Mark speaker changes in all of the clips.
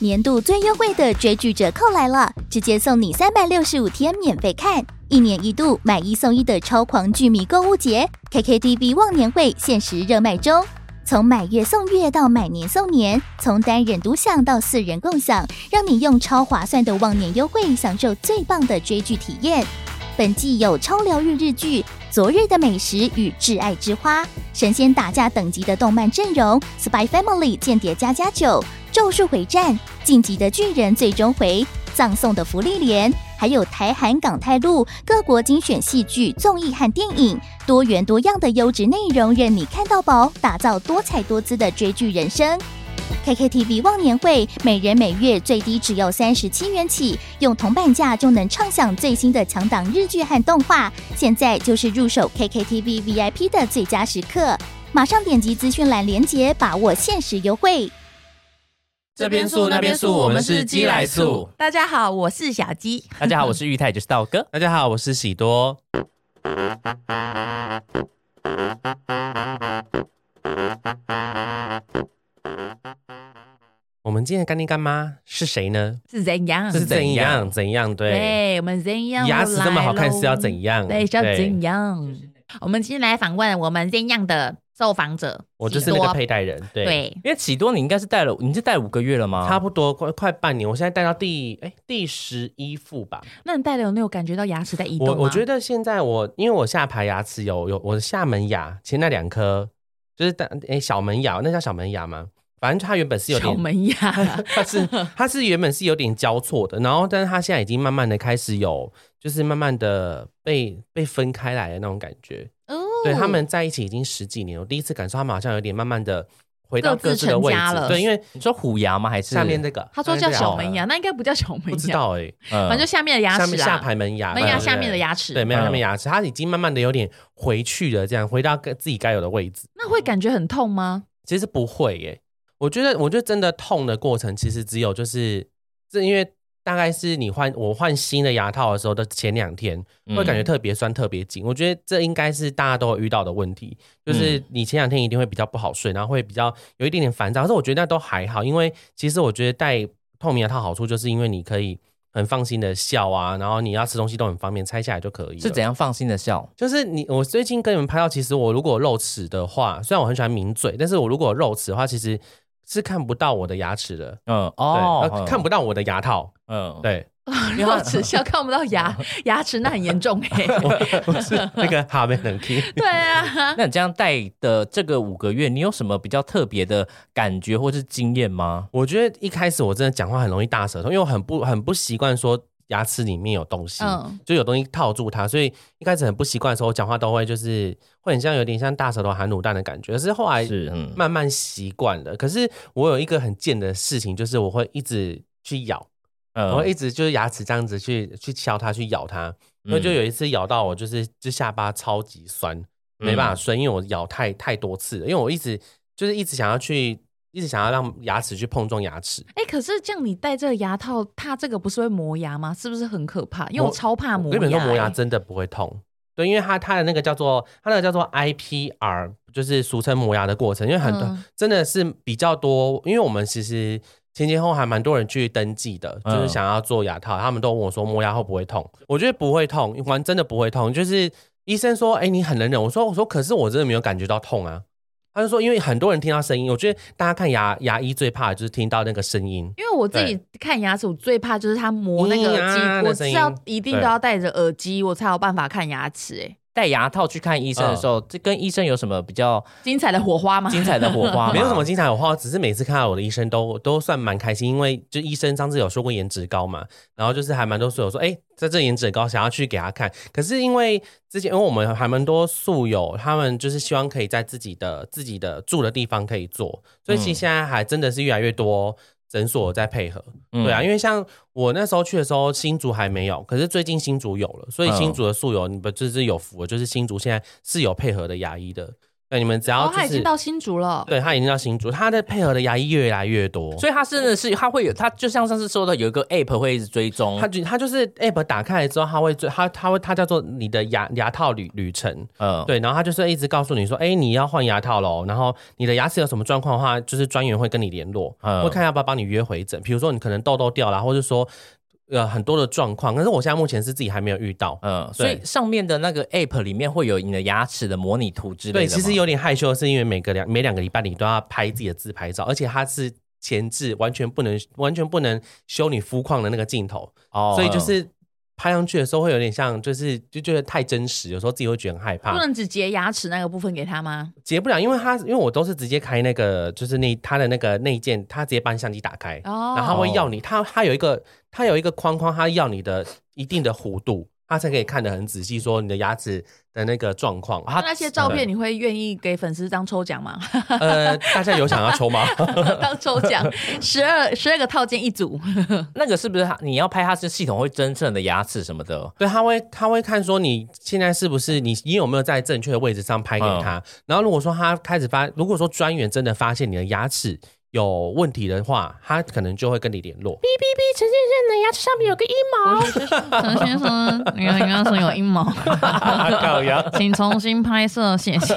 Speaker 1: 年度最优惠的追剧折扣来了，直接送你三百六十五天免费看，一年一度买一送一的超狂剧迷购物节，KKTV 忘年会限时热卖中。从买月送月到买年送年，从单人独享到四人共享，让你用超划算的忘年优惠享受最棒的追剧体验。本季有超疗愈日剧《昨日的美食与挚爱之花》、神仙打架等级的动漫阵容，《Spy Family》间谍加加九、《咒术回战》、《晋级的巨人》最终回、《葬送的福利莲》，还有台韩、港泰陆各国精选戏剧、综艺和电影，多元多样的优质内容，任你看到饱，打造多彩多姿的追剧人生。KKTV 忘年会每人每月最低只要三十七元起，用铜板价就能畅享最新的强档日剧和动画。现在就是入手 KKTV VIP 的最佳时刻，马上点击资讯栏链接，把握限时优惠。
Speaker 2: 这边素那边素，我们是鸡来素。
Speaker 3: 大家好，我是小鸡。
Speaker 4: 大家好，我是玉泰，就是道哥。
Speaker 2: 大家好，我是喜多。我们今天的干爹干妈是谁呢？
Speaker 3: 是怎样？
Speaker 2: 是怎样？怎样？对，
Speaker 3: 对，我们怎样？
Speaker 2: 牙齿这么好看是要怎
Speaker 3: 样？
Speaker 2: 样？
Speaker 3: 对，是要怎样？我们今天来访问我们怎样的受访者，
Speaker 2: 我就是那个
Speaker 3: 喜多啊
Speaker 2: 佩戴人，对，
Speaker 3: 对，
Speaker 4: 因为喜多，你应该是戴了，你是戴五个月了吗？
Speaker 2: 差不多快快半年，我现在戴到第哎第十一副吧。
Speaker 3: 那你戴了有没有感觉到牙齿在移动啊
Speaker 2: 我
Speaker 3: 吗？
Speaker 2: 我觉
Speaker 3: 得
Speaker 2: 得现在我因为我下排牙齿有有我的下门牙，其实那两颗就是大哎、小门牙，那叫小门牙吗？反正它原本是有
Speaker 3: 小
Speaker 2: 点，
Speaker 3: 门牙
Speaker 2: 它是它是原本是有点交错的，然后但是它现在已经慢慢的开始有，就是慢慢的被被分开来的那种感觉。
Speaker 3: 哦，
Speaker 2: 对，他们在一起已经十几年，我第一次感受他们好像有点慢慢的回到各
Speaker 3: 各自
Speaker 2: 自的位
Speaker 3: 成家
Speaker 2: 置。
Speaker 3: 了
Speaker 2: 对，因为
Speaker 4: 你说虎牙吗？还是
Speaker 2: 下面这个
Speaker 3: 他说叫小
Speaker 2: 牙。
Speaker 3: 门牙，那应该不叫小门
Speaker 2: 不知
Speaker 3: 牙，
Speaker 2: 道哎、欸，
Speaker 4: 嗯
Speaker 3: 反正就下面的牙
Speaker 2: 下
Speaker 3: 齿
Speaker 2: 面
Speaker 3: 啦，
Speaker 2: 下排门牙，
Speaker 3: 门牙
Speaker 2: 对
Speaker 3: 下面的。
Speaker 2: 对对
Speaker 3: 牙齿，
Speaker 2: 对，门牙
Speaker 4: 嗯
Speaker 2: 下面牙齿，它已经慢慢的有点回去了，这样回到跟自己该有的位置。
Speaker 3: 那会感觉很痛吗？
Speaker 2: 其实不会耶、我觉得，我觉得真的痛的过程，其实只有就是，是因为大概是你换我换新的牙套的时候的前两天，会
Speaker 4: 嗯
Speaker 2: 感觉特别酸、特别紧。我觉得这应该是大家都会遇到的问题，就
Speaker 4: 嗯
Speaker 2: 是你前两天一定会比较不好睡，然后会比较有一点点烦躁。但是我觉得那都还好，因为其实我觉得戴透明牙套好处就是因为你可以很放心的笑啊，然后你要吃东西都很方便，拆下来就可以了。
Speaker 4: 是怎样放心的笑？
Speaker 2: 就是你，我最近跟你们拍到，其实我如果有露齿的话，虽然我很喜欢抿嘴，但是我如果有露齿的话，其实是看不到我的牙齿的，
Speaker 4: 嗯
Speaker 2: 对，
Speaker 4: 哦，
Speaker 2: 呃
Speaker 4: 嗯
Speaker 2: 看不，到我的牙套，
Speaker 4: 嗯，
Speaker 2: 对，
Speaker 3: 如果齿笑看不到 牙牙齿，那很严重哎、
Speaker 2: 我是那个哈梅冷 k
Speaker 3: 对啊，
Speaker 4: 那你这样戴的这个五个月，你有什么比较特别的感觉或是经验吗？
Speaker 2: 我觉得一开始我真的讲话很容易大舌头，因为我很不很不习惯说牙齿里面有东西，
Speaker 3: 嗯
Speaker 2: 就有东西套住它，所以一开始很不习惯的时候，我讲话都会就是会很像有点像大舌头含卤蛋的感觉。可是后来
Speaker 4: 是，嗯，
Speaker 2: 慢慢习惯了。可是我有一个很贱的事情，就是我会一直去咬，
Speaker 4: 嗯
Speaker 2: 我会一直就是牙齿这样子去去敲它，去咬它。
Speaker 4: 嗯
Speaker 2: 然后就有一次咬到我，就是就下巴超级酸，没办法睡，因为我咬太太多次了，因为我一直就是一直想要去，一直想要让牙齿去碰撞牙齿。
Speaker 3: 哎、可是这样你戴这个牙套，它这个不是会磨牙吗？是不是很可怕？因为我
Speaker 2: 磨
Speaker 3: 超怕磨
Speaker 2: 我
Speaker 3: 牙、
Speaker 2: 跟你们说，磨牙
Speaker 3: 欸
Speaker 2: 真的不会痛。对，因为它它的那个叫做它那个叫做 IPR，就是俗称磨牙的过程。因为很多、
Speaker 3: 嗯
Speaker 2: 真的是比较多，因为我们其实前前后后还蛮多人去登记的，
Speaker 4: 嗯
Speaker 2: 就是想要做牙套，他们都问我说磨牙后不会痛？我觉得不会痛，完真的不会痛。就是医生说，哎、你很能忍。我说我说，可是我真的没有感觉到痛啊。他就说，因为很多人听到声音，我觉得大家看牙牙医最怕的就是听到那个声音。
Speaker 3: 因为我自己看牙齿，我最怕就是它磨那个
Speaker 2: 咿呀
Speaker 3: 耳机，我
Speaker 2: 的
Speaker 3: 是
Speaker 2: 声音
Speaker 3: 要一定都
Speaker 2: 对
Speaker 3: 要戴着耳机，我才有办法看牙齿。哎，
Speaker 4: 戴牙套去看医
Speaker 2: 嗯
Speaker 4: 生的时候，这跟医生有什么比 较
Speaker 3: 精彩的火花吗？哦
Speaker 4: 精彩的火花
Speaker 3: 啊
Speaker 4: 吗？
Speaker 2: 没有什么精彩的话，只是每次看到我的医生都都算蛮开心，因为就医生上次有说过颜值高嘛，然后就是还蛮多室友说，哎、在这颜值高，想要去给他看。可是因为之前，因为我们还蛮多宿友，他们就是希望可以在自己的自己的住的地方可以做，所以其实现在还真的是越来越多诊所在配合。
Speaker 4: 嗯
Speaker 2: 对啊，因为像我那时候去的时候，新竹还没有，可是最近新竹有了，所以
Speaker 4: 嗯
Speaker 2: 新竹的宿友，你们就是有福了，就是新竹现在是有配合的牙医的。对，你们只要
Speaker 3: 哦，
Speaker 2: 就
Speaker 3: 他已
Speaker 2: 是
Speaker 3: 经到新竹了。
Speaker 2: 对他已经到新竹，他的配合的牙医越来越多，
Speaker 4: 所以他真的是他会有他就像上次说的有一个 app 会一直追踪，
Speaker 2: 他就他就是 app 打开来之后，他会最他他会他叫做你的牙牙套旅旅程，
Speaker 4: 嗯，
Speaker 2: 对，然后他就是一直告诉你说，哎、你要换牙套喽，然后你的牙齿有什么状况的话，就是专员会跟你联络，
Speaker 4: 嗯
Speaker 2: 会看要不要帮你约回诊，比如说你可能痘痘掉了，或者说呃很多的状况，可是我现在目前是自己还没有遇到。
Speaker 4: 嗯，所以
Speaker 2: 对
Speaker 4: 上面的那个 app 里面会有你的牙齿的模拟图之类的
Speaker 2: 对，
Speaker 4: 吗
Speaker 2: 其实有点害羞，是因为每个两每两个礼拜你都要拍自己的自拍照，而且它是前置，完全不能完全不能修你肤况的那个镜头，
Speaker 4: 哦
Speaker 2: 所以
Speaker 3: 嗯
Speaker 2: 就是拍上去的时候会有点像，就是就觉得太真实，有时候自己会觉得很害怕。
Speaker 3: 不能只截牙齿那个部分给他吗？
Speaker 2: 截不了，因为他因为我都是直接开那个，就是那他的那个内建，他直接把你相机打开，
Speaker 3: 哦，
Speaker 2: 然后他会要你，他他有一个他有一个框框，他要你的一定的弧度，他才可以看得很仔细，说你的牙齿的那个状况。
Speaker 3: 那
Speaker 2: 啊，
Speaker 3: 那些照片你会愿意给粉丝当抽奖吗？
Speaker 2: 呃，大家有想要抽吗？
Speaker 3: 当抽奖，十二十二个套件一组，
Speaker 4: 那个是不是它你要拍它是系统会侦测你的牙齿什 么的？哦
Speaker 2: 对，他会他会看说你现在是不是你你有没有在正确的位置上拍给他，然后如果说他开始发，如果说专员真的发现你的牙齿有问题的话，他可能就会跟你联络。
Speaker 3: 陈先生，你的牙齿有阴谋，
Speaker 2: 搞啊牙
Speaker 3: 请重新拍摄，谢谢，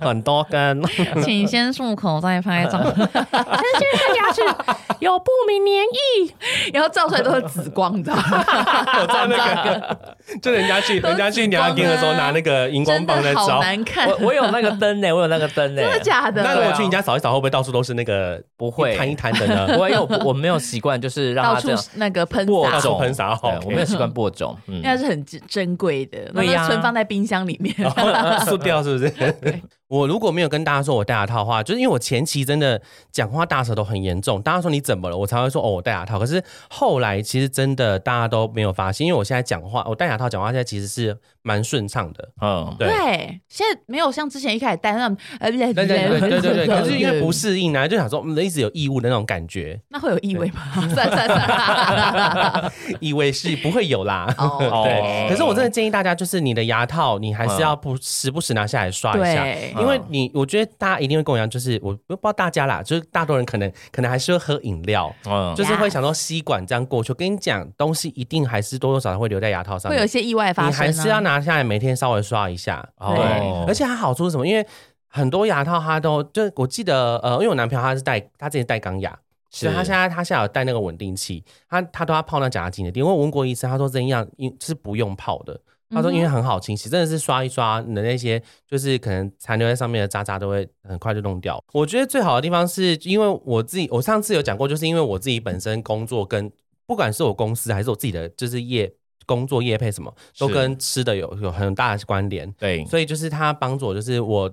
Speaker 2: 很多根。
Speaker 3: 请先漱口再拍 照。陈先生牙齿有不明年意，然后照出来都是紫光，你知道吗？
Speaker 2: 我知道那 个，就人家去人家去牙钉的时候拿那个荧光
Speaker 3: 真
Speaker 2: 棒在
Speaker 3: 的
Speaker 2: 照
Speaker 3: 好。难看，
Speaker 4: 我我有那个灯呢、我有那个灯呢、
Speaker 3: 真的假的？
Speaker 2: 那如果去你家扫一扫，会不会到处都是那个
Speaker 4: 不会
Speaker 2: 一摊一摊的呢？
Speaker 4: 嗯我也有我没有习惯，就是让
Speaker 3: 啊到
Speaker 4: 它
Speaker 3: 处
Speaker 4: 这样
Speaker 3: 那个喷
Speaker 4: 播
Speaker 3: 洒
Speaker 2: 到，处
Speaker 4: 种
Speaker 2: 喷洒哦
Speaker 4: 对
Speaker 2: 好
Speaker 4: 我没有习惯播种，嗯，
Speaker 3: 那是很珍珍贵的，那
Speaker 4: 对呀
Speaker 3: 个存放在冰箱里面。
Speaker 2: 哦塑掉是不是？我如果没有跟大家说我戴牙套的话，就是因为我前期真的讲话大舌头很严重，大家说你怎么了，我才会说哦我戴牙套。可是后来其实真的大家都没有发现，因为我现在讲话，我戴牙套讲话现在其实是蛮顺畅的。
Speaker 4: 嗯，
Speaker 2: 对
Speaker 3: 对，现在没有像之前一开始戴那种，呃，对
Speaker 2: 对对对对对对，可是因为不适应啊，就想说嗯一直有异物的那种感觉。
Speaker 3: 那会有异味吗？ 算算算，
Speaker 2: 以为是不会有啦。
Speaker 3: 哦，
Speaker 2: 对，可是我真的建议大家，就是你的牙套，你还是要不时不时拿下来刷一下，
Speaker 3: 对
Speaker 2: 因为你，我觉得大家一定会跟我一样，就是我不知道大家啦，就是大多人可能可能还是会喝饮料，
Speaker 3: 哦
Speaker 4: 嗯，
Speaker 2: 就是会想到吸管这样过去。我跟你讲，东西一定还是多多少少会留在牙套上
Speaker 3: 会有一
Speaker 2: 面，
Speaker 3: 些意外发
Speaker 2: 你
Speaker 3: 生、啊。
Speaker 2: 还是要拿下来，每天稍微刷一下。
Speaker 4: 哦
Speaker 2: 对，而且它好处是什么？因为很多牙套它都，就我记得，呃，因为我男朋友他是戴，他之前戴钢牙，所以他现在他现在有戴那个稳定器，他他都要泡那假牙精的因为我问过医生，他说这样因是不用泡的。他
Speaker 3: 嗯
Speaker 2: 说因为很好清洗，真的是刷一刷，你的那些就是可能残留在上面的渣渣都会很快就弄掉。我觉得最好的地方是因为我自己，我上次有讲过，就是因为我自己本身工作跟不管是我公司还是我自己的就是业工作业配什么，都
Speaker 4: 是
Speaker 2: 跟吃的有有很大的关联。
Speaker 4: 对，
Speaker 2: 所以就是他帮助我，就是我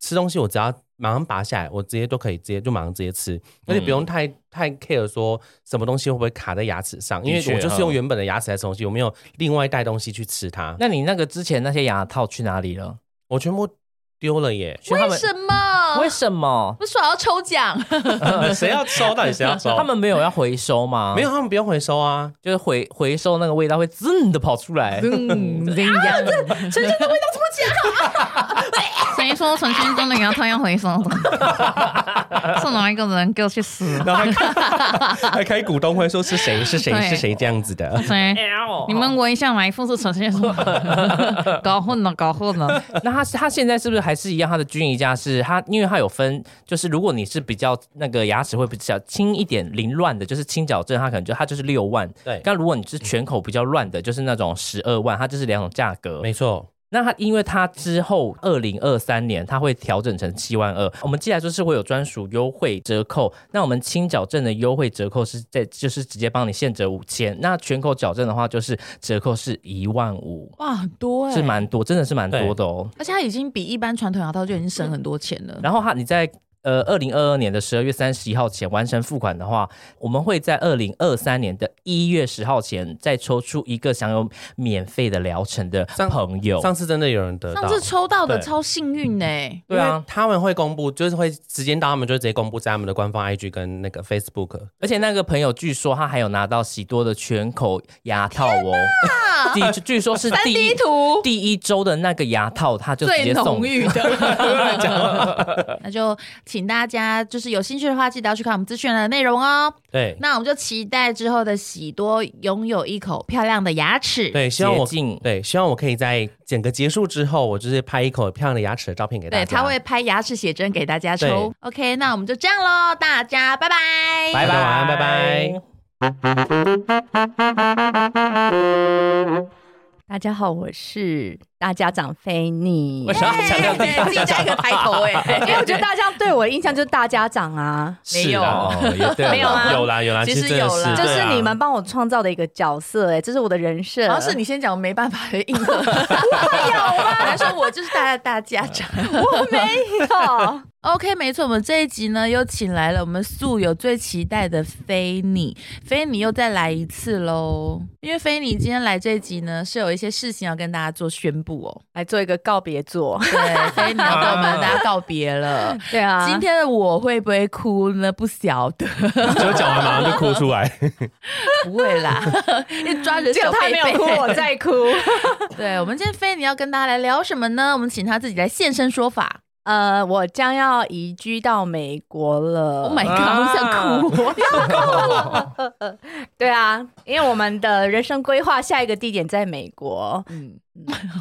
Speaker 2: 吃东西，我只要马上拔下来，我直接都可以直接就马上直接吃，而且不用太、太 care 说什么东西会不会卡在牙齿上，因为
Speaker 4: 的确
Speaker 2: 我就是用
Speaker 4: 嗯
Speaker 2: 原本的牙齿来吃东西，我没有另外带东西去吃它，
Speaker 4: 那你那个之前那些牙套去哪里了？
Speaker 2: 我全部丢了 耶。
Speaker 4: 去他
Speaker 3: 为
Speaker 4: 们
Speaker 3: 什么？
Speaker 4: 为什么？
Speaker 3: 不是说要抽奖？
Speaker 2: 呃谁要收？到底谁要收嗯
Speaker 4: 他们没有要回收吗？
Speaker 2: 没有，，他们不用回收啊。
Speaker 4: 就是回回收那个味道会滋的跑出来。
Speaker 3: 嗯，怎样？陈先生的味道怎么讲？谁说陈先生的牙套要回收的？是哪一个人给我去死？
Speaker 2: 然后还开还开股东会说是谁是谁
Speaker 3: 对
Speaker 2: 是谁这样子的，
Speaker 3: 谁？你们闻一下哪一副是陈先生的？搞混了，搞混了。
Speaker 4: 那他他现在是不是还是一样？他的均宜家是他，因为他有分，就是如果你是比较那个牙齿会比较轻一点、凌乱的，就是轻矫正，他可能就他就是六万。
Speaker 2: 对
Speaker 4: 但如果你是全口比较乱的，就是那种十二万，它就是两种价格。
Speaker 2: 没错，
Speaker 4: 那它因为它之后二零二三年它会调整成七万二，我们既然就是会有专属优惠折扣，那我们轻矫正的优惠折扣是在就是直接帮你现折五千，那全口矫正的话就是折扣是一万五，
Speaker 3: 哇，很多哎、
Speaker 4: 是蛮多，真的是蛮多的哦。
Speaker 3: 而且它已经比一般传统牙套就已经省很多钱了。
Speaker 4: 然后它你在呃，二零二二年的十二月三十一号前完成付款的话，我们会在二零二三年的一月十号前再抽出一个享有免费的疗程的
Speaker 2: 上
Speaker 4: 朋友。
Speaker 2: 上次真的有人得到，
Speaker 3: 上次抽到的
Speaker 4: 对
Speaker 3: 超幸运呢，
Speaker 4: 对啊，，
Speaker 2: 他们会公布，就是会时间到，他们就直接公布在他们的官方 IG 跟那个 Facebook。
Speaker 4: 而且那个朋友据说他还有拿到喜多的全口牙套哦， 据据说是
Speaker 3: 三
Speaker 4: 第
Speaker 3: D
Speaker 4: 一
Speaker 3: 图
Speaker 4: 第一周的那个牙套，他就直
Speaker 3: 最
Speaker 4: 接送
Speaker 3: 浓郁的。那就请大家就是有兴趣的话，记得要去看我们资讯栏的内容哦。
Speaker 2: 对
Speaker 3: 那我们就期待之后的喜多拥有一口漂亮的牙齿。
Speaker 2: 对，希望我
Speaker 4: 捷径
Speaker 2: 对希望我可以在整个结束之后，我就是拍一口漂亮的牙齿的照片给大
Speaker 3: 对，
Speaker 2: 家。
Speaker 3: 他会拍牙齿写真给大家抽
Speaker 2: 对。
Speaker 3: OK，那我们就这样喽，大家拜拜。
Speaker 4: 拜拜，
Speaker 2: 晚安拜拜。
Speaker 5: 大家好，我是大家长菲尼。
Speaker 4: 为什么要强调自己
Speaker 3: 哎自己加一个抬头哎、
Speaker 5: 因为我觉 得大家对我的印象就是大家长 啊，
Speaker 3: 没有
Speaker 4: 是啊哦有 对
Speaker 3: 没有吗
Speaker 2: 有啦有啦，
Speaker 3: 其实
Speaker 2: 实真的
Speaker 3: 有啦
Speaker 5: 就
Speaker 2: 对
Speaker 5: 是
Speaker 2: 啊
Speaker 5: 你们帮我创造的一个角色、哎，这是我的人设。
Speaker 3: 好像是你先讲，我没办法的硬 核，有啊吧？还说我就是大家大家长。
Speaker 5: 哦
Speaker 3: OK，没错，我们这一集呢又请来了我们素友最期待的菲尼，菲尼又再来一次喽。因为菲尼今天来这一集呢，是有一些事情要跟大家做宣布哦。
Speaker 5: 来做一个告别作。
Speaker 3: 对，菲尼要跟我们大家告别了。
Speaker 5: 对 啊，
Speaker 3: 今天的我会不会哭呢？不晓得，
Speaker 2: 就讲完马上就哭出 来。
Speaker 3: 不会 啦，一抓着
Speaker 5: 只有
Speaker 3: 小
Speaker 5: 他
Speaker 3: 贝
Speaker 5: 没有
Speaker 3: 贝
Speaker 5: 哭，我在哭。
Speaker 3: 对，我们今天菲尼要跟大家来聊什么呢？我们请他自己来现身说法。
Speaker 5: 呃，我将要移居到美国了。
Speaker 3: Oh my god，好想哭哦。
Speaker 5: 对啊，因为我们的人生规划下一个地点在美国。
Speaker 3: 嗯，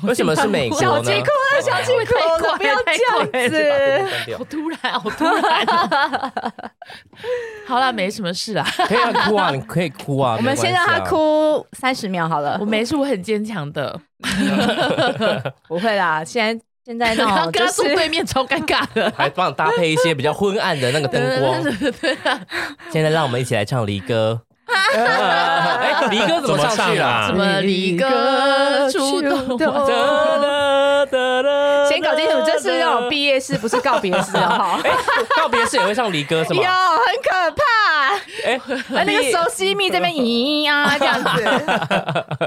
Speaker 4: 为什么是美国呢？
Speaker 5: 小杰哭了，小杰哭
Speaker 3: 太快
Speaker 5: 了，不要这样子。
Speaker 3: 好突然，好突然哦。好啦，没什么事啦，
Speaker 4: 可以啊哭啊，你可以哭啊。
Speaker 5: 我们
Speaker 4: 没
Speaker 5: 先
Speaker 4: 关
Speaker 5: 让
Speaker 4: 系啊
Speaker 5: 他。哭三十秒好了
Speaker 3: 我。没事，我很坚强的。
Speaker 5: 不会啦，现在现在
Speaker 3: 然
Speaker 5: 那
Speaker 3: 后
Speaker 5: 种
Speaker 3: 跟
Speaker 5: 就
Speaker 3: 他坐
Speaker 5: 是
Speaker 3: 对面，超尴尬的。
Speaker 4: 还帮你搭配一些比较昏暗的那个灯 光。 现在让我们一起来唱离歌。哎，离歌怎么上去啊
Speaker 2: 怎
Speaker 3: 什？么离歌出动
Speaker 5: 动
Speaker 3: 我？
Speaker 5: 啊先搞清楚，这是那种毕业式，不是告别式哈。
Speaker 4: 哎，告别式也会唱离歌是
Speaker 5: 有，
Speaker 4: 吗？
Speaker 5: 很可怕。
Speaker 4: 哎，
Speaker 5: 哎，那个熟悉蜜这边咦啊这样子，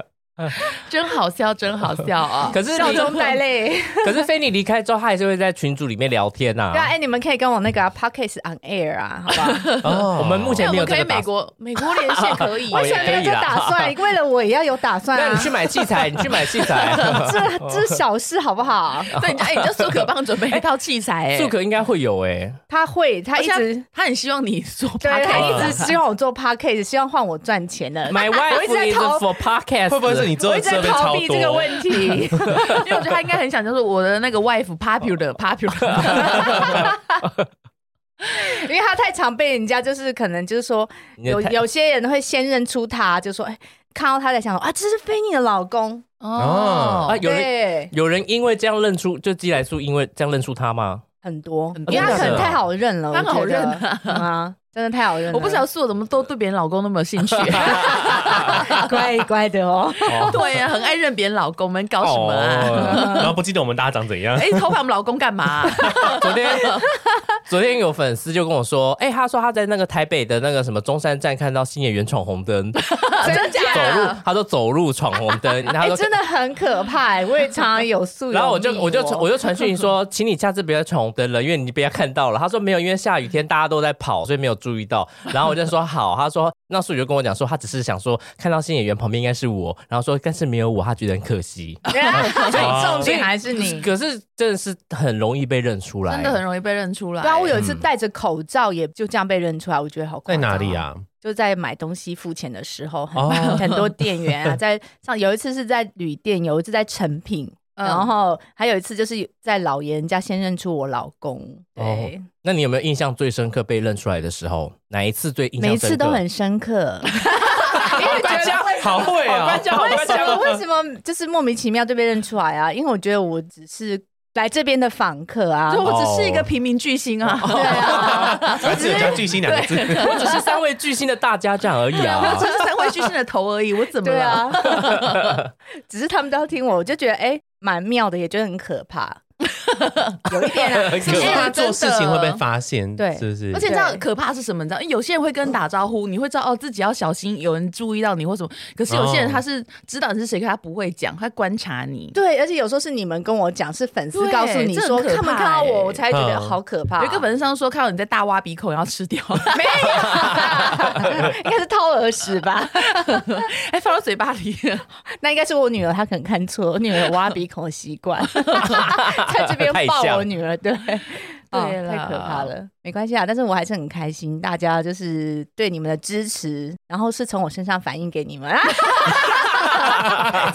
Speaker 3: 真好笑，真好笑啊！
Speaker 4: 可是
Speaker 5: 笑
Speaker 4: 离
Speaker 5: 中带泪。
Speaker 4: 可是菲尼离开之后，他还是会在群组里面聊天呐
Speaker 5: 对啊，。哎，你们可以跟我那个 p o c k e t on air 啊，好吧？
Speaker 2: 哦
Speaker 4: 我们目前
Speaker 3: 我
Speaker 4: 没有
Speaker 3: 们可
Speaker 4: 这个
Speaker 3: 以
Speaker 4: 打
Speaker 3: 美
Speaker 4: 算。
Speaker 3: 国美国连线可以耶，
Speaker 4: 哦
Speaker 5: 完
Speaker 4: 也
Speaker 5: 全没有
Speaker 4: 可以
Speaker 5: 这
Speaker 4: 啦
Speaker 5: 打算，为了我也要有打算
Speaker 4: 那
Speaker 5: 啊
Speaker 4: 你。去买器 材，你去买器材。
Speaker 5: 这这 是小事好不好？
Speaker 3: 对，你就哎，你就苏可帮准备一套器材，哎，
Speaker 4: 素可应该会有 哎，
Speaker 5: 他会，他
Speaker 3: 而
Speaker 5: 一
Speaker 3: 且他
Speaker 5: 直。
Speaker 3: 他很希望你说 podcast，
Speaker 5: 对他一直希望我做 podcast，希望换我赚钱的。
Speaker 4: My
Speaker 5: 我一
Speaker 4: wife
Speaker 5: 直
Speaker 4: is
Speaker 5: 在逃，
Speaker 4: for podcast。
Speaker 2: 会不会是你做
Speaker 5: 我
Speaker 2: 的
Speaker 5: 一直在
Speaker 2: 设备
Speaker 5: 逃
Speaker 2: 超
Speaker 5: 避这个
Speaker 2: 多？
Speaker 5: 问题。
Speaker 3: 因为我觉得他应该很想，就是我的那个 wife popular popular，
Speaker 5: 因为他太常被人家就是可能就是说
Speaker 4: 你的
Speaker 5: 有
Speaker 4: 太
Speaker 5: 有些人会先认出他，就说哎、看到他在想说啊，这是菲尼的老公，
Speaker 3: 哦
Speaker 4: 啊，有人
Speaker 5: 对，
Speaker 4: 有人因为这样认出，就寄来素因为这样认出他 吗？
Speaker 5: 很多
Speaker 3: 很，多
Speaker 5: 因为他可
Speaker 4: 真的
Speaker 5: 能太好认了，
Speaker 3: 他很好认
Speaker 5: 我觉得嗯啊，真的太好认了，
Speaker 3: 我不晓得素怎么都对别人老公那么有兴 趣，
Speaker 5: 乖乖的哦，
Speaker 3: 对呀、很爱认别人老公，我们搞什么啊？
Speaker 2: 哦然后不记得我们大家长怎样。
Speaker 3: 哎、你偷拍我们老公干嘛、
Speaker 4: 昨天 昨天有粉丝就跟我说，哎、他说他在那个台北的那个什么中山站看到新演员闯红灯，
Speaker 5: 真的假
Speaker 4: 走路
Speaker 5: 的？
Speaker 4: 他说走路闯红 灯，然后
Speaker 5: 哎、
Speaker 4: 他说。
Speaker 5: 真的很可怕、哎我也常常有素 有
Speaker 4: 然后我就
Speaker 5: 密
Speaker 4: 我就
Speaker 5: 哦
Speaker 4: 我就传讯说，请你下次不要闯红灯了，因为你被他看到了。他说没有，因为下雨天大家都在跑，所以没有注意到。然后我就说好，他说那素宇就跟我讲说，他只是想说看到新演员旁边应该是我，然后说但是没有我，他觉得很可惜。
Speaker 3: 啊
Speaker 5: 重点还是你。
Speaker 4: 可是真的是很容易被认出来，
Speaker 3: 真的很容易被认出来。
Speaker 5: 对啊，我有一次戴着口罩，也就这样被认出来，我觉得好夸
Speaker 2: 在
Speaker 5: 张哦
Speaker 2: 哪里？啊？
Speaker 5: 就在买东西付钱的时候，很、
Speaker 4: 哦
Speaker 5: 很多店员啊，在上有一次是在旅店，有一次在成品，
Speaker 3: 嗯
Speaker 5: 然后还有一次就是在老爷人家先认出我老公，对，
Speaker 4: 那你有没有印象最深刻被认出来的时候？哪一次最印象
Speaker 5: 每一
Speaker 4: 深刻？
Speaker 5: 次都很深刻。因为觉得为
Speaker 4: 好会啊！
Speaker 5: 为什么为什么就是莫名其妙就被认出来啊？因为我觉得我只是来这边的访客啊
Speaker 3: 就，我只是一个平民巨星啊，
Speaker 5: 对啊，
Speaker 2: 还是有加巨星两个字？
Speaker 4: 我只是三位巨星的大家长而已
Speaker 3: 我
Speaker 4: 啊
Speaker 3: 只！是三位巨星的头而已，我怎么
Speaker 5: 对
Speaker 3: 了？
Speaker 5: 啊 啊，只是他们都要听我，我就觉得哎，蛮、妙的，也觉得很可怕。有一点啊，
Speaker 2: 很可
Speaker 3: 哎
Speaker 2: 怕，
Speaker 3: 呀
Speaker 2: 做事
Speaker 3: 真的
Speaker 2: 情会被发现，
Speaker 5: 对
Speaker 2: 是不是？
Speaker 3: 而且你知道
Speaker 5: 对
Speaker 3: 可怕是什么？你知道，因为有些人会跟你打招呼，你会知道哦，自己要小心，有人注意到你或什么。可是有些人
Speaker 2: 哦
Speaker 3: 他是知道你是谁，可他不会讲，他观察你。
Speaker 5: 对，而且有时候是你们跟我讲，是粉丝
Speaker 3: 对
Speaker 5: 告诉你
Speaker 3: 这很
Speaker 5: 说
Speaker 3: 可怕
Speaker 5: 他们看到
Speaker 3: 欸
Speaker 5: 我，我才觉得
Speaker 2: 嗯
Speaker 5: 好可怕。
Speaker 3: 有一个粉丝上说看到你在大挖鼻孔，然后吃掉，
Speaker 5: 没有，应该是掏耳屎 吧？
Speaker 3: 还
Speaker 5: 哎
Speaker 3: 放到嘴巴里。
Speaker 5: 那应该是我女儿，她可能看错，我女儿有挖鼻孔的习 惯，在这边抱我女儿，对。哦
Speaker 3: 对啦
Speaker 5: 太可怕了，没关系啊，但是我还是很开心，大家就是对你们的支持，然后是从我身上反映给你们，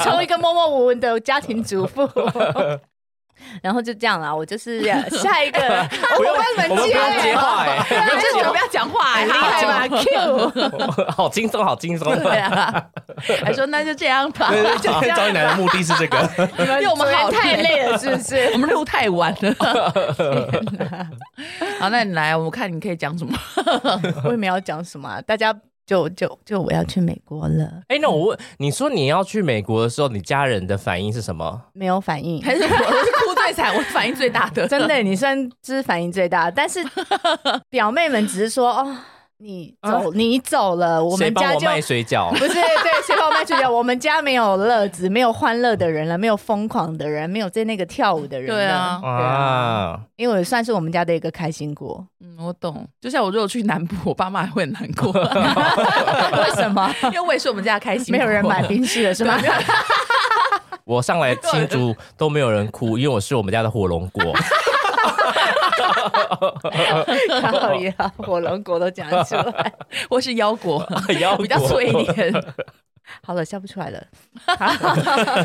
Speaker 5: 从一个默默无闻的家庭主 妇，然后就这样啦，我就是下 一个，我
Speaker 4: 不用
Speaker 5: 帮你
Speaker 4: 我们不
Speaker 5: 接
Speaker 4: 用接 话哎
Speaker 5: 对啊
Speaker 3: 这
Speaker 5: 这
Speaker 3: 种
Speaker 5: 种
Speaker 3: 不要讲话，
Speaker 5: 很厉害吧？Q。 啊
Speaker 4: 好轻松，好轻松。
Speaker 3: 对啊，还说那就这样吧，
Speaker 2: 对对
Speaker 3: 啊 就
Speaker 2: 找
Speaker 3: 这样
Speaker 2: 找你来的目的是这个，
Speaker 3: 因为我们好
Speaker 5: 昨天太累 了，是不是？
Speaker 3: 我们录太晚了。好，那你来，我看你可以讲什么。
Speaker 5: 我也没有讲什么啊、大家就就就我要去美国了，
Speaker 4: 哎，那我问，你说你要去美国的时候，你家人的反应是什么？
Speaker 5: 没有反应。
Speaker 3: 还是我是哭最惨，我反应最大的，
Speaker 5: 真的，你算是反应最 大，但是表妹们只是说哦，你
Speaker 3: 啊
Speaker 5: 走，你走了，我
Speaker 4: 谁
Speaker 5: 们
Speaker 4: 帮
Speaker 5: 家
Speaker 4: 我
Speaker 5: 就
Speaker 4: 卖水饺
Speaker 5: 不？是对，谁把我卖出去了？我们家没有乐子，没有欢乐的人了，没有疯狂的人，没有在那个跳舞的人了。
Speaker 3: 对啊
Speaker 5: 对啊，
Speaker 4: 啊，
Speaker 5: 因为我算是我们家的一个开心果。
Speaker 3: 嗯，我懂。就像我如果去南部，我爸妈还会很难过，
Speaker 5: 为什 么？
Speaker 3: 因为我也是我们家的开心
Speaker 5: 没
Speaker 3: 果。啊
Speaker 5: 有人买冰室了是吗？
Speaker 4: 我上来新竹都没有人哭，因为我是我们家的火 龙果。
Speaker 5: 好呀，火龙果都讲出来。
Speaker 3: 我是腰 果，
Speaker 4: 腰果
Speaker 3: 比较脆一点。
Speaker 5: 好了，笑不出来了。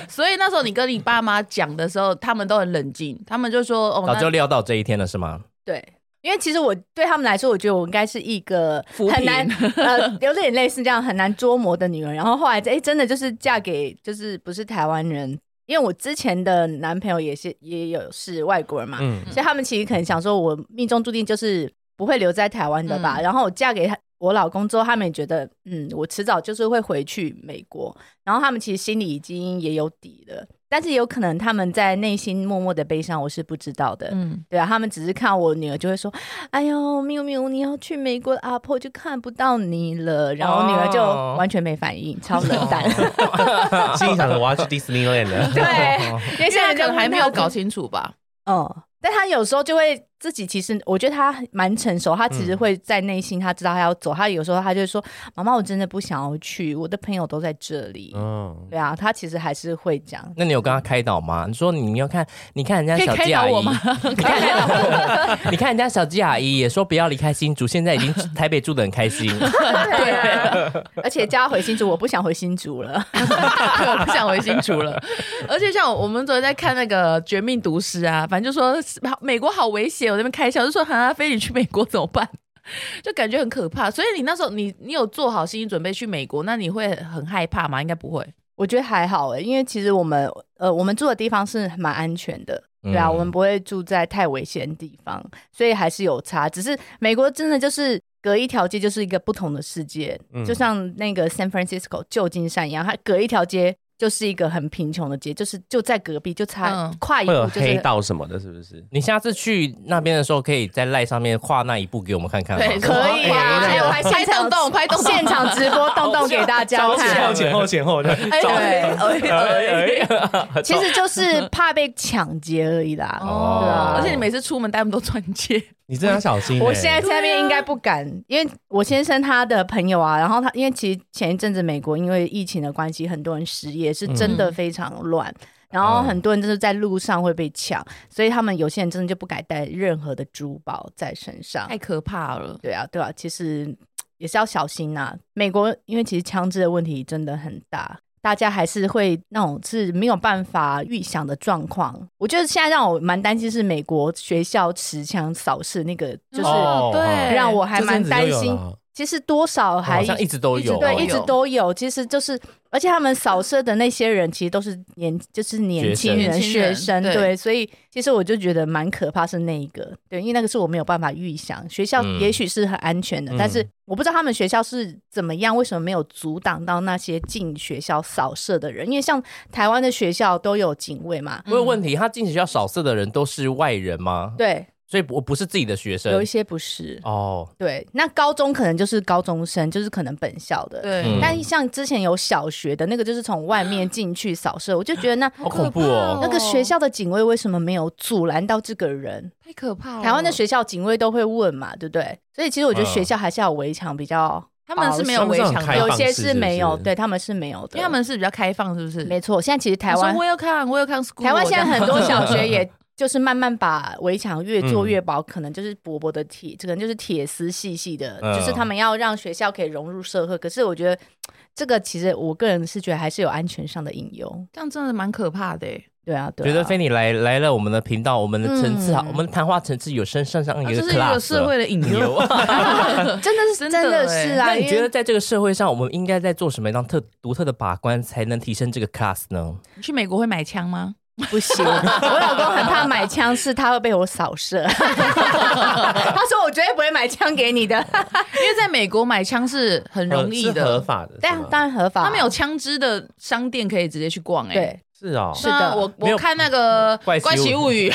Speaker 3: 所以那时候你跟你爸妈讲的时候，他们都很冷静，他们就说：“哦，
Speaker 4: 早
Speaker 3: 那
Speaker 4: 就料到这一天了，是吗？
Speaker 5: 对，因为其实我对他们来说，我觉得我应该是一个
Speaker 3: 扶贫
Speaker 5: 很难呃， 有点类似这样很难捉摸的女人。然后后来，哎、真的就是嫁给就是不是台湾人，因为我之前的男朋友也是也有是外国人嘛，
Speaker 2: 嗯，
Speaker 5: 所以他们其实可能想说，我命中注定就是不会留在台湾的吧。
Speaker 3: 嗯
Speaker 5: 然后我嫁给他我老公之后，他们也觉得，嗯，我迟早就是会回去美国。然后他们其实心里已经也有底了，但是有可能他们在内心默默的悲伤，我是不知道的。
Speaker 3: 嗯，
Speaker 5: 对啊，他们只是看我女儿就会说：“哎呦，喵喵，你要去美国，阿婆就看不到你了。”然后我女儿就
Speaker 4: 哦
Speaker 5: 完全没反应，超冷淡。
Speaker 3: 哦
Speaker 2: 心里想着我要去 Disneyland 了，
Speaker 3: 嗯
Speaker 5: 对， 因
Speaker 3: 现
Speaker 5: 为现
Speaker 3: 在
Speaker 5: 在人
Speaker 3: 可能还没有搞
Speaker 5: 清。
Speaker 3: 清楚 吧。
Speaker 5: 嗯，但她有时候就会自己，其实我觉得她蛮成熟，她其实会在内心，她知道她要走。她有时候她就会说：“妈妈，我真的不想要去，我的朋友都在这里。
Speaker 2: 嗯，
Speaker 5: 对啊，她其实还是会 讲。
Speaker 4: 那你有跟他开导吗？你说你要看，你看人家
Speaker 3: 可以
Speaker 4: 小
Speaker 3: 开
Speaker 4: 鸡
Speaker 3: 导
Speaker 4: 阿
Speaker 3: 我
Speaker 4: 姨
Speaker 3: 吗，？
Speaker 4: 你看人家小鸡阿姨也说不要离开新竹，现在已经台北住的很开心。
Speaker 5: 对啊， 而且叫她回新竹，我不想回新竹了。
Speaker 3: 对，我不想回新竹了。而且像我们昨天在看那个《绝命毒师》啊，反正就说美国好危险，我在那边开笑，就说韩阿飞你去美国怎么办？就感觉很可怕。所以你那时候你你有做好心理准备去美国，那你会很害怕吗？应该不会。
Speaker 5: 我觉得还好诶、欸因为其实我们呃，我们住的地方是蛮安全的，对啊，
Speaker 4: 嗯
Speaker 5: 我们不会住在太危险的地方，所以还是有差。只是美国真的就是隔一条街就是一个不同的世界，
Speaker 2: 嗯
Speaker 5: 就像那个 San Francisco 旧金山一样，它隔一条街就是一个很贫穷的街，就是就在隔壁，就差、
Speaker 3: 嗯
Speaker 5: 跨一
Speaker 2: 会有
Speaker 5: 步哎就
Speaker 2: 黑
Speaker 5: 是。
Speaker 2: 道什么的，是不是？
Speaker 4: 你下次去那边的时候，可以在赖上面画那一步给我们看看吗。
Speaker 3: 对
Speaker 5: 可以啊，
Speaker 3: 哎
Speaker 5: 哎、
Speaker 3: 呦
Speaker 5: 我还现场
Speaker 3: 拍洞洞拍洞洞
Speaker 5: 现场直播洞洞给大家看
Speaker 2: 超。前后前后的，
Speaker 5: 哎对
Speaker 4: 哎哎哎
Speaker 5: 其实就是怕被抢劫而已啦。
Speaker 4: 哦
Speaker 5: 对啊
Speaker 3: 而且你每次出门带那么多钻戒，
Speaker 2: 你真的要小心欸。
Speaker 5: 我现在在那边应该不敢，因为我先生他的朋友啊，然后他因为其实前一阵子美国因为疫情的关系，很多人失业，是真的非常乱。然后很多人就是在路上会被抢，所以他们有些人真的就不敢带任何的珠宝在身上。
Speaker 3: 太可怕了。
Speaker 5: 对啊，对啊，其实嘖也是要小心呐、美国因为其实枪支的问题真的很大，大家还是会那种是没有办法预想的状况。我觉得现在让我蛮担心是美国学校持枪扫视那个，就是
Speaker 4: 哦
Speaker 3: 对，哎
Speaker 5: 让我还蛮担
Speaker 2: 这阵子就
Speaker 5: 心
Speaker 2: 有了
Speaker 5: 其实多少还
Speaker 4: 好像一直都
Speaker 5: 一直
Speaker 4: 有，哦
Speaker 5: 对，一
Speaker 3: 有
Speaker 5: 直都有。其实就是，而且他们扫射的那些人，其实都是年，就是年轻人、
Speaker 3: 学生
Speaker 5: 学生，
Speaker 3: 对
Speaker 5: 对。所以其实我就觉得蛮可怕，是那一个，对，因为那个是我没有办法预想。学校
Speaker 4: 嗯
Speaker 5: 也许是很安全的，
Speaker 2: 嗯
Speaker 5: 但是我不知道他们学校是怎么样，为什么没有阻挡到那些进学校扫射的人？因为像台湾的学校都有警卫嘛，
Speaker 3: 嗯
Speaker 4: 我有问题，他进学校扫射的人都是外人吗？
Speaker 5: 对，
Speaker 4: 所以我不是自己的学
Speaker 5: 有
Speaker 4: 生
Speaker 5: 一些不是。
Speaker 4: 哦，
Speaker 5: 对，那高中可能就是高中生，就是可能本校的，
Speaker 3: 对，
Speaker 4: 嗯
Speaker 5: 但像之前有小学的那个，就是从外面进去扫射，我就觉 得那
Speaker 4: 好恐怖哦
Speaker 5: 那个学校的警卫为什么没有阻拦到这个人？
Speaker 3: 太可怕了。
Speaker 5: 台湾的学校警卫都会问嘛，对不对？所以其实我觉得学校还是要有围墙比较，
Speaker 3: 他们是没有
Speaker 2: 嗯他们
Speaker 3: 围
Speaker 2: 是很
Speaker 3: 墙
Speaker 2: 开
Speaker 3: 的，
Speaker 2: 放
Speaker 5: 有
Speaker 3: 因
Speaker 2: 式
Speaker 5: 些没有，
Speaker 2: 是不是
Speaker 5: 对他们是没有的，
Speaker 3: 为他们是比较开放，是不是？
Speaker 5: 没错。现在其实台湾
Speaker 3: 我有看，我有看 school，哦
Speaker 5: 台湾现在很多小
Speaker 3: 这样
Speaker 5: 学也就是慢慢把围墙越做越薄，可能就是薄薄的铁，可能就是铁丝细细的，
Speaker 4: 嗯
Speaker 5: 就是他们要让学校可以融入社会。可是我觉得这个其实我个人是觉得还是有安全上的隐忧。
Speaker 3: 这样真的蛮可怕的欸。
Speaker 5: 对啊，对啊
Speaker 4: 觉得菲尼来来了我们的频道，我们的层次好，
Speaker 5: 嗯
Speaker 4: 我们谈话层次有升上上一
Speaker 3: 啊
Speaker 4: 个
Speaker 3: 这
Speaker 4: class，
Speaker 3: 是一个社
Speaker 4: 了
Speaker 3: 会的隐忧。
Speaker 4: 牛。
Speaker 5: 真的是
Speaker 3: 真
Speaker 5: 真
Speaker 3: 的
Speaker 5: 的
Speaker 3: 欸
Speaker 5: 是啊，
Speaker 4: 那你
Speaker 5: 因为
Speaker 4: 觉得在这个社会上，我们应该在做什么样特独特的把关，才能提升这个 class 呢？
Speaker 3: 你去美国会买枪吗？
Speaker 5: 不行， 我老公很怕买枪，是他会被我扫射。他说我绝对不会买枪给你的，
Speaker 3: 因 为在美国买枪是很容易
Speaker 2: 呃是合
Speaker 3: 的，
Speaker 2: 法的，
Speaker 5: 但
Speaker 2: 是吗
Speaker 5: 当然合法，
Speaker 3: 他们有枪支的商店可以直接去逛。哎，
Speaker 5: 对，
Speaker 2: 是哦。
Speaker 5: 是
Speaker 3: 对啊，
Speaker 5: 的
Speaker 3: 我
Speaker 4: 没有
Speaker 3: 我看那个
Speaker 4: 怪
Speaker 3: 《怪
Speaker 4: 奇
Speaker 3: 奇
Speaker 4: 物
Speaker 3: 物语》，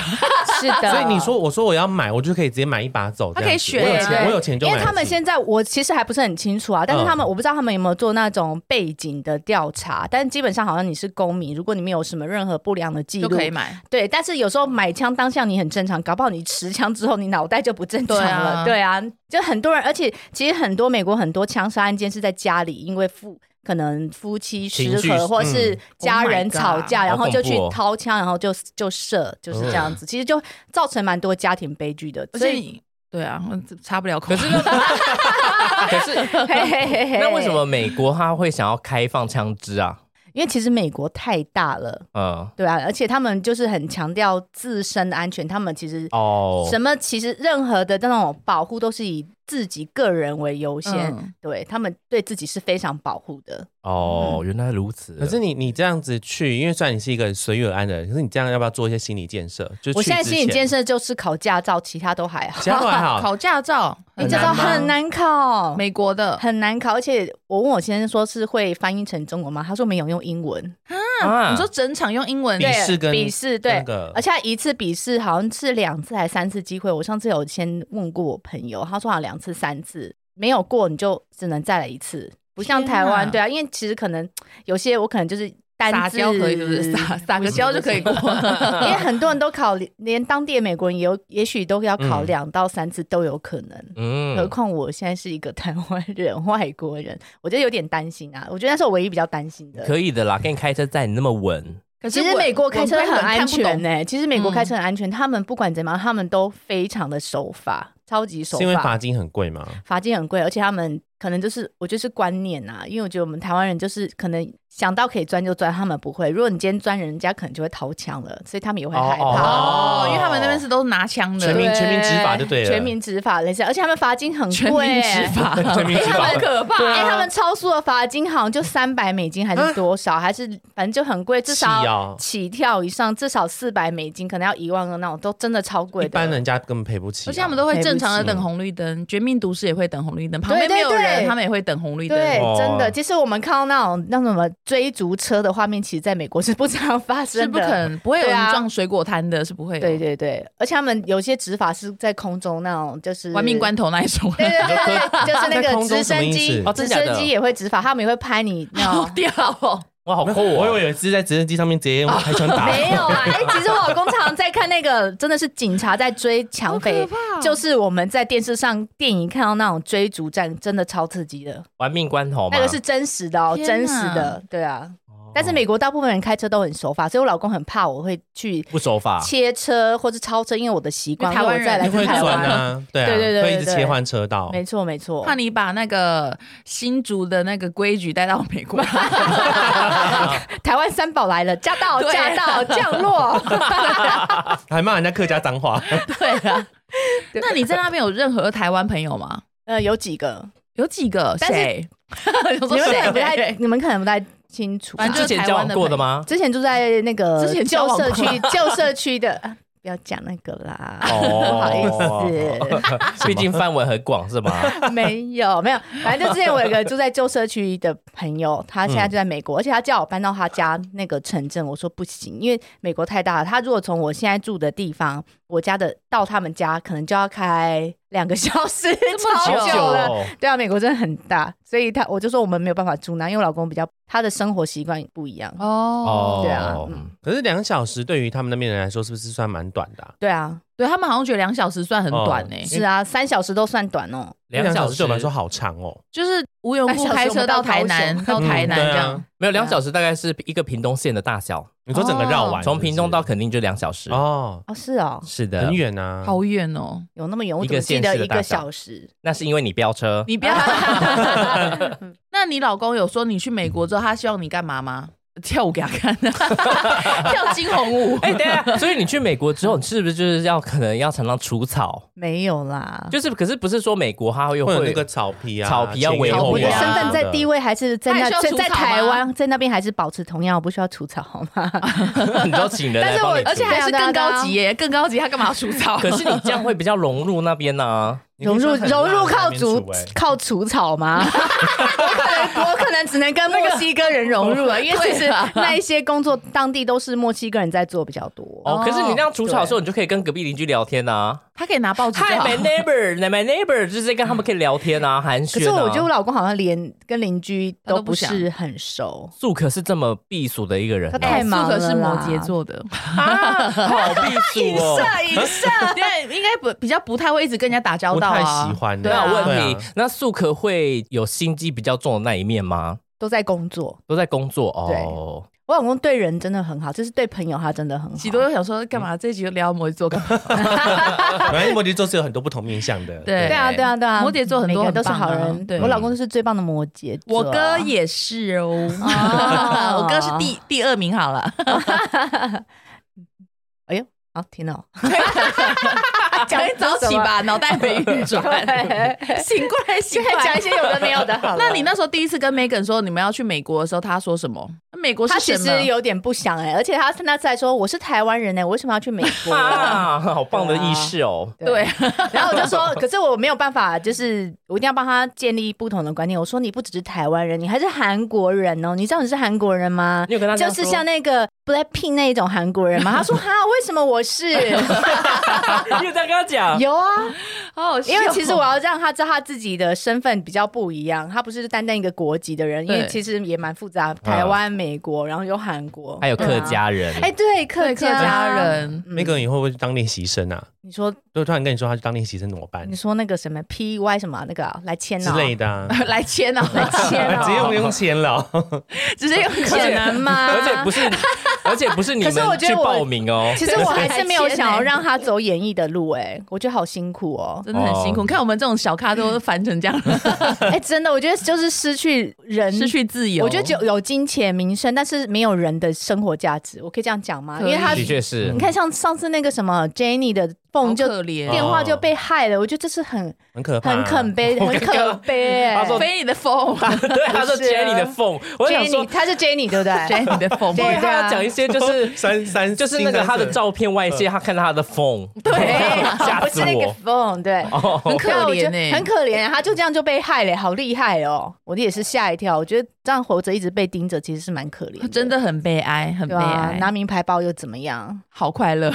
Speaker 5: 是的。
Speaker 2: 所以你说，我说我要买，我就可以直接买一把走。
Speaker 3: 他
Speaker 2: 这样
Speaker 3: 可以
Speaker 2: 子
Speaker 3: 选
Speaker 2: 我有钱，
Speaker 5: 对对
Speaker 2: 我有钱就买
Speaker 5: 因
Speaker 2: 得起。
Speaker 5: 为他们现在我其实还不是很清楚啊，
Speaker 4: 嗯
Speaker 5: 但是他们、我不知道他们有没有做那种背景的调查，但基本上好像你是公民，如果你没有什么任何不良的记
Speaker 3: 就
Speaker 5: 录，
Speaker 3: 可以买。
Speaker 5: 对，但是有时候买枪当下你很正常，搞不好你持枪之后你脑袋就不正常
Speaker 3: 对
Speaker 5: 了。
Speaker 3: 啊
Speaker 5: 对啊，就很多人，而且其实很多美国很多枪杀案件是在家里，因为夫可能夫妻
Speaker 4: 情
Speaker 5: 失
Speaker 4: 绪嗯
Speaker 5: 和，或是家
Speaker 3: Oh my
Speaker 5: 人
Speaker 3: God，
Speaker 5: 吵架，
Speaker 4: 好
Speaker 5: 然后就
Speaker 4: 恐
Speaker 5: 去
Speaker 4: 怖哦嗯
Speaker 5: 掏枪，然后就就射，就是这样子。其实就造成蛮多家庭悲剧的。
Speaker 3: 而
Speaker 5: 所
Speaker 3: 且
Speaker 5: 以，
Speaker 3: 你对啊，嗯插不了口。可是
Speaker 4: 可是，
Speaker 5: 嘿嘿嘿嘿
Speaker 4: 那为什么？美国他会想要开放枪支啊？
Speaker 5: 因为其实美国太大了，
Speaker 4: 嗯，
Speaker 5: 对啊，而且他们就是很强调自身的安全，他们其实
Speaker 4: 哦，
Speaker 5: 什么其实任何的那种保护都是以自己个人为优先，
Speaker 3: 嗯
Speaker 5: 对他们对自己是非常保护的。
Speaker 4: 哦，
Speaker 5: 嗯
Speaker 4: 原来如此。
Speaker 2: 可是你你这样子去，因为虽然你是一个随遇而安的人，可是你这样要不要做一些心理建设？就是
Speaker 5: 我现在
Speaker 2: 去之
Speaker 5: 心理
Speaker 2: 前
Speaker 5: 建，设就是考驾照，其他都还好。
Speaker 2: 其他都还好。
Speaker 3: 考驾照，
Speaker 5: 你驾照
Speaker 3: 吗
Speaker 5: 很，难考，
Speaker 3: 美国的
Speaker 5: 很难考，而且我问我先生说是会翻译成中文吗？他说没有，用英文。
Speaker 4: 啊
Speaker 3: 你说整场用英文
Speaker 2: 笔
Speaker 5: 对
Speaker 2: 试跟
Speaker 5: 笔试
Speaker 2: 那
Speaker 5: 对。
Speaker 2: 个
Speaker 5: 而且他一次笔试好像是两次还三次机会，我上次有先问过我朋友，他说好像两次三次没有过，你就只能再来一次，不像
Speaker 3: 天
Speaker 5: 台湾
Speaker 3: 哪
Speaker 5: 对啊，因为其实可能有些我可能就是单
Speaker 3: 撒
Speaker 5: 字
Speaker 3: 娇可以，是不是？撒撒个娇就可以过。
Speaker 5: 因为很多人都考，连当地的美国人也有， 也许都要考
Speaker 2: 嗯
Speaker 5: 两到三次都有可能。何
Speaker 4: 嗯，
Speaker 5: 况我现在是一个台湾人、外国人，我觉得有点担心啊。我觉得那是我唯一比较担心的。
Speaker 4: 可以的啦，跟你开车载你那么 稳，
Speaker 3: 可是
Speaker 5: 其实
Speaker 3: 呃我
Speaker 5: 美国开车
Speaker 3: 我根
Speaker 5: 很
Speaker 3: 本
Speaker 5: 安
Speaker 3: 看不懂
Speaker 5: 全呢、欸其实美国
Speaker 3: 嗯
Speaker 5: 开车很安全，他们不管怎么样，他们都非常的守法，超级守
Speaker 2: 是因为罚
Speaker 5: 法。
Speaker 2: 金很贵吗？
Speaker 5: 罚金很贵，而且他们可能就是我觉得是观念啊，因为我觉得我们台湾人就是可能想到可以钻就钻，他们不会。如果你今天钻人家，可能就会掏枪了，所以他们也会害怕。
Speaker 3: 哦，
Speaker 2: 哦
Speaker 3: 因为他们那边是都是拿枪的，
Speaker 2: 全民
Speaker 5: 对
Speaker 2: 全民执法就对了，
Speaker 5: 全民执法类似，而且他们罚金很
Speaker 3: 全
Speaker 5: 贵、
Speaker 3: 民执法，
Speaker 2: 全民执法
Speaker 3: 好可怕。啊
Speaker 5: 哎、他们超速的罚金好像就三百美金
Speaker 2: 啊
Speaker 5: 还是多少，还是反正就很贵，至
Speaker 2: 气
Speaker 5: 少
Speaker 2: 哦
Speaker 5: 起跳以上至少四百美金，可能要一万二那种，都真的超贵
Speaker 2: 一般
Speaker 5: 的。
Speaker 2: 人家根本赔不起啊。
Speaker 3: 而且他们都会正常的等红绿灯，绝命毒师也会等红绿灯，旁边没有
Speaker 5: 对对
Speaker 3: 人，
Speaker 5: 对
Speaker 3: 他们也会等红绿灯。
Speaker 5: 对，
Speaker 2: 哦
Speaker 5: 真的，其实我们看到那种那种什么追逐车的画面，其实在美国是不常发
Speaker 3: 是
Speaker 5: 生
Speaker 3: 不
Speaker 5: 的。
Speaker 3: 可能，不会有
Speaker 5: 对
Speaker 3: 人
Speaker 5: 啊
Speaker 3: 撞水果摊的，是不会有。
Speaker 5: 对对对，而且他们有些执法是在空中那种，就是
Speaker 3: 玩命关。头那一种，
Speaker 5: 对对对对，对就是
Speaker 2: 在
Speaker 5: 那个
Speaker 2: 空中
Speaker 5: 直
Speaker 2: 什么
Speaker 5: 升
Speaker 2: 意
Speaker 5: 机
Speaker 2: 思哦，
Speaker 5: 直
Speaker 4: 真假的
Speaker 5: 升机也会执法，他们也会拍你那
Speaker 3: 好
Speaker 5: 种。
Speaker 3: 屌哦！
Speaker 4: 哇，好
Speaker 2: 没
Speaker 4: 酷
Speaker 2: 有我
Speaker 4: 哦！
Speaker 2: 以为是在直升机上面直接用开枪打。
Speaker 5: 没有啊，哎、其实我老公常常在看那个，真的是警察在追抢匪，就是我们在电视上、电影看到那种追逐战，真的超刺激的，
Speaker 4: 玩命关头嘛，
Speaker 5: 那个是真实的哦，
Speaker 3: 天哪
Speaker 5: 真实的，对啊。
Speaker 2: 哦
Speaker 5: 但是美国大部分人开车都很守法，所以我老公很怕我会去
Speaker 4: 不守
Speaker 2: 啊
Speaker 4: 法，
Speaker 5: 切车或是超车，因为我的习惯，
Speaker 3: 因为台湾人
Speaker 5: 因为我
Speaker 2: 你 会
Speaker 5: 再来自台
Speaker 2: 钻
Speaker 5: 湾。
Speaker 2: 啊，对啊，
Speaker 5: 对对对对
Speaker 2: 会一直切换车道。
Speaker 5: 没错，没错
Speaker 3: 怕，你把那个新竹的那个规矩带到美 国来，
Speaker 5: 台湾三宝来了，驾到，
Speaker 3: 对
Speaker 5: 驾到，降落。
Speaker 2: 还骂人家客家脏话，
Speaker 3: 对啊。那你在那边有任何台湾朋友吗？
Speaker 5: 呃，有几个
Speaker 3: 有几个
Speaker 5: 但是
Speaker 3: 谁？
Speaker 5: 你们可能不太，你们可能不太清楚。啊
Speaker 3: 反正
Speaker 4: 之
Speaker 3: 就是
Speaker 4: 前
Speaker 3: 台
Speaker 4: 交
Speaker 3: 湾
Speaker 4: 往
Speaker 3: 的
Speaker 4: 过的吗？
Speaker 5: 之前住在那个
Speaker 3: 之前交
Speaker 5: 旧
Speaker 3: 往
Speaker 5: 社
Speaker 3: 过
Speaker 5: 区，旧社区的，啊不要讲那个啦，不好
Speaker 4: 哦
Speaker 5: 意
Speaker 4: 思，毕竟范围很广 是吗？
Speaker 5: 思，没有没有，反正就之前我有一个住在旧社区的朋友，他现在就在美 国，而且他叫我搬到他家那个城镇，我说不行，因为美国太大了，他如果从我现在住的地方，我家的到他们家，可能就要开两个小时，
Speaker 3: 么
Speaker 5: 超
Speaker 3: 久
Speaker 5: 久了。
Speaker 4: 哦，
Speaker 5: 对啊，美国真的很大，所以他我就说我们没有办法住那，因为我老公比较他的生活习惯不一样。
Speaker 3: 哦，
Speaker 5: 对啊嗯
Speaker 4: 嗯
Speaker 2: 可是两小时对于他们那边人来说，是不是算蛮短的、啊？
Speaker 5: 对啊，
Speaker 3: 对他们好像觉得两小时算很
Speaker 2: 哦
Speaker 3: 短欸呢、
Speaker 5: 是 啊，三小时都算短哦。
Speaker 4: 两
Speaker 2: 小
Speaker 4: 小
Speaker 2: 时
Speaker 4: 时
Speaker 2: 对我们来说好长哦。
Speaker 3: 就是无缘无故开车到台南，
Speaker 5: 三
Speaker 3: 到台
Speaker 2: 嗯
Speaker 3: 南这
Speaker 2: 对啊
Speaker 3: 样。
Speaker 4: 没有两小时，大概是一个屏东县的大小，
Speaker 2: 你说整个绕完，
Speaker 4: 哦从屏东到垦丁就两小时
Speaker 2: 是不是。哎哦，
Speaker 5: 哦，是哦，
Speaker 4: 是的，
Speaker 2: 很。远啊。
Speaker 3: 好远哦！
Speaker 5: 有那么远，我
Speaker 4: 一
Speaker 5: 怎
Speaker 4: 个
Speaker 5: 么记
Speaker 4: 县市
Speaker 5: 得
Speaker 4: 的
Speaker 5: 一
Speaker 4: 大
Speaker 5: 个
Speaker 4: 小
Speaker 5: 小时？
Speaker 4: 那是因为你飙车，
Speaker 3: 你不 要。那你老公有说你去美国之后，他希望你干嘛吗？跳舞给他 看，跳惊鸿舞。
Speaker 4: 哎，对 啊， 所以你去美国之后，你是不是就是要可能要常常除 草？
Speaker 5: 没有啦，
Speaker 4: 就是可是不是说美国它会有
Speaker 2: 会有那 个草皮啊，
Speaker 4: 草皮要
Speaker 2: 前
Speaker 4: 维
Speaker 2: 后
Speaker 4: 护
Speaker 5: 我的
Speaker 4: 啊
Speaker 5: 身份在地
Speaker 2: 位，
Speaker 5: 位还是在
Speaker 3: 那你需
Speaker 5: 那
Speaker 3: 要
Speaker 5: 在
Speaker 3: 除草
Speaker 5: 在
Speaker 3: 吗
Speaker 5: 台湾在那边还是保持同样，我不需要除草好吗？
Speaker 4: 你知道请人来
Speaker 5: 但是
Speaker 4: 帮
Speaker 5: 我
Speaker 4: 你除，
Speaker 3: 而且还是更高级耶，更高级，他干嘛要除草？
Speaker 4: 可是你这样会比较融入那边呢、啊
Speaker 2: 你可
Speaker 5: 融
Speaker 2: 以
Speaker 5: 入
Speaker 2: 说很辣
Speaker 5: 融入靠
Speaker 2: 在那
Speaker 5: 除
Speaker 2: 边欸
Speaker 5: 靠除草 吗？我可能我可能只能跟墨西哥人融入了，因为其实
Speaker 3: 对啊
Speaker 5: 那一些工作当地都是墨西哥人在做比较多。
Speaker 4: 哦，可是你那样除草的时
Speaker 5: 对
Speaker 4: 候，你就可以跟隔壁邻居聊天啊。
Speaker 3: 他可以拿报纸就
Speaker 4: Hi,
Speaker 3: 好。
Speaker 4: my neighbor, my neighbor，就是跟他们可以聊天啊，寒暄、啊。
Speaker 5: 可是我觉得我老公好像连跟邻居
Speaker 3: 他都
Speaker 5: 都
Speaker 3: 不
Speaker 5: 不
Speaker 3: 想
Speaker 5: 是很熟，
Speaker 4: 素可是这么避暑的一个人、
Speaker 5: 他
Speaker 4: 啊
Speaker 5: 太，忙
Speaker 3: 可
Speaker 5: 了啦
Speaker 3: 哎是摩羯座的，
Speaker 4: 啊好避暑哦。
Speaker 5: 影射。
Speaker 3: 对，应该不比较不太会一直跟人家打交
Speaker 2: 不
Speaker 3: 道啊。
Speaker 2: 太喜欢的。
Speaker 4: 对啊，
Speaker 3: 对啊
Speaker 4: 问题，那素可会有心机比较重的那一面吗？
Speaker 5: 都在工作。
Speaker 4: 都在工作哦，
Speaker 5: 我老公对人真的很好，就是对朋友他真的很好。
Speaker 3: 喜多又想说干嘛？这一集又聊摩羯座干嘛？
Speaker 2: 反正摩羯座是有很多不同面向的。
Speaker 3: 对
Speaker 5: 对啊，对啊，对啊，
Speaker 3: 摩羯座很多
Speaker 5: 每个都是
Speaker 3: 很棒
Speaker 5: 好
Speaker 3: 啊
Speaker 5: 人。
Speaker 3: 对
Speaker 5: 我老公是最棒的摩羯座。啊
Speaker 3: 我哥也是哦，
Speaker 5: 哦
Speaker 3: 我哥是第第二名好了。
Speaker 5: 啊，天 哪！
Speaker 3: 讲早起吧，脑袋没运转， 醒过来，醒过来，
Speaker 5: 讲一些有的没有的好了
Speaker 3: 那你那时候第一次跟 Megan 说你们要去美国的时候，他说什么？美国
Speaker 5: 他
Speaker 3: 是
Speaker 5: 其
Speaker 3: 什
Speaker 5: 实
Speaker 3: 么？
Speaker 5: 有点不想哎、而且他那次还说我是台湾人呢、欸我为什么要去美国、
Speaker 4: 啊，好棒的意识哦。
Speaker 5: 啊
Speaker 3: 对，
Speaker 5: 然后我就说， 可是我没有办法，就是我一定要帮他建立不同的观念。我说你不只是台湾人，你还是韩国人哦。你知道你是韩国人吗
Speaker 4: 你？有跟他这
Speaker 5: 就
Speaker 4: 样
Speaker 5: 是
Speaker 4: 说
Speaker 5: 像那个 Blackpink 那一种韩国人吗？他说哈，为什么我 是？
Speaker 4: 你有这样跟他讲
Speaker 5: 有啊，
Speaker 3: 好好笑
Speaker 5: 因为其实我要让他知道他自己的身份比较不一样，他不是单单一个国籍的人，因为
Speaker 3: 对
Speaker 5: 其实也蛮复杂，台湾、美国，然后有韩国，
Speaker 4: 还有客家人，
Speaker 5: 哎，对，客
Speaker 3: 对客家人，
Speaker 5: 嗯
Speaker 2: 那个人以后会不会去当练习生啊？
Speaker 5: 你说
Speaker 2: 就突然跟你说他去当练习生怎么办
Speaker 5: 你说那个什么 P Y 什么啊那个啊来签
Speaker 2: 之
Speaker 5: 啊，
Speaker 2: 类的啊？
Speaker 3: 来签啊，来签
Speaker 5: 天啊
Speaker 2: 直接不用钱了，
Speaker 3: 直 接用
Speaker 5: 可
Speaker 3: 签啊。
Speaker 5: 能吗？
Speaker 4: 而且不是， 而且不是你
Speaker 5: 可是我
Speaker 4: 们
Speaker 5: 觉得
Speaker 4: 去
Speaker 5: 我
Speaker 4: 报名哦。
Speaker 5: 其实我还是没有想
Speaker 3: 还
Speaker 5: 要
Speaker 3: 签欸。
Speaker 5: 让他走演艺的路、哎，我觉得好辛 苦哦
Speaker 3: 真的很辛苦，
Speaker 4: 哦
Speaker 3: 你看我们这种小咖都烦成这样，
Speaker 5: 哎、真的，我觉得就是失去人，
Speaker 3: 失。去自由。
Speaker 5: 我觉得有有金钱、名声，但是没有人的生活价值，我可以这样讲吗？因
Speaker 3: 可以
Speaker 5: 为 他，
Speaker 4: 的
Speaker 5: 你
Speaker 4: 确是，
Speaker 5: 看像上次那个什么 Jenny 的
Speaker 3: 好
Speaker 5: 凤就
Speaker 3: 可怜
Speaker 2: 哦，
Speaker 5: 电话就被害了，我觉得这是很
Speaker 2: 很可怕啊，
Speaker 5: 很肯悲、
Speaker 4: 我
Speaker 5: 很
Speaker 4: 刚刚
Speaker 5: 可悲、哎
Speaker 4: 他说
Speaker 3: 飞你的风
Speaker 4: 对，他说
Speaker 5: 不是啊
Speaker 4: Jenny 的缝，我想说
Speaker 5: ，Jenny，，他是 Jenny 对不
Speaker 3: 飞
Speaker 5: 对？
Speaker 3: 你的风。
Speaker 5: 对
Speaker 4: 因为他
Speaker 5: 啊
Speaker 4: 要讲一些就是
Speaker 2: 三三
Speaker 4: 就是那个他的，照片外泄，他看到他的缝，
Speaker 5: 对，
Speaker 4: 吓
Speaker 5: 不
Speaker 4: 死
Speaker 5: 是那个
Speaker 4: 我。
Speaker 5: phone，对。
Speaker 4: 哦，
Speaker 3: 很可
Speaker 5: 对我觉
Speaker 3: 怜
Speaker 5: 得
Speaker 3: 欸
Speaker 5: 很可怜、他就这样就被害了、好厉害哦！我也是吓一跳，我觉得这样活着一直被盯着，其实是蛮可怜的，
Speaker 3: 真的很悲哀，很悲
Speaker 5: 对啊，
Speaker 3: 哀，
Speaker 5: 拿名牌包又怎么样？
Speaker 3: 好快 乐，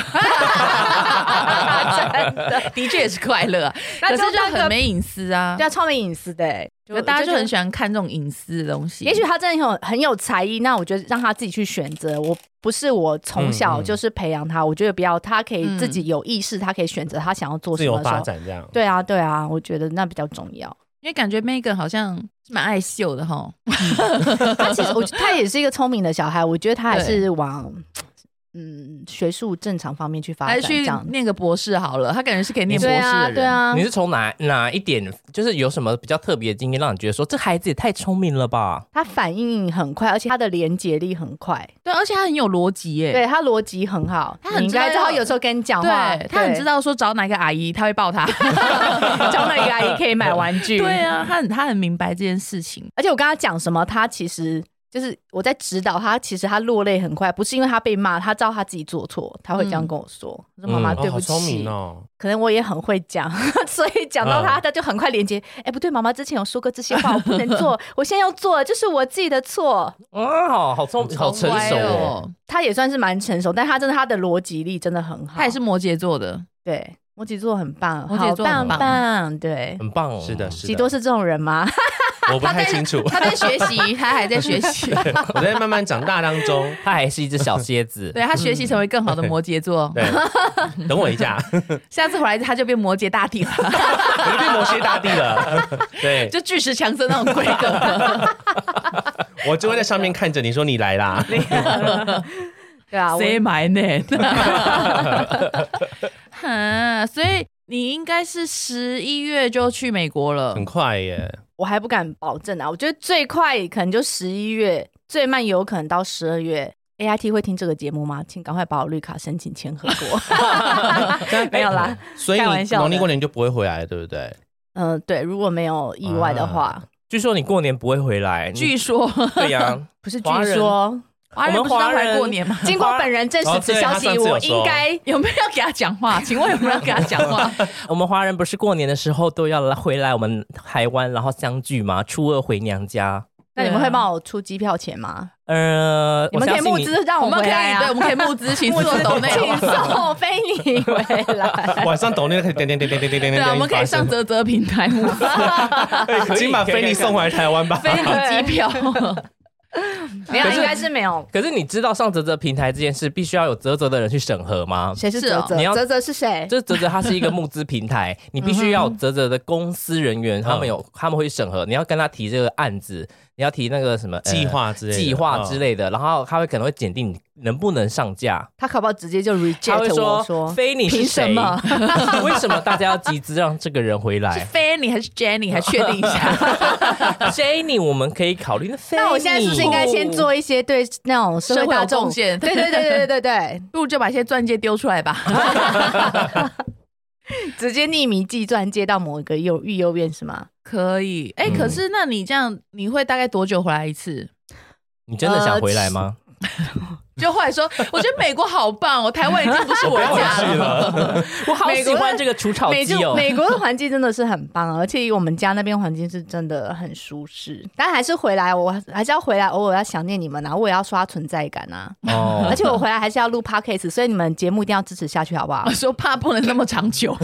Speaker 5: 真的，
Speaker 3: 的确也是快乐啊，可
Speaker 5: 那
Speaker 3: 是
Speaker 5: 就
Speaker 3: 就
Speaker 5: 当
Speaker 3: 很
Speaker 5: 个
Speaker 3: 没隐私啊
Speaker 5: 对。啊，超没隐私的、欸，
Speaker 3: 就大家就很喜
Speaker 5: 欢。
Speaker 3: 欢看这种隐私的东西。
Speaker 5: 也许他真的很有很有才艺，那我觉得让他自己去选择。我不是我从小
Speaker 2: 嗯嗯
Speaker 5: 就是培养他，我觉得不要，他可以
Speaker 3: 嗯
Speaker 5: 自己有意识，他可以选择他想要做
Speaker 2: 自
Speaker 5: 什
Speaker 2: 由
Speaker 5: 么的时
Speaker 2: 发
Speaker 5: 候。
Speaker 2: 展这样。
Speaker 5: 对啊，对啊，我觉得那比较重 要。
Speaker 3: 因为感觉 Megan 好像是蛮爱秀的哈，
Speaker 5: 他其实我他也是一个聪明的小孩，我觉得他还
Speaker 3: 对
Speaker 5: 是往嗯学术正常方面去发
Speaker 3: 还
Speaker 5: 展，
Speaker 3: 是去
Speaker 5: 这样
Speaker 3: 念个博士好了，他感觉是可以念博
Speaker 5: 对
Speaker 3: 士的
Speaker 5: 啊
Speaker 3: 人。
Speaker 5: 对啊
Speaker 4: 你，是从哪哪一点，就是有什么比较特别的经验，让你觉得说这孩子也太聪明了吧？
Speaker 5: 他反应很快，而且他的连结力很快，
Speaker 3: 对而且他很有逻辑耶。
Speaker 5: 对他逻辑很好，
Speaker 3: 他很
Speaker 5: 你应该
Speaker 3: 知
Speaker 5: 知
Speaker 3: 道
Speaker 5: 道有时候跟你讲话，
Speaker 3: 对，他很
Speaker 5: 对
Speaker 3: 知道说找哪个阿姨，他会抱 他。
Speaker 5: 教那个阿姨可以买玩具，
Speaker 3: 对啊，他很他很明白这件事情。
Speaker 5: 而且我跟他讲什么，他其实就是我在指导他，其实他落泪很快，不是因为他被骂，他知道他自己做错，他会这
Speaker 3: 嗯
Speaker 5: 样跟我说：“我说妈妈，
Speaker 4: 嗯
Speaker 5: 对
Speaker 2: 哦，
Speaker 5: 不
Speaker 2: 好
Speaker 5: 起。
Speaker 2: 聪明哦，
Speaker 5: 可能我也很会讲， 所以讲到他，
Speaker 2: 嗯
Speaker 5: 他就很快连接。哎、不对，妈妈之前有说过这些话，我不能 做，我现在要做，就是我自己的错。
Speaker 4: 啊，好好聪，好成
Speaker 3: 乖
Speaker 4: 熟哦。
Speaker 3: 哦，
Speaker 5: 他也算是蛮成熟，但他真的他的逻辑力真的很好。
Speaker 3: 他也是摩羯座的，
Speaker 5: 对摩羯座很棒，
Speaker 3: 摩羯座
Speaker 5: 好
Speaker 3: 很棒
Speaker 5: 棒棒，对。
Speaker 4: 很棒、哦，
Speaker 2: 是的，，嗯是的，
Speaker 5: 喜多是这种人吗？
Speaker 2: 我不太清楚，
Speaker 3: 他在学习，他还在学习，
Speaker 2: 我在慢慢长大当中。
Speaker 4: 他还是一只小蝎 子。
Speaker 5: 啊
Speaker 3: 对他学习成为更好的摩羯座，
Speaker 2: 对，等我一下，
Speaker 3: 下次回来他就变摩羯大帝了，
Speaker 2: 我就变摩羯大帝了。对，
Speaker 3: 就巨石强森那种规格。
Speaker 2: 我就会在上面看着你说你来啦。
Speaker 5: 对啊，我
Speaker 3: Say my name 哈。所以你应该是十一月就去美国了
Speaker 2: 很，快耶，
Speaker 5: 我还不敢保证啊。我觉得最快可能就十一月，最慢有可能到十二月。A I T 会听这个节目吗？请赶快把我绿卡申请签合国。没有啦，
Speaker 2: 所以
Speaker 5: 开
Speaker 2: 你
Speaker 5: 玩笑的
Speaker 2: 农历过年就不会回来，对不对？
Speaker 5: 嗯、对，如果没有意外的话，
Speaker 4: 据说你过年不会回 来，
Speaker 3: 据说
Speaker 4: 对呀、
Speaker 5: 不是据
Speaker 4: 华人
Speaker 5: 说，
Speaker 3: 华人不是要回来过年吗？
Speaker 5: 经过本人证实此消息，
Speaker 2: 哦对他上次有
Speaker 5: 我
Speaker 2: 说
Speaker 5: 应该
Speaker 3: 有没有要给他讲 话？请问有没有要给他讲 话？
Speaker 4: 我们华人不是过年的时候都要来回来我们台湾，然后相聚吗？初二回娘家。
Speaker 5: 那你们会帮我出机票钱吗？
Speaker 4: 呃，
Speaker 5: 你们
Speaker 4: 我
Speaker 5: 可以
Speaker 4: 相信
Speaker 5: 募
Speaker 4: 你
Speaker 5: 资让
Speaker 3: 啊我们可
Speaker 5: 回
Speaker 3: 以
Speaker 5: 来
Speaker 3: 对，我
Speaker 5: 啊！
Speaker 3: 们可以募资请
Speaker 5: 募
Speaker 3: 做
Speaker 5: 资
Speaker 3: 抖内
Speaker 5: 请送非你回来。
Speaker 2: 晚上抖那个点点点点点点点
Speaker 3: 对
Speaker 2: 点，
Speaker 3: 啊，我们可以上泽泽平台募资
Speaker 2: 哎已经把菲尼送回来台湾吧。
Speaker 3: 飞你机票。
Speaker 5: 没有，
Speaker 4: 可是
Speaker 5: 应该是没有。
Speaker 4: 可是你知道上泽泽平台这件事，必须要有泽泽的人去审核 吗？
Speaker 5: 谁是
Speaker 3: 是哦
Speaker 5: 泽
Speaker 4: 你要
Speaker 5: 泽？泽泽是谁？
Speaker 4: 这泽泽它是一个募资平 台，你必须要有泽泽的公司人
Speaker 5: 嗯
Speaker 4: 员，他们有他们会审核，你要跟他提这个案子，你要提那个什么呃
Speaker 2: 计划之类的，哦嗯
Speaker 4: 计划之
Speaker 2: 类。
Speaker 4: 类的，然后他会可能会检定你能不能上架，
Speaker 5: 他搞不好直接就
Speaker 4: 他会
Speaker 5: reject 我说，
Speaker 4: 非你是
Speaker 5: 凭什
Speaker 4: 谁？
Speaker 5: 么？
Speaker 4: 为什么大家要集资让这个人回
Speaker 3: 是
Speaker 4: 来
Speaker 3: Fanny 还是 Jenny？还确定一下。
Speaker 4: ？Jenny，我们可以考虑。那 Fanny
Speaker 5: 那我现在是不是应该
Speaker 4: 哎
Speaker 5: 先做一些对那种社会大
Speaker 3: 社会有贡
Speaker 5: 众
Speaker 3: 献
Speaker 5: 对对对对对对对，
Speaker 3: 不如就把一些钻戒丢出来吧。
Speaker 5: 直接匿名寄钻接到某一个幼育幼院是吗？
Speaker 3: 可以，哎、
Speaker 4: 嗯
Speaker 3: 可是那你这样，你会大概多久回来一次？
Speaker 4: 你真的想回来吗？
Speaker 3: 就后来 说，我觉得美国好棒哦，台湾已经
Speaker 5: 呃
Speaker 3: 不是我的家 了。？
Speaker 4: 我好
Speaker 5: 美
Speaker 4: 喜
Speaker 5: 国
Speaker 4: 欢这个除草
Speaker 5: 美
Speaker 4: 机
Speaker 5: 就
Speaker 4: 哦。
Speaker 5: 美国的环境真的是很棒，而且以我们家那边环境是真的很舒适。但还是回来，我还是要回来，偶尔要想念你们啊，我也要刷存在感啊。
Speaker 4: 哦
Speaker 5: 而且我回来还是要录 podcast，所以你们节目一定要支持下去，好不好
Speaker 3: 说怕不能那么长 久，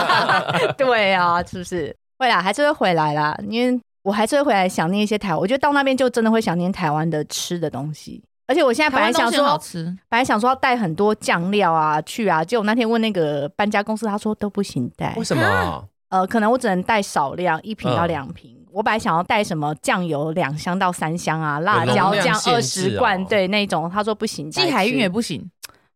Speaker 5: 对啊，是不是？会啦，还是会回来啦，因为我还是会回来想念一些台湾。我觉得到那边就真的会想念台湾的吃的东西。而且我现在本来想
Speaker 3: 台湾东西很好
Speaker 5: 说，
Speaker 3: 吃，
Speaker 5: 本来想说要带很多酱料啊去啊，结果那天问那个搬家公司，他说都不行带
Speaker 2: 为。什么？
Speaker 5: 呃，可能我只能带少量，一瓶到
Speaker 2: 嗯
Speaker 5: 两瓶。我本来想要带什么酱油两箱到三箱啊，辣
Speaker 2: 容
Speaker 5: 椒
Speaker 2: 量
Speaker 5: 酱
Speaker 2: 限
Speaker 5: 二
Speaker 2: 制
Speaker 5: 十
Speaker 2: 哦
Speaker 5: 罐，对那种，他说不行，
Speaker 3: 寄海运也
Speaker 5: 不
Speaker 3: 不行，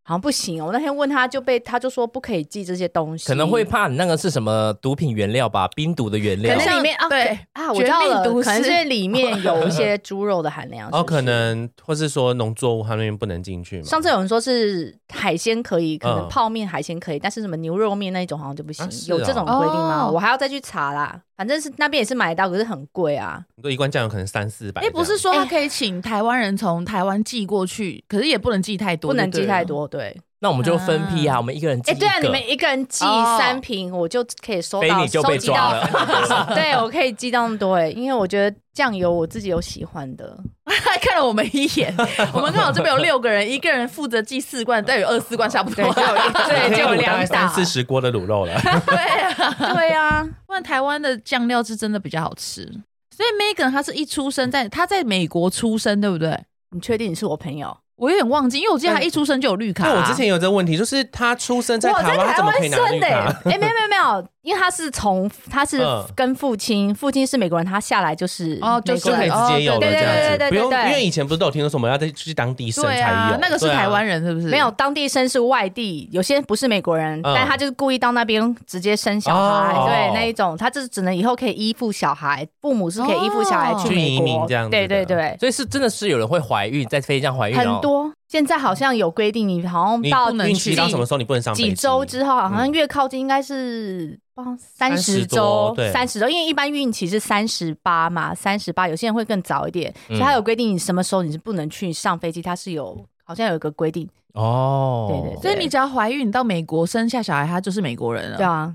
Speaker 5: 好像不行哦。我那天问他就被他就说不可以寄这些东西，
Speaker 4: 可能会怕你那个是什么毒品原料吧，冰毒的原
Speaker 5: 可
Speaker 4: 料。
Speaker 5: 能里面啊
Speaker 3: 对
Speaker 5: 啊，我
Speaker 3: 绝
Speaker 5: 知道
Speaker 3: 命
Speaker 5: 了，
Speaker 3: 毒
Speaker 5: 可能
Speaker 3: 师
Speaker 5: 是里面 有一些猪肉的含量，
Speaker 2: 哦，
Speaker 5: 是不是
Speaker 2: 可。能或是说农作物它那边不能进去嘛。
Speaker 5: 上次有人说是海鲜可以，可能
Speaker 2: 嗯
Speaker 5: 泡面、海鲜可以，但是什么牛肉面那一种好像就不行
Speaker 2: 啊，是
Speaker 5: 有
Speaker 2: 哦
Speaker 5: 这种规定吗
Speaker 3: 哦？
Speaker 5: 我还要再去查啦。反正是那边也是买得到，可是很贵啊。
Speaker 2: 你说一罐酱油可能三四百这
Speaker 3: 哎，
Speaker 2: 样，
Speaker 3: 不是说他可以请台湾人从台湾寄过去，可是也不能寄太多，
Speaker 5: 不能
Speaker 3: 就对啊
Speaker 5: 寄
Speaker 3: 了
Speaker 5: 太。多，对。
Speaker 4: 那我们就分批啊，我们一个人寄一
Speaker 5: 哎、
Speaker 4: 个。
Speaker 5: 对啊，你们一个人寄
Speaker 3: 哦
Speaker 5: 三瓶，我就可以收
Speaker 4: 非
Speaker 5: 到，
Speaker 4: 你就被抓
Speaker 5: 收集
Speaker 4: 了。
Speaker 5: 到。 对，我可以寄到那么多哎、因为我觉得酱油我自己有喜欢的，
Speaker 3: 他看了我们一 眼，我们刚好这边有六个人，一个人负责寄四罐，但有二十四罐差不多
Speaker 5: 对，。就 有对，
Speaker 2: 可以
Speaker 5: 就有
Speaker 2: 卤大概
Speaker 5: 两
Speaker 2: 三
Speaker 5: 打。
Speaker 2: 四十锅的卤 肉了。
Speaker 5: 对啊，
Speaker 3: 不然台湾的酱料是真的比较好吃。所以 Megan 她是一出生在她在美国出生，对不对？
Speaker 5: 你确定你是我朋友？
Speaker 3: 我有点忘记，因为我记得他一出生就有绿卡、啊
Speaker 2: 那我之前有这个问题，就是他出生在
Speaker 5: 我
Speaker 2: 台
Speaker 5: 在
Speaker 2: 湾，他
Speaker 5: 台
Speaker 2: 怎么
Speaker 5: 湾
Speaker 2: 可以
Speaker 5: 生
Speaker 2: 拿绿
Speaker 5: 的、欸，
Speaker 2: 卡？
Speaker 5: 哎、没有没有没有，因为他是从他是
Speaker 2: 嗯
Speaker 5: 跟父亲，父亲是美国人，他下来就是
Speaker 3: 哦就
Speaker 5: 美
Speaker 3: 是
Speaker 5: 国
Speaker 2: 就可以
Speaker 5: 人
Speaker 2: 直接有了
Speaker 5: 对
Speaker 2: 这
Speaker 5: 对
Speaker 2: 样
Speaker 5: 对对
Speaker 2: 子，
Speaker 5: 对
Speaker 2: 不用，
Speaker 5: 对
Speaker 2: 因为以前不是都有听说什么要再去当地生
Speaker 3: 对
Speaker 2: 才
Speaker 3: 啊
Speaker 2: 有，，
Speaker 3: 那个是
Speaker 2: 对啊
Speaker 3: 台湾人是不是？
Speaker 5: 没有，当地生是外地，有些不是美国人，
Speaker 2: 嗯
Speaker 5: 但他就是故意到那边直接生小孩，
Speaker 2: 哦
Speaker 5: 对那一种，他就是只能以后可以依附小孩，父母是可以依附小孩
Speaker 3: 哦
Speaker 5: 去美
Speaker 2: 去移
Speaker 5: 国，
Speaker 2: 民这样子
Speaker 5: 对对
Speaker 2: 的
Speaker 5: 对，
Speaker 4: 所以是真的是有人会怀孕，在飞机上怀孕
Speaker 5: 很
Speaker 4: 哦。
Speaker 5: 多现在好像有规定，你好像
Speaker 2: 你
Speaker 5: 到
Speaker 3: 不能
Speaker 2: 孕
Speaker 5: 几
Speaker 2: 期到什么时候你不能上飞
Speaker 5: 几
Speaker 2: 机
Speaker 5: 周之后，好像越靠近应该是三十
Speaker 2: 30多
Speaker 5: 周，
Speaker 2: 对
Speaker 5: 三十周，因为一般孕期是三十八嘛，三十八有些人会更早一点，
Speaker 4: 嗯
Speaker 5: 所以他有规定你什么时候你是不能去上飞机，他是有好像有一个规定，
Speaker 4: 哦，
Speaker 5: 对对对
Speaker 3: 所以你只要怀孕，你到美国生下小孩，他就是美国人了。
Speaker 5: 对，啊，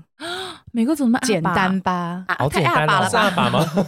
Speaker 3: 美国怎么那么
Speaker 5: 简
Speaker 3: 阿爸
Speaker 5: 单？吧？
Speaker 3: 啊
Speaker 4: 好
Speaker 3: 太
Speaker 4: 简
Speaker 3: 阿
Speaker 4: 单
Speaker 3: 爸
Speaker 4: 哦
Speaker 3: 了
Speaker 2: 是阿爸
Speaker 3: 吧？
Speaker 2: 吗？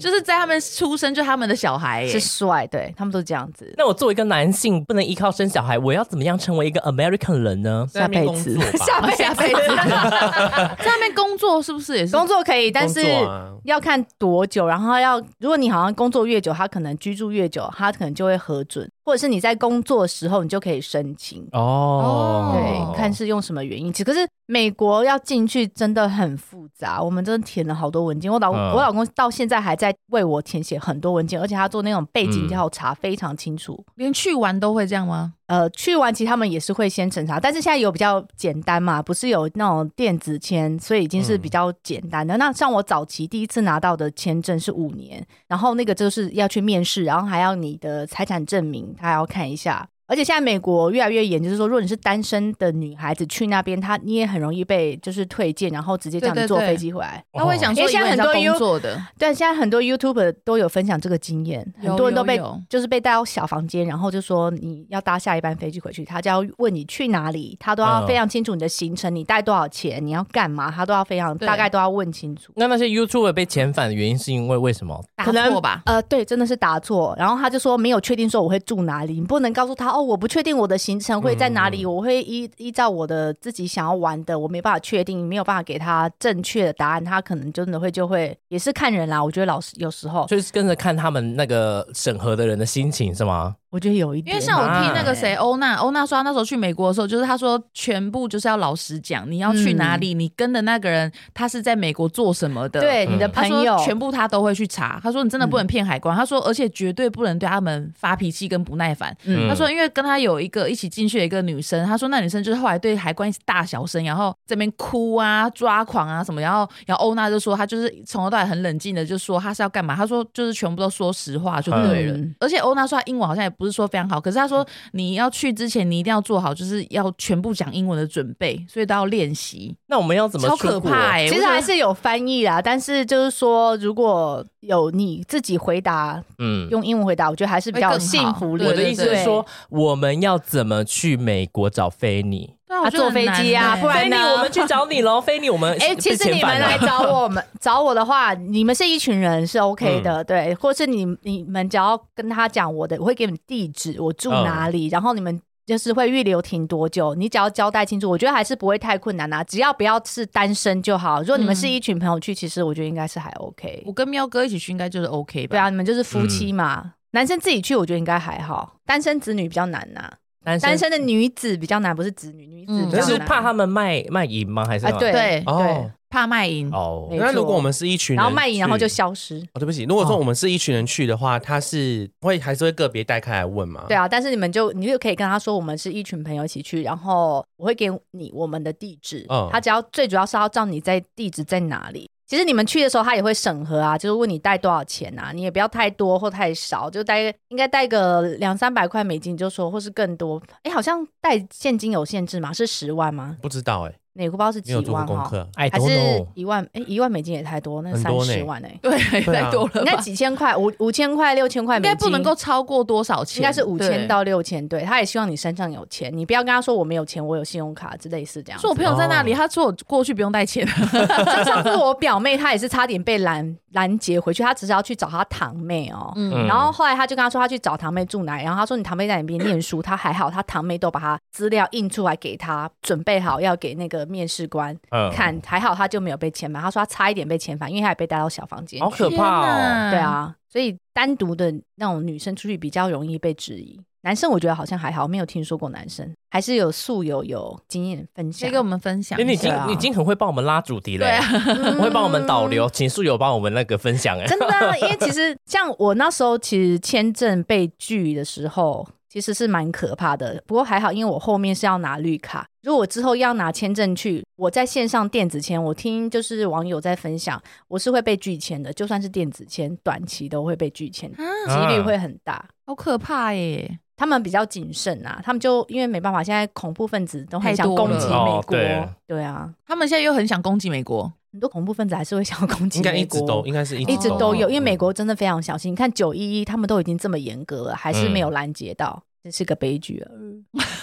Speaker 3: 就是在他们出生就他们的小孩耶
Speaker 5: 是帅，对他们都这样子。
Speaker 4: 那我作为一个男性，不能依靠生小孩，我要怎么样成为一个 American 人呢？
Speaker 2: 在那边
Speaker 5: 下辈
Speaker 2: 工
Speaker 5: 子
Speaker 2: 作吧，
Speaker 5: 下辈子
Speaker 3: 下辈子 在那边工作是不是也是？
Speaker 5: 工作可以，但是
Speaker 2: 工作啊
Speaker 5: 要看多久，然后要如果你好像工作越久，他可能居住越久，他可能就会核准，或者是你在工作的时候你就可以申请。
Speaker 4: 哦，
Speaker 5: 对，看是用什么原因。其可是美国要进去真的很复杂，我们真的填了好多文件。我老、
Speaker 4: 嗯
Speaker 5: 我老公到现在还在为我填写很多文件，而且他做那种背
Speaker 4: 嗯
Speaker 5: 景调查非常清楚。
Speaker 3: 连去玩都会这样吗？
Speaker 5: 呃，去完其实他们也是会先审查，但是现在有比较简单嘛，不是有那种电子签，所以已经是
Speaker 3: 嗯
Speaker 5: 比较简单的。那像我早期第一次拿到的签证是五年，然后那个就是要去面试，然后还要你的财产证明，他还要看一下。而且现在美国越来越严，就是说，如果你是单身的女孩子去那边，她你也很容易被就是退件，然后直接叫
Speaker 3: 对对
Speaker 5: 你坐
Speaker 3: 对
Speaker 5: 飞机回来。
Speaker 4: 哦
Speaker 3: 他会想说，
Speaker 5: 因为现在很多
Speaker 3: 以为你是要工作的，
Speaker 5: 对，现在很多 YouTuber 都有分享这个经验，
Speaker 3: 有
Speaker 5: 很多人都被
Speaker 3: 有有
Speaker 5: 就是被带到小房间，然后就说你要搭下一班飞机回去，他就要问你去哪里，他都要
Speaker 4: 嗯
Speaker 5: 非常清楚你的行程，你带多少钱，你要干嘛，他都要非常
Speaker 3: 对
Speaker 5: 大概都要问清楚。
Speaker 4: 那那些 YouTube 被遣返的原因是因为为什么？
Speaker 3: 打
Speaker 5: 可能
Speaker 3: 错吧？
Speaker 5: 呃，对，真的是答错。然后他就说没有确定说我会住哪里，你不能告诉他哦，我不确定我的行程会在哪
Speaker 3: 嗯
Speaker 5: 里，我会依依照我的自己想要玩的，我没办法确定，没有办法给他正确的答案，他可能真的会就会也是看人啦。我觉得老师有时候
Speaker 4: 就是跟着看他们那个审核的人的心情是吗？
Speaker 5: 我觉得有一点，
Speaker 3: 因为像我听那个
Speaker 5: 哎
Speaker 3: 谁欧娜，欧娜说她那时候去美国的时候，就是她说全部就是要老实讲，你要去哪里，你跟的那个人他是在美国做什么的，
Speaker 5: 对
Speaker 4: 嗯
Speaker 5: 你的
Speaker 3: 她
Speaker 5: 朋
Speaker 3: 说
Speaker 5: 友，嗯
Speaker 3: 全部她都会去查。她说你真的不能骗海关，她说而且绝对不能对他们发脾气跟不耐烦。
Speaker 5: 嗯
Speaker 4: 嗯
Speaker 3: 她说因为跟她有一个一起进去的一个女生，她说那女生就是后来对海关一直大小声，然后这边哭啊、抓狂啊什么，然后然后欧娜就说她就是从头到尾很冷静的就说她是要干嘛，她说就是全部都说实话就对了。
Speaker 5: 嗯
Speaker 3: 而且欧娜说她英文好像也不是说非常好，可是她说你要去之前你一定要做好，就是要全部讲英文的准备，所以都要练习，
Speaker 4: 那我们要怎么
Speaker 3: 超
Speaker 4: 出
Speaker 3: 可
Speaker 4: 国？
Speaker 3: 怕哎、欸！我
Speaker 5: 其实
Speaker 3: 觉得
Speaker 5: 还是有翻译啦，但是就是说，如果有你自己回答
Speaker 4: 嗯，
Speaker 5: 用英文回答，我觉得还是比
Speaker 3: 会
Speaker 5: 较
Speaker 3: 更好
Speaker 5: 幸福力。
Speaker 3: 对
Speaker 4: 我的意思是
Speaker 5: 对
Speaker 4: 说，我们要怎么去美国找菲尼？
Speaker 3: 对啊我
Speaker 5: 啊
Speaker 3: 觉得
Speaker 5: 坐
Speaker 3: 很难
Speaker 5: 飞机啊
Speaker 3: 欸
Speaker 5: 不然
Speaker 4: 菲尼，
Speaker 5: 呢
Speaker 4: 我们去找你喽！ 菲尼，我们
Speaker 5: 哎、其实你们来找我 们找我的话，你们是一群人是 OK
Speaker 3: 嗯
Speaker 5: 的，对，或是你你们只要跟他讲我的，我会给你们地址，我
Speaker 3: 嗯
Speaker 5: 住哪里，然后你们。就是会预留停多久，你只要交代清楚，我觉得还是不会太困难啦、只要不要是单身就好。如果你们
Speaker 3: 嗯
Speaker 5: 是一群朋友去，其实我觉得应该是还 OK。
Speaker 3: 我跟喵哥一起去应该就是 OK 吧？
Speaker 5: 对啊，，你们就是夫妻嘛。男生自己去，我觉得应该还好。单身子女比较难呐、
Speaker 4: 单
Speaker 5: 单
Speaker 4: 身，
Speaker 5: 身的女子比较难，不是子女，女子
Speaker 3: 嗯
Speaker 5: 比
Speaker 4: 就
Speaker 5: 较
Speaker 4: 是
Speaker 5: 难
Speaker 4: 怕他们卖卖淫吗？还是
Speaker 5: 啊，
Speaker 4: 干嘛
Speaker 5: 对
Speaker 3: 对
Speaker 2: 哦
Speaker 3: 怕卖淫，
Speaker 4: 哦
Speaker 5: 没，
Speaker 2: 那如
Speaker 5: 错
Speaker 2: 果我们是一群人去，
Speaker 5: 然后卖淫，然后就消失。
Speaker 2: 哦，对不起，如果说
Speaker 4: 哦
Speaker 2: 我们是一群人去的话，他是会还是会个别带开来问嘛？
Speaker 5: 对
Speaker 2: 啊，
Speaker 5: 啊，但是你们就你就可以跟他说，我们是一群朋友一起去，然后我会给你我们的地址。
Speaker 2: 嗯
Speaker 5: 他只要最主要是要知道你在地址在哪里。其实你们去的时候，他也会审核啊，就是问你带多少钱啊，你也不要太多或太少，就带应该带个两三百块美金，就说或是更多。哎，好像带现金有限制吗？是十万吗？
Speaker 2: 不知道哎、
Speaker 5: 美国包是
Speaker 2: 没
Speaker 5: 几
Speaker 2: 有做过
Speaker 5: 万
Speaker 2: 功
Speaker 5: 哈，
Speaker 2: 课。哎哦
Speaker 4: I
Speaker 5: 还
Speaker 4: don't
Speaker 5: 是
Speaker 4: know。
Speaker 5: 一万？哎，一万美金也太多，那
Speaker 2: 很
Speaker 5: 三
Speaker 2: 多呢
Speaker 5: 十万哎，
Speaker 3: 对，
Speaker 2: 对啊
Speaker 3: 太多了
Speaker 5: 应
Speaker 3: 吧
Speaker 5: 该？几千块，五五千块、六千块
Speaker 3: 应
Speaker 5: 美金，
Speaker 3: 该不能够，超过多少钱？
Speaker 5: 应该是五千
Speaker 3: 对。
Speaker 5: 到六千。对，他也希望你身上有钱，你不要跟他说我没有钱，我有信用卡之类似这样子
Speaker 3: 说。我朋友在那里，
Speaker 4: 哦
Speaker 3: 他说我过去不用带钱，
Speaker 5: 像上次我表妹她也是差点被拦拦截回去，她只是要去找她堂妹哦。
Speaker 4: 嗯
Speaker 3: 嗯，
Speaker 5: 然后后来她就跟她说，她去找堂妹住哪里，然后她说你堂妹在你边念书，她还好，她堂妹都把她资料印出来给她，准备好要给那个面试官。
Speaker 4: 嗯
Speaker 5: 看，还好他就没有被遣返。他说他差一点被遣返，因为他也被带到小房间啊
Speaker 4: 好
Speaker 5: 去。
Speaker 4: 可怕哦！
Speaker 5: 对，啊，所以单独的那种女生出去比较容易被质疑，男生我觉得好像还好，没有听说过男生，还是有素友有经验分享。
Speaker 3: 先跟我们分享
Speaker 4: 哎因为你已
Speaker 3: 一
Speaker 4: 经、
Speaker 3: 下。
Speaker 5: 啊
Speaker 4: 你已经很会帮我们拉主题了、
Speaker 3: 对啊，
Speaker 5: 嗯
Speaker 4: 我会帮我们导
Speaker 3: 嗯
Speaker 4: 流，请宿友帮我们那个分享、哎，
Speaker 5: 真的啊、因为其实像我那时候，其实签证被拒的时候，其实是蛮可怕的。不过还好，因为我后面是要拿绿卡，如果我之后要拿签证去，我在线上电子签，我听就是网友在分享，我是会被拒签的，就算是电子签，短期都会被拒签，
Speaker 3: 啊，
Speaker 2: 嗯
Speaker 5: 几率会很大。
Speaker 3: 好可怕耶！
Speaker 5: 他们比较谨慎啊，他们就因为没办法，现在恐怖分子都很想
Speaker 3: 太多
Speaker 5: 攻
Speaker 3: 了
Speaker 5: 击美
Speaker 4: 哦
Speaker 5: 国，
Speaker 4: 对
Speaker 5: 对啊，
Speaker 3: 他们现在又很想攻击美 国，
Speaker 5: 很多恐怖分子还是会想要攻击
Speaker 2: 应该
Speaker 5: 美
Speaker 2: 一直
Speaker 5: 国，
Speaker 2: 都啊应该是一
Speaker 5: 一直都
Speaker 3: 哦
Speaker 5: 有，因为美
Speaker 2: 国
Speaker 5: 国真的非常小心。你看九一一，他们都已经这么严格了，还是没有拦截
Speaker 3: 嗯
Speaker 5: 到，这是个悲剧了。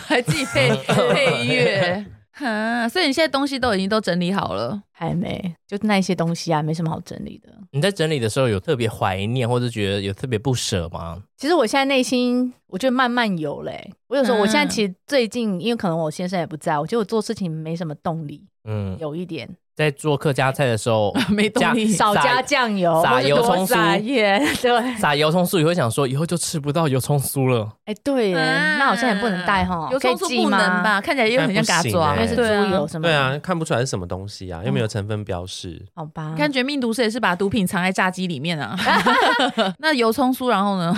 Speaker 3: 还自己 配配 乐。哼，所以你现在东西都已经都整理好了，
Speaker 5: 还没，就那一些东西啊，没什么好整理的。
Speaker 4: 你在整理的时候有特别怀念，或者觉得有特别不舍吗？
Speaker 5: 其实我现在内心，我觉得慢慢有嘞、我有时
Speaker 3: 嗯
Speaker 5: 候，我现在其实最近，因为可能我先生也不在，我觉得我做事情没什么动力，
Speaker 4: 嗯，
Speaker 5: 有 一点
Speaker 4: 在做客家菜的时候，
Speaker 3: 没动力
Speaker 5: 少加
Speaker 4: 撒
Speaker 5: 酱油，
Speaker 4: 撒
Speaker 5: 或是
Speaker 4: 油
Speaker 5: 多
Speaker 4: 葱酥
Speaker 5: 撒盐， 对，
Speaker 4: 撒油葱酥，也会想说以后就吃不到油葱酥了。
Speaker 5: 哎、对耶、
Speaker 3: 啊
Speaker 5: 那好像也不能带哈，
Speaker 3: 油葱
Speaker 5: 哦可以
Speaker 3: 酥
Speaker 5: 寄
Speaker 3: 不
Speaker 5: 吗
Speaker 3: 能？吧？看起来又很像嘎抓，
Speaker 2: 应
Speaker 5: 因
Speaker 2: 该不行欸
Speaker 5: 为是猪
Speaker 3: 对啊
Speaker 5: 油。什么？
Speaker 2: 对啊，，看不出来是什么东西啊，又没有成分标示。
Speaker 5: 好吧
Speaker 3: 你，看《绝命毒师》也是把毒品藏在炸鸡里面 啊。那油葱酥，然后呢？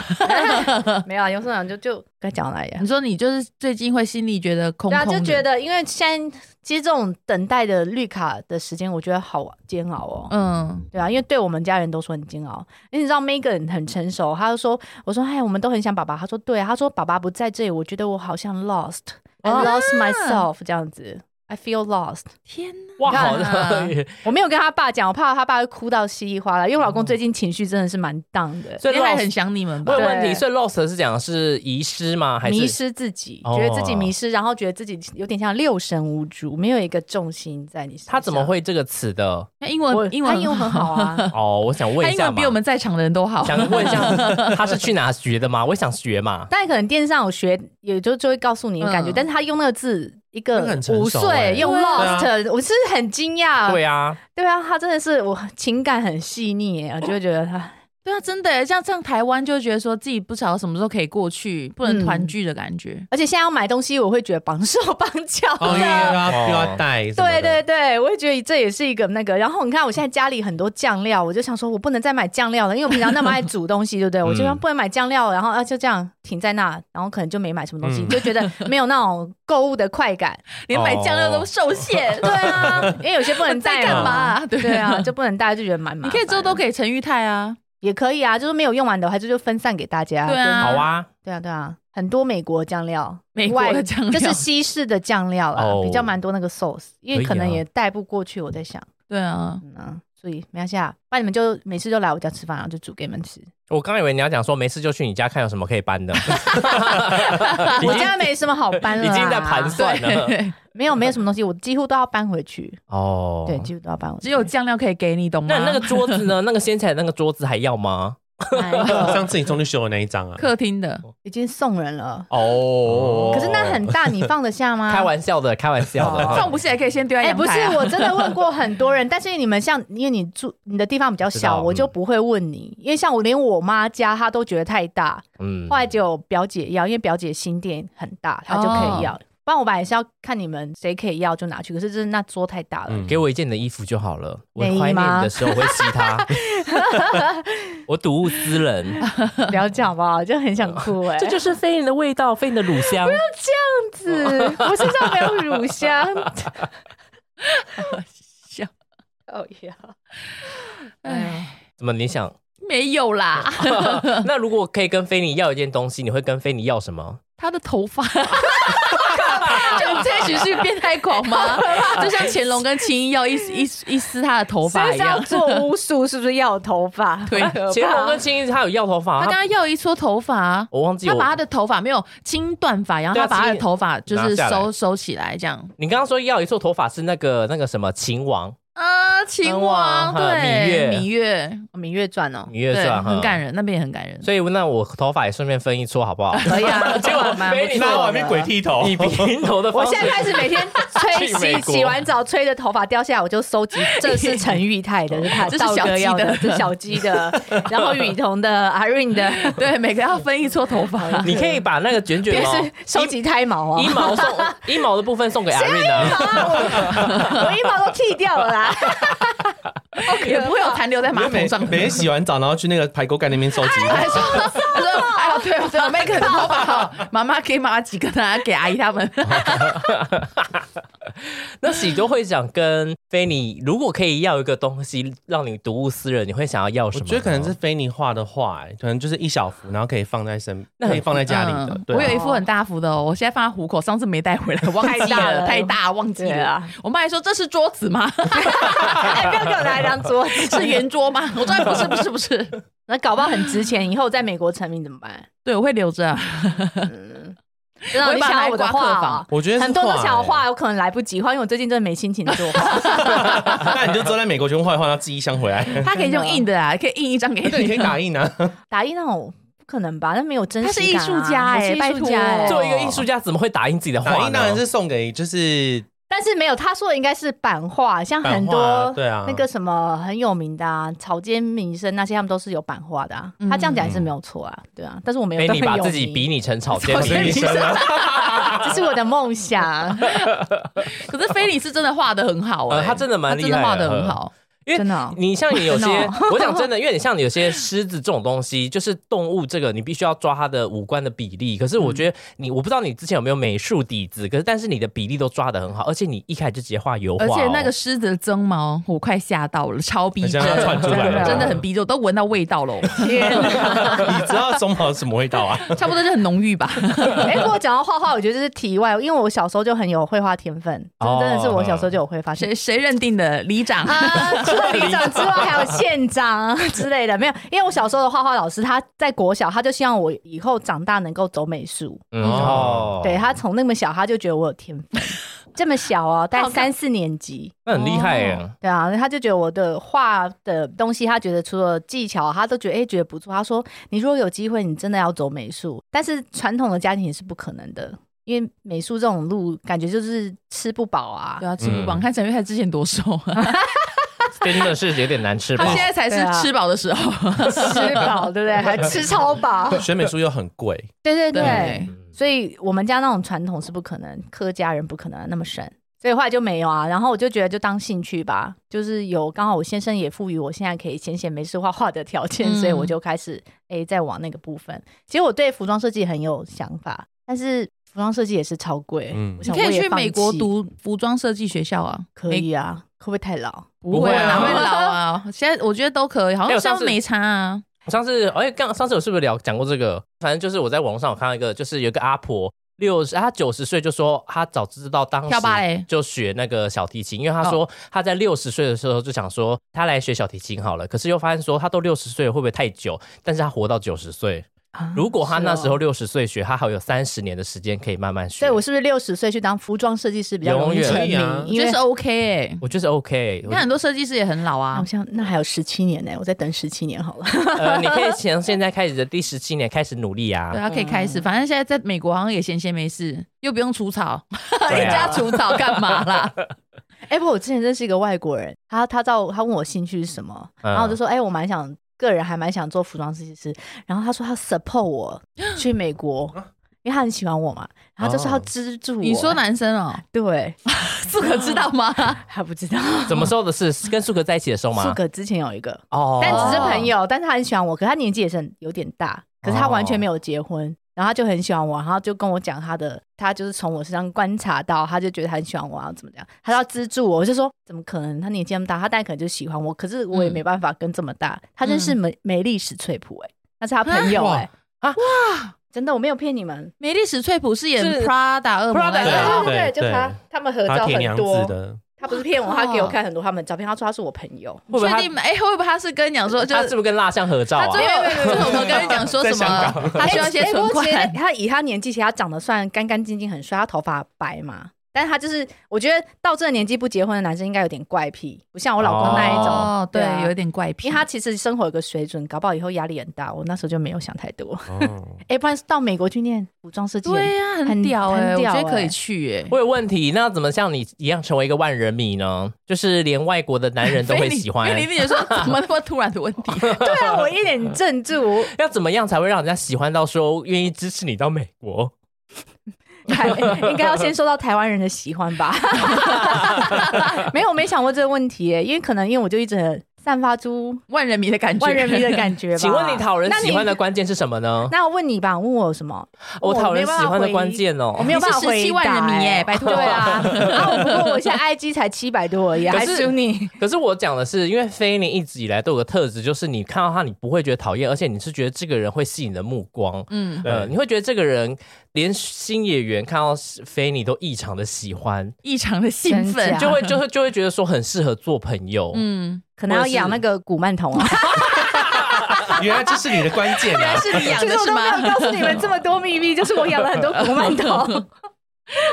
Speaker 5: 没有啊，有时候就就该讲来呀
Speaker 3: 你。说你就是最近会心里觉得空
Speaker 5: 对
Speaker 3: 空
Speaker 5: 啊，
Speaker 3: 的，
Speaker 5: 就觉得因为现在其实这种等待的绿卡的时间，我觉得好煎熬哦。
Speaker 3: 嗯，
Speaker 5: 对啊，因为对我们家人都说很煎熬。因为你知道 Megan 很成熟，他就说：“我说哎，我们都很想爸爸。”他说：“对啊。”他说：“爸爸不在这里，我觉得我好像 lost，I
Speaker 4: 啊
Speaker 5: lost myself 这样子，I feel lost。”
Speaker 3: 天哪，
Speaker 4: 哇，
Speaker 5: 你看
Speaker 4: 好的，
Speaker 5: 我没有跟他爸讲，我怕他爸会哭到稀里哗啦，因为我老公最近情绪真的是蛮 down 的。
Speaker 4: 所以
Speaker 3: 应该
Speaker 4: lost
Speaker 3: 很想你们吧
Speaker 4: 问？问题，
Speaker 5: 对
Speaker 4: 所以 lost 是讲的是遗失吗？还是
Speaker 5: 迷失自己，
Speaker 4: 哦
Speaker 5: 觉得自己迷失，然后觉得自己有点像六神无主，没有一个重心在你身上。
Speaker 4: 他怎么？会这个词的？
Speaker 3: 那英
Speaker 5: 我
Speaker 3: 文英文
Speaker 5: 他英文很好啊，
Speaker 4: 哦，我想问
Speaker 3: 他
Speaker 4: 一
Speaker 3: 英
Speaker 4: 下
Speaker 3: 文
Speaker 4: 嘛
Speaker 3: 比我，们在场的人都好。
Speaker 4: 想问一下，他是去哪学的吗？我也想学嘛。
Speaker 5: 但可能电视上有学，也就就会告诉你的感觉。
Speaker 3: 嗯
Speaker 5: 但是他用那个字，一
Speaker 2: 那
Speaker 5: 个
Speaker 2: 个很成熟
Speaker 5: 五岁、
Speaker 2: 欸
Speaker 5: 用
Speaker 3: 对
Speaker 2: 啊
Speaker 5: lost，、我是很惊讶。
Speaker 4: 对
Speaker 5: 啊，
Speaker 4: 啊，
Speaker 5: 对啊，他真的是我情感很细腻欸耶，我就会觉得他
Speaker 3: 对啊，真的耶，像像台湾就会觉得说自己不知道什么时候可以过去，不能团聚的感觉。
Speaker 5: 而且现在要买东西，我会觉得绑手绑脚的。
Speaker 2: 哦，因为又要
Speaker 4: 哦
Speaker 2: 又要带什么
Speaker 5: 对
Speaker 2: 的，
Speaker 5: 对对，我也觉得这也是一个那个。然后你看，我现在家里很多酱料，我就想说，我不能再买酱料了，因为我平常那么爱煮东西，对不对？我就
Speaker 4: 嗯
Speaker 5: 不能买酱料，然后啊就这样停在那，然后可啊能就没买什么东西，
Speaker 2: 嗯
Speaker 5: 就觉得没有那种购物的快感。
Speaker 3: 连买酱料都受限。
Speaker 5: 对啊，因为有些不能带
Speaker 3: 在
Speaker 5: 嘛
Speaker 3: 干嘛啊？ 对
Speaker 5: 对啊，就不能带，就觉得蛮麻
Speaker 3: 你
Speaker 5: 烦。
Speaker 3: 可以之后都给陈玉泰啊，
Speaker 5: 也可以啊，就是没有用完的，还是就分散给大家。
Speaker 3: 对啊
Speaker 4: 好啊，
Speaker 5: 对啊，对啊，很多美国酱 料，
Speaker 3: 美国
Speaker 5: 外
Speaker 3: 的酱料
Speaker 5: 啊就是西式的酱料啦，
Speaker 4: 哦
Speaker 5: 比较蛮多那个 sauce，因
Speaker 4: 可
Speaker 5: 为
Speaker 4: 以
Speaker 5: 可能
Speaker 4: 啊
Speaker 5: 也带不过去，我在想。
Speaker 3: 对啊，
Speaker 5: 嗯、啊，所以没关系啊，不然你们就每次就来我家吃饭，然后就煮给你们 吃。
Speaker 4: 我刚以为你要讲说没事就去你家看有什么可以搬的，
Speaker 5: 我家没什么好搬了啊
Speaker 4: 已
Speaker 5: 啦，
Speaker 4: 经在盘算了。
Speaker 5: 没有没有什么东西，我几乎都要搬回去，
Speaker 4: 哦，
Speaker 5: 对，几乎都要搬回去。
Speaker 3: 只有酱料可以给你，懂吗？
Speaker 4: 那 那个桌子 呢？那个掀起来的那个桌子还要吗？
Speaker 5: 哎 呦
Speaker 2: 上次你中去修的那一张啊，
Speaker 3: 客厅的，
Speaker 5: 已经送人了，
Speaker 2: 哦，
Speaker 5: 可是那很大，你放得下吗？
Speaker 4: 哦 开玩笑的，开玩笑 的。
Speaker 5: 哦
Speaker 3: 放不下也可以先丢在
Speaker 5: 哎、
Speaker 3: 阳
Speaker 5: 不是
Speaker 3: 台啊，
Speaker 5: 我真的问过很多人，但是你们像，因为你住你的地方比较
Speaker 4: 知道
Speaker 5: 小，我就
Speaker 4: 嗯
Speaker 5: 不会问你，因为像我连我妈家她都觉得太大，
Speaker 4: 嗯
Speaker 5: 后来只有表姐要，因为表姐新店很大，她就
Speaker 4: 哦
Speaker 5: 可以要。不然我本来是要看你们谁可以要就拿去，可是就是那桌太大了。
Speaker 2: 嗯
Speaker 4: 给我一件你的衣服就好了。我
Speaker 5: 内衣
Speaker 4: 怀念
Speaker 5: 吗
Speaker 4: 你的时候，我会吸 它。我睹物思人，
Speaker 5: 不要这样好不好？就很想哭哎、
Speaker 4: 这嗯 就是飞人的味道，飞人的乳香。
Speaker 5: 子，我身上没有乳香。
Speaker 3: 笑，
Speaker 5: 哦呀，
Speaker 3: 哎，
Speaker 4: 怎么？你想？
Speaker 3: 没有 啦，
Speaker 4: 那如果可以跟菲尼要一件东西，你会跟菲尼要什么？
Speaker 3: 他的头发。就你这群是变态狂吗？就像乾隆跟秦一要一一一撕他的头发
Speaker 5: 是
Speaker 3: 一
Speaker 5: 要
Speaker 3: 样，
Speaker 5: 做巫术，是不是要有头发？
Speaker 3: 对
Speaker 4: 乾隆跟青衣他有要头发，
Speaker 3: 他
Speaker 4: 他
Speaker 3: 刚刚要一撮头发，
Speaker 4: 我忘记
Speaker 3: 他
Speaker 4: 我
Speaker 3: 把他的头发没有清断发，然后
Speaker 4: 对啊
Speaker 3: 他把他的
Speaker 4: 清
Speaker 3: 头发就是
Speaker 4: 拿下来
Speaker 3: 收收起来，这样
Speaker 4: 你刚刚说要一撮头发是那个那个什么秦王
Speaker 3: 呃，秦
Speaker 4: 王
Speaker 3: 王
Speaker 4: 和芈月
Speaker 3: 对芈月，
Speaker 5: 《芈月传》哦，
Speaker 4: 芈月
Speaker 3: 对，
Speaker 4: 传
Speaker 3: 很感
Speaker 4: 人。
Speaker 3: 人，那边也很感人。
Speaker 4: 所以那我头发也顺便分一撮，好不 好？
Speaker 5: 可以啊，
Speaker 4: 结果
Speaker 5: 蛮
Speaker 4: 被
Speaker 5: 不
Speaker 4: 你
Speaker 5: 错
Speaker 4: 拉
Speaker 5: 的
Speaker 4: 完
Speaker 2: 变鬼。剃头，
Speaker 4: 以 平头的
Speaker 5: 我
Speaker 4: 方式
Speaker 5: 现，在开始每天 吹
Speaker 4: 去美
Speaker 5: 洗
Speaker 4: 国
Speaker 5: 洗完澡吹的头发掉下来，我就收集，这是陈玉 泰的，这是他
Speaker 3: 这是
Speaker 5: 道
Speaker 3: 小
Speaker 5: 哥
Speaker 3: 鸡
Speaker 5: 要
Speaker 3: 的
Speaker 5: 这是小鸡的，然后雨桐的、阿润 的，
Speaker 3: 对，每个要分一撮头发。
Speaker 4: 你可以把那个卷卷
Speaker 5: 别
Speaker 4: 毛
Speaker 5: 是收集胎毛啊
Speaker 4: 阴，毛 送阴毛的部分送给阿瑞啊。
Speaker 5: 我一毛都剃掉了啦。
Speaker 3: 也不会有残留在
Speaker 2: 你
Speaker 3: 马
Speaker 2: 就每
Speaker 3: 桶上。
Speaker 2: 每天洗完澡，然后去那个排沟盖那边收集。
Speaker 3: 还说，他说，哎呦，对对，我妹可能头发好，妈妈给妈妈几个，拿给阿姨他们。
Speaker 4: 那喜多会长跟菲尼，如果可以要一个东西让你睹物思人，你会想要要什
Speaker 2: 我
Speaker 4: 么呢？
Speaker 2: 觉得可能是菲尼画的画、欸，可能就是一小幅，然后可以放在身，
Speaker 4: 那很
Speaker 2: 可以放在家里的。
Speaker 3: 嗯
Speaker 2: 对啊
Speaker 3: 我有一副很大幅的哦，我现在放在虎口，上次没带回来，忘记
Speaker 5: 太大了
Speaker 3: 太大忘记
Speaker 5: 对
Speaker 3: 了
Speaker 5: 啊。
Speaker 3: 我妈还说这是桌子吗？
Speaker 5: 哎，不要给我拿一张桌子，
Speaker 3: 是圆桌吗？我说哎不是不是不是，
Speaker 5: 那搞不好很值钱，以后在美国成名怎么办？
Speaker 3: 对，我会留 着啊。
Speaker 5: 真的，
Speaker 3: 我会
Speaker 5: 你
Speaker 3: 把它
Speaker 5: 想要我的
Speaker 3: 挂客
Speaker 5: 画
Speaker 3: 房
Speaker 5: 啊，
Speaker 2: 我觉得是
Speaker 5: 很多都
Speaker 2: 欸
Speaker 5: 想要画，，有可能来不及画，因为我最近真的没心情做画。
Speaker 2: 那你就坐在美国全部画一画，然后寄一箱回来。
Speaker 3: 它可以用印的啊，可以印一张给
Speaker 2: 对，你可以
Speaker 3: 你。
Speaker 2: 打印 啊。
Speaker 5: 打印那种不可能吧？那没有真实
Speaker 3: 他
Speaker 5: 感啊、
Speaker 3: 是艺术家欸
Speaker 5: 我是艺术家
Speaker 3: 拜托
Speaker 5: 欸
Speaker 4: 作为一个艺术家，怎么会打印自己的
Speaker 2: 打
Speaker 4: 画
Speaker 2: 印当然
Speaker 4: 呢？
Speaker 2: 是送给就是
Speaker 5: 但是没有他说的应该是版画，像
Speaker 2: 版
Speaker 5: 很
Speaker 2: 画啊
Speaker 5: 多
Speaker 2: 对啊
Speaker 5: 那个什么很有名的啊，草间弥生那些他们都是有版画的啊。
Speaker 3: 嗯
Speaker 5: 他这样讲也是没有错啊，对啊。但是我没有
Speaker 4: 菲
Speaker 5: 那么
Speaker 4: 尼 把
Speaker 5: 有
Speaker 4: 自己
Speaker 5: 名
Speaker 4: 比，拟成草间
Speaker 2: 草间
Speaker 4: 弥
Speaker 2: 弥
Speaker 4: 生
Speaker 2: 生，啊，
Speaker 5: 这是我的梦 想。
Speaker 3: 可是菲利是真的画的很好
Speaker 4: 呃
Speaker 3: 哎，
Speaker 4: 他真的蛮
Speaker 3: 他
Speaker 4: 厉害
Speaker 3: 真
Speaker 4: 的
Speaker 3: 的画的很好。
Speaker 4: 因
Speaker 5: 真的
Speaker 4: 为
Speaker 5: 哦
Speaker 4: 你像你有些
Speaker 5: 真 的，
Speaker 4: 我讲真的，因为你像你有些狮子这种东西，就是动物这个，你必须要抓它的五官的比例。可是我觉得你，我不知道你之前有没有美术底子，可是但是你的比例都抓的很好，而且你一开始就直接画油画、
Speaker 3: 而
Speaker 4: 哦，
Speaker 3: 且那个狮子的鬃毛，我快吓到了，超逼
Speaker 2: 很
Speaker 3: 真，
Speaker 2: 像要窜出
Speaker 5: 来了
Speaker 3: 真的很逼真，我都闻到味道喽，
Speaker 5: 天啊！
Speaker 2: 你知道鬃毛是什么味道啊？
Speaker 3: 差不多就很浓郁吧。
Speaker 5: 哎、不过讲到画画，我觉得这是题外，因为我小时候就很有绘画天分，
Speaker 4: 哦
Speaker 5: 真真的是我小时候就有绘画天
Speaker 3: 谁。
Speaker 5: 分
Speaker 3: 谁认定的里长？
Speaker 5: 啊，除了里长之外，还有县长之类的，没有，因为我小时候的画画老师，他在国小，他就希望我以后长大能够走美术。
Speaker 4: 嗯哦，
Speaker 5: 对他从那么小，他就觉得我有天分， 这么小哦，大概三四年级，
Speaker 4: 那很厉害
Speaker 3: 哦
Speaker 4: 耶。
Speaker 5: 对啊，他就觉得我的画的东西，他觉得除了技巧，他都觉得哎、觉得不错。他说，你如果有机会，你真的要走美术，但是传统的家庭也是不可能的。因为美术这种路，感觉就是吃不饱啊
Speaker 3: 对，啊，吃不饱。你看陈玉泰之前多瘦啊，
Speaker 4: 真的是有点难吃
Speaker 3: 他
Speaker 4: 吧
Speaker 3: 现？在才是
Speaker 5: 对啊
Speaker 3: 吃饱的时候。
Speaker 5: 吃 饱对不对？还吃超饱，
Speaker 2: 学美术又很贵，
Speaker 5: 对对对。
Speaker 3: 对
Speaker 4: 嗯
Speaker 5: 所以我们家那种传统是不可能，客家人不可能那么深，所以后来就没有啊。然后我就觉得就当兴趣吧，就是有刚好我先生也赋予我现在可以闲闲没事画画的条件，
Speaker 3: 嗯
Speaker 5: 所以我就开始诶再往那个部分。其实我对服装设计很有想法，但是服装设计也是超贵，
Speaker 2: 嗯
Speaker 3: 你
Speaker 5: 我想
Speaker 3: 可
Speaker 5: 我
Speaker 3: 以
Speaker 5: 也
Speaker 3: 去
Speaker 5: 放
Speaker 3: 美国
Speaker 5: 弃，
Speaker 3: 读服装设计学校啊，
Speaker 5: 可以啊？会不会太老？
Speaker 3: 美，
Speaker 4: 不
Speaker 3: 不
Speaker 4: 会
Speaker 3: 会
Speaker 4: 啊
Speaker 3: 啊，哪会老啊？现在我觉得都可以，好
Speaker 4: 哎我
Speaker 3: 像
Speaker 4: 上
Speaker 3: 像
Speaker 4: 次
Speaker 3: 没差啊。
Speaker 4: 上次哎，刚上次我是不是聊讲过这个？反正就是我在网络上有看到一个，就是有一个阿婆。六十，她九十岁就说她早知道当时
Speaker 3: 跳芭蕾
Speaker 4: 就学那个小提琴，因为
Speaker 5: 哦
Speaker 4: 她说她在六十岁的时候就想说她来学小提琴好了，可是又发现说她都六十岁了会不会太久？但是她活到九十岁，如果她
Speaker 5: 是哦
Speaker 4: 那时候六十岁学，她还有三十年的时间可以慢慢学。
Speaker 5: 所以我是不是六十岁去当服装设计师比较容易
Speaker 4: 永远
Speaker 5: 成
Speaker 2: 可以
Speaker 5: 名？
Speaker 2: 啊
Speaker 3: 我
Speaker 5: 因
Speaker 3: 觉
Speaker 5: 为
Speaker 3: 得是 OK 哎，
Speaker 4: 我觉得是 OK，
Speaker 3: 你看很多设计师也很老啊
Speaker 5: 好。像那还有十七年呢、我再等十七年好了。
Speaker 4: 呃，你可以从现在开始的第十七年开始努力啊
Speaker 3: 对。啊，可以开始。反正现在在美国好像也闲闲没事，又不用除草，
Speaker 4: 对
Speaker 3: 人 家
Speaker 4: 啊
Speaker 3: 除草干嘛啦？
Speaker 5: 哎、不，我之前认识一个外国人，他他到他问我兴趣是什么，
Speaker 4: 嗯
Speaker 5: 然后我就说，哎、我蛮想个人还蛮想做服装设计师，然后他说他 support 我去美国，因为他很喜欢我嘛，然后就说他
Speaker 2: 哦
Speaker 5: 资助我、
Speaker 3: 你说？男生哦，
Speaker 5: 对，
Speaker 3: 这可知道吗？
Speaker 5: 还不知道。
Speaker 4: 怎么时候的事？跟苏格在一起的时候吗
Speaker 5: 苏？格之前有一个，
Speaker 4: 哦，
Speaker 5: 但只是朋友，但是他很喜欢我，可他年纪也是很有点大，可是他完全没有结婚。然后他就很喜欢我，然后就跟我讲他的，他就是从我身上观察到，他就觉得他很喜欢我，然后怎么样，他要资助我，我就说怎么可能？他年纪那么大，他大概可能就喜欢我，可是我也
Speaker 3: 嗯
Speaker 5: 没办法跟这么大。他认识梅梅丽史翠普、欸，哎，那是他朋友、欸，哎
Speaker 4: 哇
Speaker 5: 哇，真的我没有骗你们，
Speaker 3: 美丽史翠普是演
Speaker 4: 是
Speaker 3: Prada 恶魔那
Speaker 2: 对啊
Speaker 3: 个，
Speaker 5: 对
Speaker 2: 对
Speaker 5: 对，就他
Speaker 2: 对
Speaker 5: 他们合
Speaker 2: 他
Speaker 5: 照
Speaker 2: 铁
Speaker 5: 很
Speaker 2: 娘子
Speaker 5: 多，
Speaker 2: 的，
Speaker 5: 他不是骗我，他给我看很多他们的照片，他说他是我朋友，
Speaker 4: 会不会
Speaker 3: 确
Speaker 4: 他
Speaker 3: 定吗？哎，会不会他是跟你讲说，就
Speaker 4: 他是不是跟蜡像合照
Speaker 3: 他
Speaker 4: 啊？
Speaker 3: 最后最后我跟你讲说
Speaker 2: 在
Speaker 3: 什
Speaker 2: 香
Speaker 3: 么？他需要一些
Speaker 5: 哎
Speaker 3: 存
Speaker 5: 不过其实
Speaker 3: 款。
Speaker 5: 他以他年纪，其实他长得算干干净净，很帅，他头发白嘛。但是他就是，我觉得到这个年纪不结婚的男生应该有点怪癖，不像我老公那一种，
Speaker 3: 哦，对
Speaker 5: 对啊，
Speaker 3: 有一点怪癖，
Speaker 5: 因为他其实生活有个水准，搞不好以后压力很大。我那时候就没有想太多。
Speaker 2: 哦，
Speaker 5: 哎、不然到美国去念服装设计，
Speaker 3: 对呀，很
Speaker 5: 很
Speaker 3: 屌
Speaker 5: 很
Speaker 3: 哎，我
Speaker 5: 屌
Speaker 3: 觉得可以
Speaker 5: 欸
Speaker 3: 去哎，
Speaker 4: 我有问题，那怎么像你一样成为一个万人迷呢？就是连外国的 男人都会喜欢
Speaker 3: 因，为林姐说怎么那么突然的问题，
Speaker 5: 对 啊，我一脸镇住，
Speaker 4: 要怎么样才会让人家喜欢到说愿意支持你到美国？
Speaker 5: 台哎应该要先受到台湾人的喜欢吧？ 没有，我没想过这个问题耶，因为可能因为我就一直很散发出
Speaker 3: 万人迷的感觉，
Speaker 5: 万人迷的感觉吧。
Speaker 4: 请问你讨人喜欢
Speaker 5: 那
Speaker 4: 的关键是什么呢
Speaker 5: 你？？那我问你吧，问我什么？
Speaker 4: 我讨人喜欢的关键
Speaker 5: 我
Speaker 4: 哦，
Speaker 5: 没有办法
Speaker 3: 你是
Speaker 5: 回
Speaker 3: 17
Speaker 5: 答。
Speaker 3: 万人迷耶拜托
Speaker 5: 对啊， 啊，我不过我现在 IG 才七百多而已，啊
Speaker 4: 可
Speaker 5: 还
Speaker 4: 是
Speaker 5: 输你。
Speaker 4: 可是我讲的是，因为菲尼一直以来都有个特质，就是你看到他，你不会觉得讨厌，而且你是觉得这个人会吸引你的目光。
Speaker 3: 嗯，
Speaker 4: 呃，
Speaker 2: 对
Speaker 4: 你会觉得这个人连新演员看到菲尼都异常的喜欢，
Speaker 3: 异常的兴
Speaker 5: 真
Speaker 3: 奋
Speaker 5: 假，
Speaker 4: 就会就会就会觉得说很适合做朋友。
Speaker 3: 嗯，
Speaker 5: 可能要养那个古曼童 啊。
Speaker 2: 原来这是你的关键
Speaker 3: 原
Speaker 2: 啊
Speaker 3: 来！是你养
Speaker 5: 其
Speaker 3: 的
Speaker 5: 实
Speaker 3: 是
Speaker 5: 我都没有
Speaker 3: 吗？
Speaker 5: 告诉你们这么多秘密，就是我养了很多古曼童。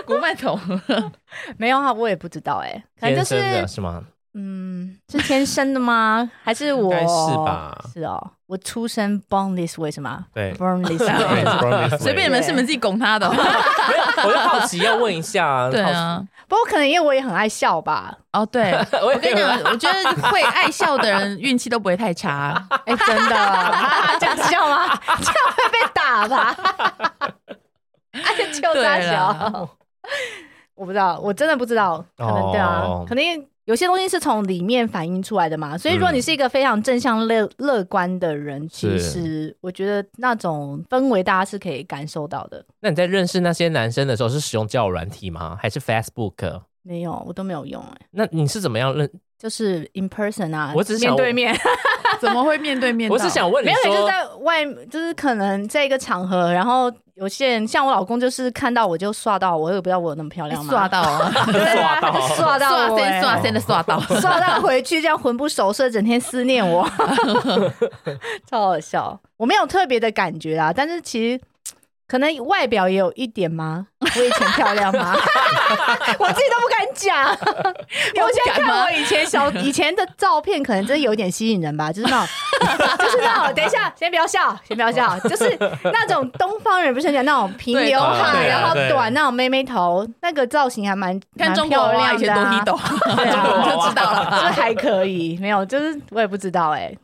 Speaker 3: 古曼童，
Speaker 5: 没有啊，我也不知道哎、可能
Speaker 4: 天
Speaker 5: 就
Speaker 4: 生
Speaker 5: 是
Speaker 4: 的是吗？
Speaker 5: 嗯，是天生的吗？ 还是我？
Speaker 2: 应该是吧
Speaker 5: 是哦，我出生 born this way 是吗
Speaker 2: 对，
Speaker 5: ？born this
Speaker 2: 对
Speaker 5: way。
Speaker 2: promise
Speaker 3: 随便你们是你们自己拱他的哦，
Speaker 4: 啊没有，我就好奇要问一下啊。
Speaker 3: 对
Speaker 4: 好奇，
Speaker 3: 啊，
Speaker 5: 不过可能因为我也很爱笑吧。
Speaker 3: 哦对，
Speaker 4: 我
Speaker 3: 我跟你讲，我觉得会爱笑的人运气都不会太 差。
Speaker 5: 哎、真的， 这样笑吗？这样会被打 吧？哎，就大
Speaker 3: 对
Speaker 5: 小
Speaker 3: 啦，
Speaker 5: 我不知道，我真的不知道，可能对啊，
Speaker 4: 哦
Speaker 5: 可能因为有些东西是从里面反映出来的嘛。所以如果
Speaker 4: 嗯
Speaker 5: 你是一个非常正向乐乐观的人，其
Speaker 4: 是
Speaker 5: 实我觉得那种氛围大家是可以感受到的。
Speaker 4: 那你在认识那些男生的时候是使用交友软体吗？还是 Facebook？
Speaker 5: 没有，我都没有用、哎，
Speaker 4: 那你是怎么样认？
Speaker 5: 就是 in person 啊，
Speaker 4: 我只是想
Speaker 5: 面对面，
Speaker 3: 怎么会面对面到？
Speaker 4: 我是想问你
Speaker 5: 没有，就是
Speaker 4: 说，
Speaker 5: 在外，就是可能在一个场合，然后有些人像我老公，就是看到我就刷到我，我也不知道我有那么漂亮吗？
Speaker 3: 刷到啊，
Speaker 5: 对啊，他就哎刷到
Speaker 3: 刷
Speaker 5: 我、
Speaker 3: 先
Speaker 5: 欸，
Speaker 3: 刷先的刷到，
Speaker 5: 刷到回去这样魂不守舍，整天思念我， 超好笑。我没有特别的感觉啦，但是其实。可能外表也有一点吗？我以前漂 亮吗？我自己都不敢讲。我现在
Speaker 3: 敢吗
Speaker 5: 看我以 前小以前的照片，可能真的有点吸引人吧，就是那种，就是那种。等一下，先不要笑，先不 要笑，就是那种东方人不是很讲那种平
Speaker 3: 对
Speaker 5: 刘
Speaker 3: 啊
Speaker 5: 海，
Speaker 2: 对啊
Speaker 5: 然后
Speaker 2: 对
Speaker 5: 短那种妹妹头，那个造型还蛮
Speaker 3: 看
Speaker 5: 蛮
Speaker 3: 中国
Speaker 5: 漂
Speaker 3: 娃娃
Speaker 5: 亮
Speaker 3: 以前
Speaker 5: 的
Speaker 3: 多
Speaker 5: 啊
Speaker 3: 低懂，
Speaker 5: 对啊
Speaker 3: 中国娃娃就知道了
Speaker 4: 哦
Speaker 5: 这
Speaker 3: 吧。
Speaker 5: 还可以，没有，就是我也不知道哎、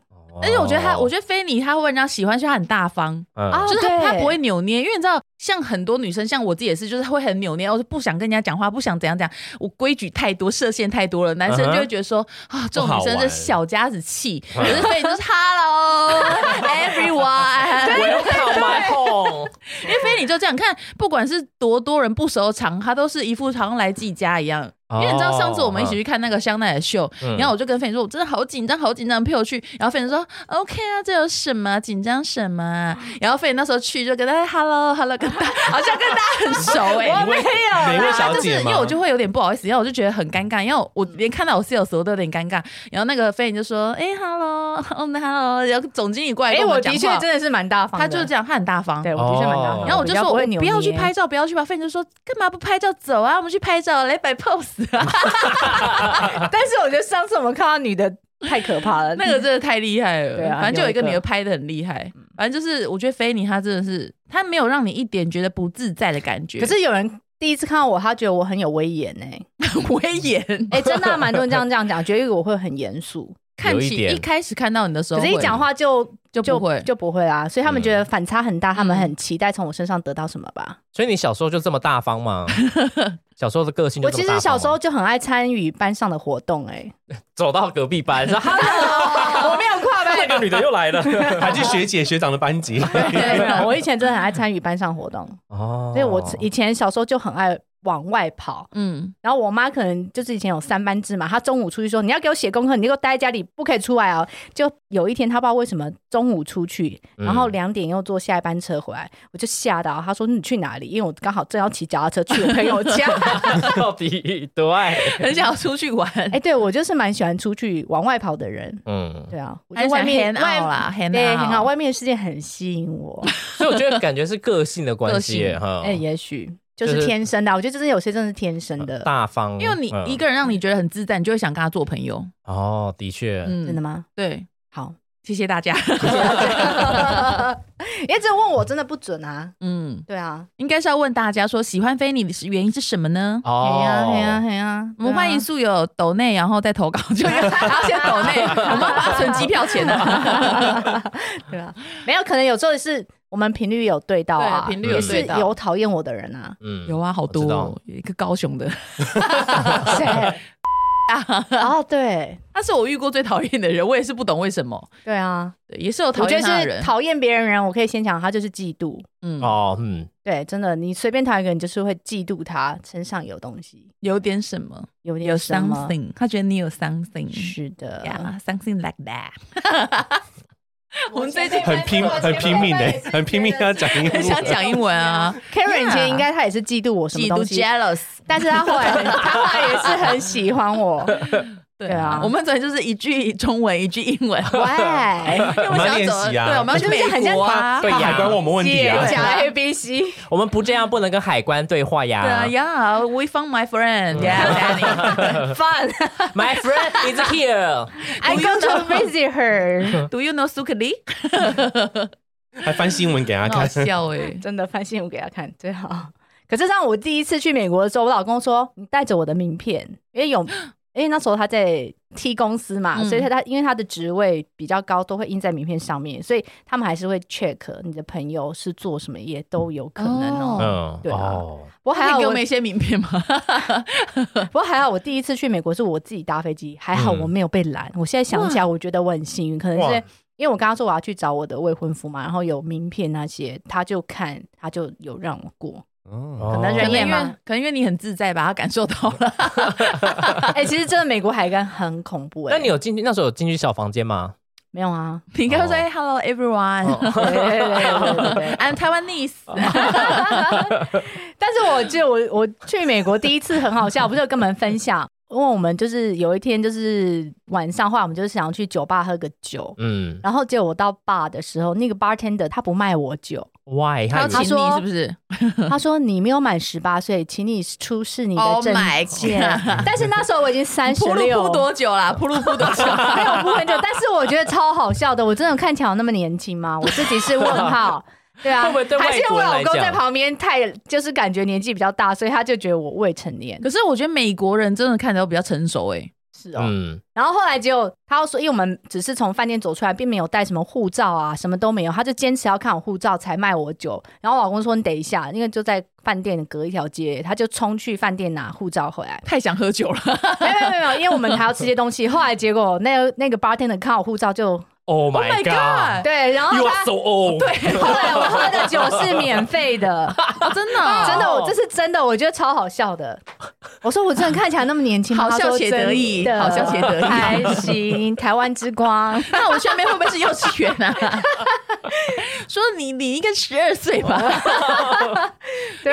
Speaker 3: 而且我觉得他，
Speaker 2: 哦
Speaker 3: 我
Speaker 4: 觉
Speaker 3: 觉得菲尼他会让人家喜欢，所以他很大方，
Speaker 2: 嗯
Speaker 4: 得
Speaker 5: 啊哦
Speaker 3: 就是他
Speaker 5: 对
Speaker 3: 他不会扭捏，因为你知道，像很多女生，像我自己也是，就是会很扭捏，我就不想跟人家讲话，不想怎样怎样，我规矩太多，设限太多了，男生
Speaker 4: 嗯哼
Speaker 3: 就会觉得说啊，这种女生是小家子气，
Speaker 4: 嗯
Speaker 3: 可是菲尼就是 Hello everyone，
Speaker 4: Welcome my home，
Speaker 3: 因为菲尼就这样看，不管是多多人不熟的场，他都是一副好像来自己家一样。因为你知道上次我们一
Speaker 2: 哦嗯
Speaker 4: 哦
Speaker 3: 起去看那个香奈儿秀，
Speaker 4: 嗯
Speaker 3: 然后我就跟菲尼说，我真的好紧张，好紧张，陪我去。然后菲尼说 OK 啊，这有什么紧张什么啊？然后菲尼那时候去就跟大家 Hello Hello，跟大好像跟大家很 熟哎、
Speaker 2: 哪位哪位小
Speaker 3: 就是
Speaker 2: 姐
Speaker 3: 因
Speaker 2: 吗？
Speaker 3: 为我就会有点不好意思，然后我就觉得很尴尬，因为我连看到我室友时候都有点尴尬。然后那个菲尼就说：“哎、h e l l o 嗯 Hello。”然后总经理过来
Speaker 5: 哎、
Speaker 3: 跟
Speaker 5: 我
Speaker 3: 们
Speaker 5: 的
Speaker 3: 讲
Speaker 5: 确
Speaker 3: 话，
Speaker 5: 真的是蛮大方的，
Speaker 3: 他就是这样，他很大方。
Speaker 5: 对我的确蛮大方的、
Speaker 4: 哦
Speaker 3: 然后我就
Speaker 5: 比较
Speaker 3: 说
Speaker 5: 不
Speaker 3: 我
Speaker 5: 会扭
Speaker 3: 不要去
Speaker 5: 捏
Speaker 3: 拍，照，不要去吧。菲尼就说干嘛不拍照？走啊，我们去拍照，来摆 pose 啊。
Speaker 5: 但是我觉得上次我们看到女的太可怕了，
Speaker 3: 那个真的太厉害了。
Speaker 5: 对啊
Speaker 3: 反正就有一个
Speaker 5: 有一个嗯
Speaker 3: 女的拍的很厉害。反正就是，我觉得菲尼她真的是，她没有让你一点觉得不自在的感觉，
Speaker 5: 可是有人。第一次看到我，他觉得我很有威严呢、
Speaker 3: 很威严。
Speaker 5: 哎、真的啊蛮多人这样这样讲，觉得我会很严肃，
Speaker 3: 看
Speaker 4: 有一
Speaker 3: 起
Speaker 4: 点
Speaker 3: 一开始看到你的时候
Speaker 5: 可
Speaker 3: 会，
Speaker 5: 是一讲话就
Speaker 3: 就
Speaker 5: 就
Speaker 3: 不会
Speaker 5: 就不会啊，所以他们觉得反差很大，他们
Speaker 3: 嗯
Speaker 5: 很期待从我身上得到什么吧。
Speaker 4: 所以你小时候就这么大方吗？小时候的个性就
Speaker 5: 我
Speaker 4: 这么
Speaker 5: 其
Speaker 4: 大方吗
Speaker 5: 实小时候就很爱参与班上的活动、哎，
Speaker 4: 走到隔壁班说哈，
Speaker 5: 我没有跨班，
Speaker 2: 那哎个女的又来 了，还去学姐学长的班级。
Speaker 5: 对，没
Speaker 3: 啊
Speaker 5: 有， 我以前真的很爱参与班上活动，
Speaker 4: 哦
Speaker 5: 所以我以前小时候就很爱往外跑。
Speaker 3: 嗯，
Speaker 5: 然后我妈可能就是以前有三班制嘛，她中午出去说你要给我写功课，你给我待在家里，不可以出来哦。就有一天她不知道为什么中午出去，
Speaker 4: 嗯
Speaker 5: 然后两点又坐下一班车回来，我就吓到。她说你去哪里？因为我刚好正要骑脚踏车去我朋 友家。
Speaker 4: 到底多爱？
Speaker 3: 很想要出去玩。
Speaker 5: 哎、对我就是蛮喜欢出去往外跑的人。
Speaker 4: 嗯，
Speaker 5: 对啊，我觉
Speaker 3: 还
Speaker 5: 得
Speaker 3: 是想
Speaker 5: 外面
Speaker 3: hang
Speaker 5: 外
Speaker 3: out 啦，hang
Speaker 5: 对
Speaker 3: out
Speaker 5: 很好，外面的世界很吸引我。
Speaker 4: 所以我觉得感觉是个性的关系耶哈。
Speaker 5: 哎、也许就是
Speaker 4: 哦就是
Speaker 5: 天生的啊。我觉得真的有些真的是天生的，
Speaker 4: 大方，
Speaker 3: 因为你
Speaker 4: 嗯
Speaker 3: 一个人让你觉得很自在，你就会想跟他做朋友。
Speaker 4: 哦，的确，
Speaker 3: 嗯，
Speaker 5: 真的？吗？
Speaker 3: 对，
Speaker 5: 好，
Speaker 3: 谢谢大家。
Speaker 5: 因为这问我真的不准啊。
Speaker 3: 嗯，
Speaker 5: 对啊，
Speaker 3: 应该是要问大家说喜欢菲你的原因是什么呢？
Speaker 5: 嘿呀
Speaker 4: 哦，
Speaker 5: 嘿呀嘿呀，
Speaker 3: 我们欢迎
Speaker 5: 对啊
Speaker 3: 素友抖内，然后再投稿，就 要
Speaker 5: 啊
Speaker 3: 先抖内，我们要帮他存机票钱的。
Speaker 5: 对啊，没有可能有时候是我们频率有对到啊，
Speaker 3: 对频
Speaker 4: 率有。
Speaker 5: 也是
Speaker 3: 对到
Speaker 5: 有讨厌我的人 啊
Speaker 4: 嗯
Speaker 3: 有啊，好多、
Speaker 4: 我知
Speaker 3: 哦
Speaker 4: 道，
Speaker 3: 有一个高雄的，
Speaker 5: 谁？ 哦，对
Speaker 3: 他是我遇过最讨厌的人，我也是不懂为什么，
Speaker 5: 对啊，
Speaker 3: 对，也是有
Speaker 5: 我
Speaker 3: 讨
Speaker 5: 觉
Speaker 3: 厌
Speaker 5: 得
Speaker 3: 他的
Speaker 5: 是
Speaker 3: 人。
Speaker 5: 讨厌别人的人，我可以先讲，他就是嫉妒。
Speaker 3: 嗯，
Speaker 4: 哦，嗯，
Speaker 5: 对，真的，你随便讨一个人，你就是会嫉妒他身上有东西，
Speaker 3: 有点什么，
Speaker 5: 有
Speaker 3: 有
Speaker 5: 点什么。
Speaker 3: something，他觉得你有 something。
Speaker 5: 是啊的
Speaker 3: something like that。我们 最近
Speaker 2: 很拼很拼命的，很拼命要讲英文，
Speaker 3: 很想讲英文 啊，
Speaker 5: Karen 以
Speaker 3: Yeah
Speaker 5: 前应该他也是嫉妒我什么
Speaker 3: 嫉
Speaker 5: 东
Speaker 3: 妒
Speaker 5: 西，
Speaker 3: jealous。
Speaker 5: 但是他后来他后来也是很喜 欢我。
Speaker 3: 对
Speaker 5: 对啊
Speaker 3: 我们昨天就是一句中文，一句英文。因
Speaker 5: 喂，
Speaker 3: 为我们想要走
Speaker 2: 我们要练习啊
Speaker 3: 对，我们要去
Speaker 5: 就是很
Speaker 3: 美
Speaker 5: 像
Speaker 3: 国啊，
Speaker 2: 对呀，还关我们问题啊
Speaker 5: 姐。讲 A B C，
Speaker 4: 我们不这样，不能跟海关对话
Speaker 3: 对啊
Speaker 4: 呀。
Speaker 3: ，Yeah，we found my friend，Yeah，Danny。
Speaker 5: fun。
Speaker 4: My friend is here。
Speaker 5: I go to visit her。
Speaker 3: Do you know Sukli？
Speaker 2: 还翻新闻给他
Speaker 3: 很好
Speaker 2: 看，
Speaker 3: 笑 哎，
Speaker 5: 真的翻新我给他看，最好。可是让我第一次去美国的时候，我老公说：“你带着我的名片，因为有，因为那时候他在 T 公司嘛，
Speaker 3: 嗯
Speaker 5: 所以他他因为他的职位比较高，都会印在名片上面，所以他们还是会 check 你的朋友是做什么，也都有可能哦。
Speaker 4: 嗯，
Speaker 5: 对啊
Speaker 4: 哦，
Speaker 5: 不过还
Speaker 3: 可
Speaker 5: 好
Speaker 3: 以给
Speaker 5: 我
Speaker 3: 我们一些名片吗？
Speaker 5: 不过还好我第一次去美国是我自己搭飞机，还好
Speaker 4: 嗯
Speaker 5: 我没有被拦。我现在想起来，我觉得我很幸运，可能是
Speaker 2: 哇
Speaker 5: 因为我刚刚说我要去找我的未婚夫嘛，然后有名片那些，他就看，他就有让我过。
Speaker 2: 哦
Speaker 4: 可
Speaker 5: 能人
Speaker 3: 可能
Speaker 5: 也
Speaker 3: 因为
Speaker 5: 吗
Speaker 3: 可能因为你很自在吧，他感受到了。
Speaker 5: 哎、其实真的美国海干很恐怖哎、
Speaker 4: 那你有进去那时候有进去小房间吗？
Speaker 5: 没有啊？
Speaker 3: 你应该会说
Speaker 4: 哦
Speaker 3: 哎，Hello everyone，I'm
Speaker 5: 对对对对对对
Speaker 3: Taiwanese。
Speaker 5: 但是我记得我我去美国第一次很好笑，不是有跟你们分享，因为我们就是有一天就是晚上的话，我们就是想要去酒吧喝个酒。
Speaker 4: 嗯
Speaker 5: 然后结果我到 bar 的时候，那个 bartender 他不卖我酒，
Speaker 4: ，Why？
Speaker 3: 他要
Speaker 4: 他
Speaker 3: 请
Speaker 5: 他
Speaker 3: 你
Speaker 4: 有
Speaker 5: 说
Speaker 3: 是不是？
Speaker 5: 他说你没有满十八岁，请你出示你的
Speaker 3: Oh
Speaker 5: 证
Speaker 3: my
Speaker 5: 件。但是那时候我已经三 十
Speaker 3: 铺路
Speaker 5: 六，
Speaker 3: 铺 多久啦？铺路铺 多久？
Speaker 5: 没有不很久，但是我觉得超好笑的。我真的看起来有那么年轻吗？我自己是问 号。对啊，
Speaker 4: 会不会对外
Speaker 5: 还
Speaker 4: 国人
Speaker 5: 是我老
Speaker 4: 来
Speaker 5: 公
Speaker 4: 讲
Speaker 5: 在旁边太就是感觉年纪比较大，所以他就觉得我未成年。
Speaker 3: 可是我觉得美国人真的看起来都比较成熟哎、
Speaker 5: 是哦。
Speaker 4: 嗯，
Speaker 5: 然后后来结果他又说，因为我们只是从饭店走出来，并没有带什么护照啊，什么都没有，他就坚持要看我护照才卖我酒。然后我老公说你等一下，因为就在饭店隔一条街，他就冲去饭店拿护照回来。
Speaker 3: 太想喝酒了。
Speaker 5: 没有没有没有，因为我们还要吃些东西。 后来结果那个那个 bartender 看我护照就
Speaker 4: Oh
Speaker 3: Oh my Oh
Speaker 4: my god！
Speaker 5: 对，然后
Speaker 4: You
Speaker 5: 他
Speaker 4: are so old。对，
Speaker 5: 后来我喝的酒是免费的，
Speaker 3: 哦真的哦、
Speaker 5: 真的，我这是真的，我觉得超好笑的。我说我真的看起来那么年轻吗，
Speaker 3: 好笑且得意
Speaker 5: 他说真的
Speaker 3: 好笑且得意
Speaker 5: 还行，台湾之光。
Speaker 3: 那我去那边会不会是幼稚园啊？ 说你你应该十二岁吧？
Speaker 5: 对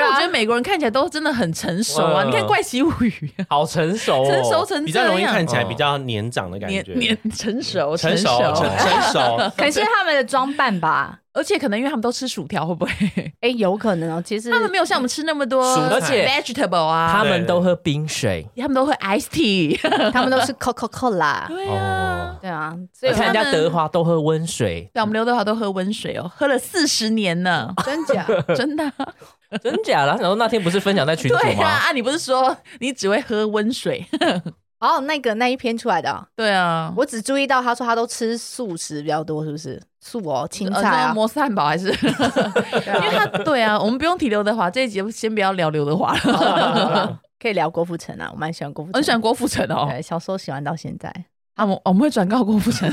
Speaker 3: 因为我
Speaker 5: 啊
Speaker 3: 觉得，美国人看起来都真的很成熟啊。
Speaker 4: 嗯
Speaker 3: 你看《怪奇物语》啊
Speaker 4: 好成熟哦，
Speaker 3: 成熟成
Speaker 2: 比较容易
Speaker 3: 这样
Speaker 2: 看起来比较年长的感
Speaker 3: 年
Speaker 2: 觉，
Speaker 3: 年成熟
Speaker 2: 成熟成成 熟
Speaker 5: 可能是他们的装扮吧。
Speaker 3: 而且可能因为他们都吃薯条，会不会？
Speaker 5: 哎，有可能哦，其实
Speaker 3: 他们没有像我们吃那么多，
Speaker 2: 薯
Speaker 4: 而且
Speaker 3: vegetable 啊，
Speaker 4: 他们都喝冰水。
Speaker 3: 他们都会 ice tea。
Speaker 5: 他们都是 Coca Cola。
Speaker 3: 对啊
Speaker 4: 哦。
Speaker 5: 对啊，所以
Speaker 4: 我
Speaker 5: 我
Speaker 4: 看人
Speaker 3: 他
Speaker 4: 家
Speaker 3: 们
Speaker 4: 德华都喝温水，
Speaker 3: 对，我们刘德华都喝温水哦，喝了四十年 呢，
Speaker 5: 真假？
Speaker 3: 真的啊、
Speaker 4: 真假啦？然后那天不是分享在群
Speaker 3: 对
Speaker 4: 组
Speaker 3: 啊，
Speaker 4: 吗？
Speaker 3: 啊，你不是说你只会喝温 水？
Speaker 5: 哦，那个那一篇出来的哦，
Speaker 3: 对啊，
Speaker 5: 我只注意到他说他都吃素食比较多，是不是？素哦，青
Speaker 3: 呃
Speaker 5: 菜啊
Speaker 3: 那，摩斯汉堡 还是？
Speaker 5: 对啊
Speaker 3: 因为他对啊，我们不用提刘德华这一集，先不要聊刘德华
Speaker 5: 好
Speaker 3: 了。
Speaker 5: 啦好啦好啦可以聊郭富城啊，我蛮喜欢郭富
Speaker 3: 我
Speaker 5: 城，
Speaker 3: 很喜欢郭富城哦，
Speaker 5: 对，小时候喜欢到现在。
Speaker 3: 啊，我我们会转告郭富 城，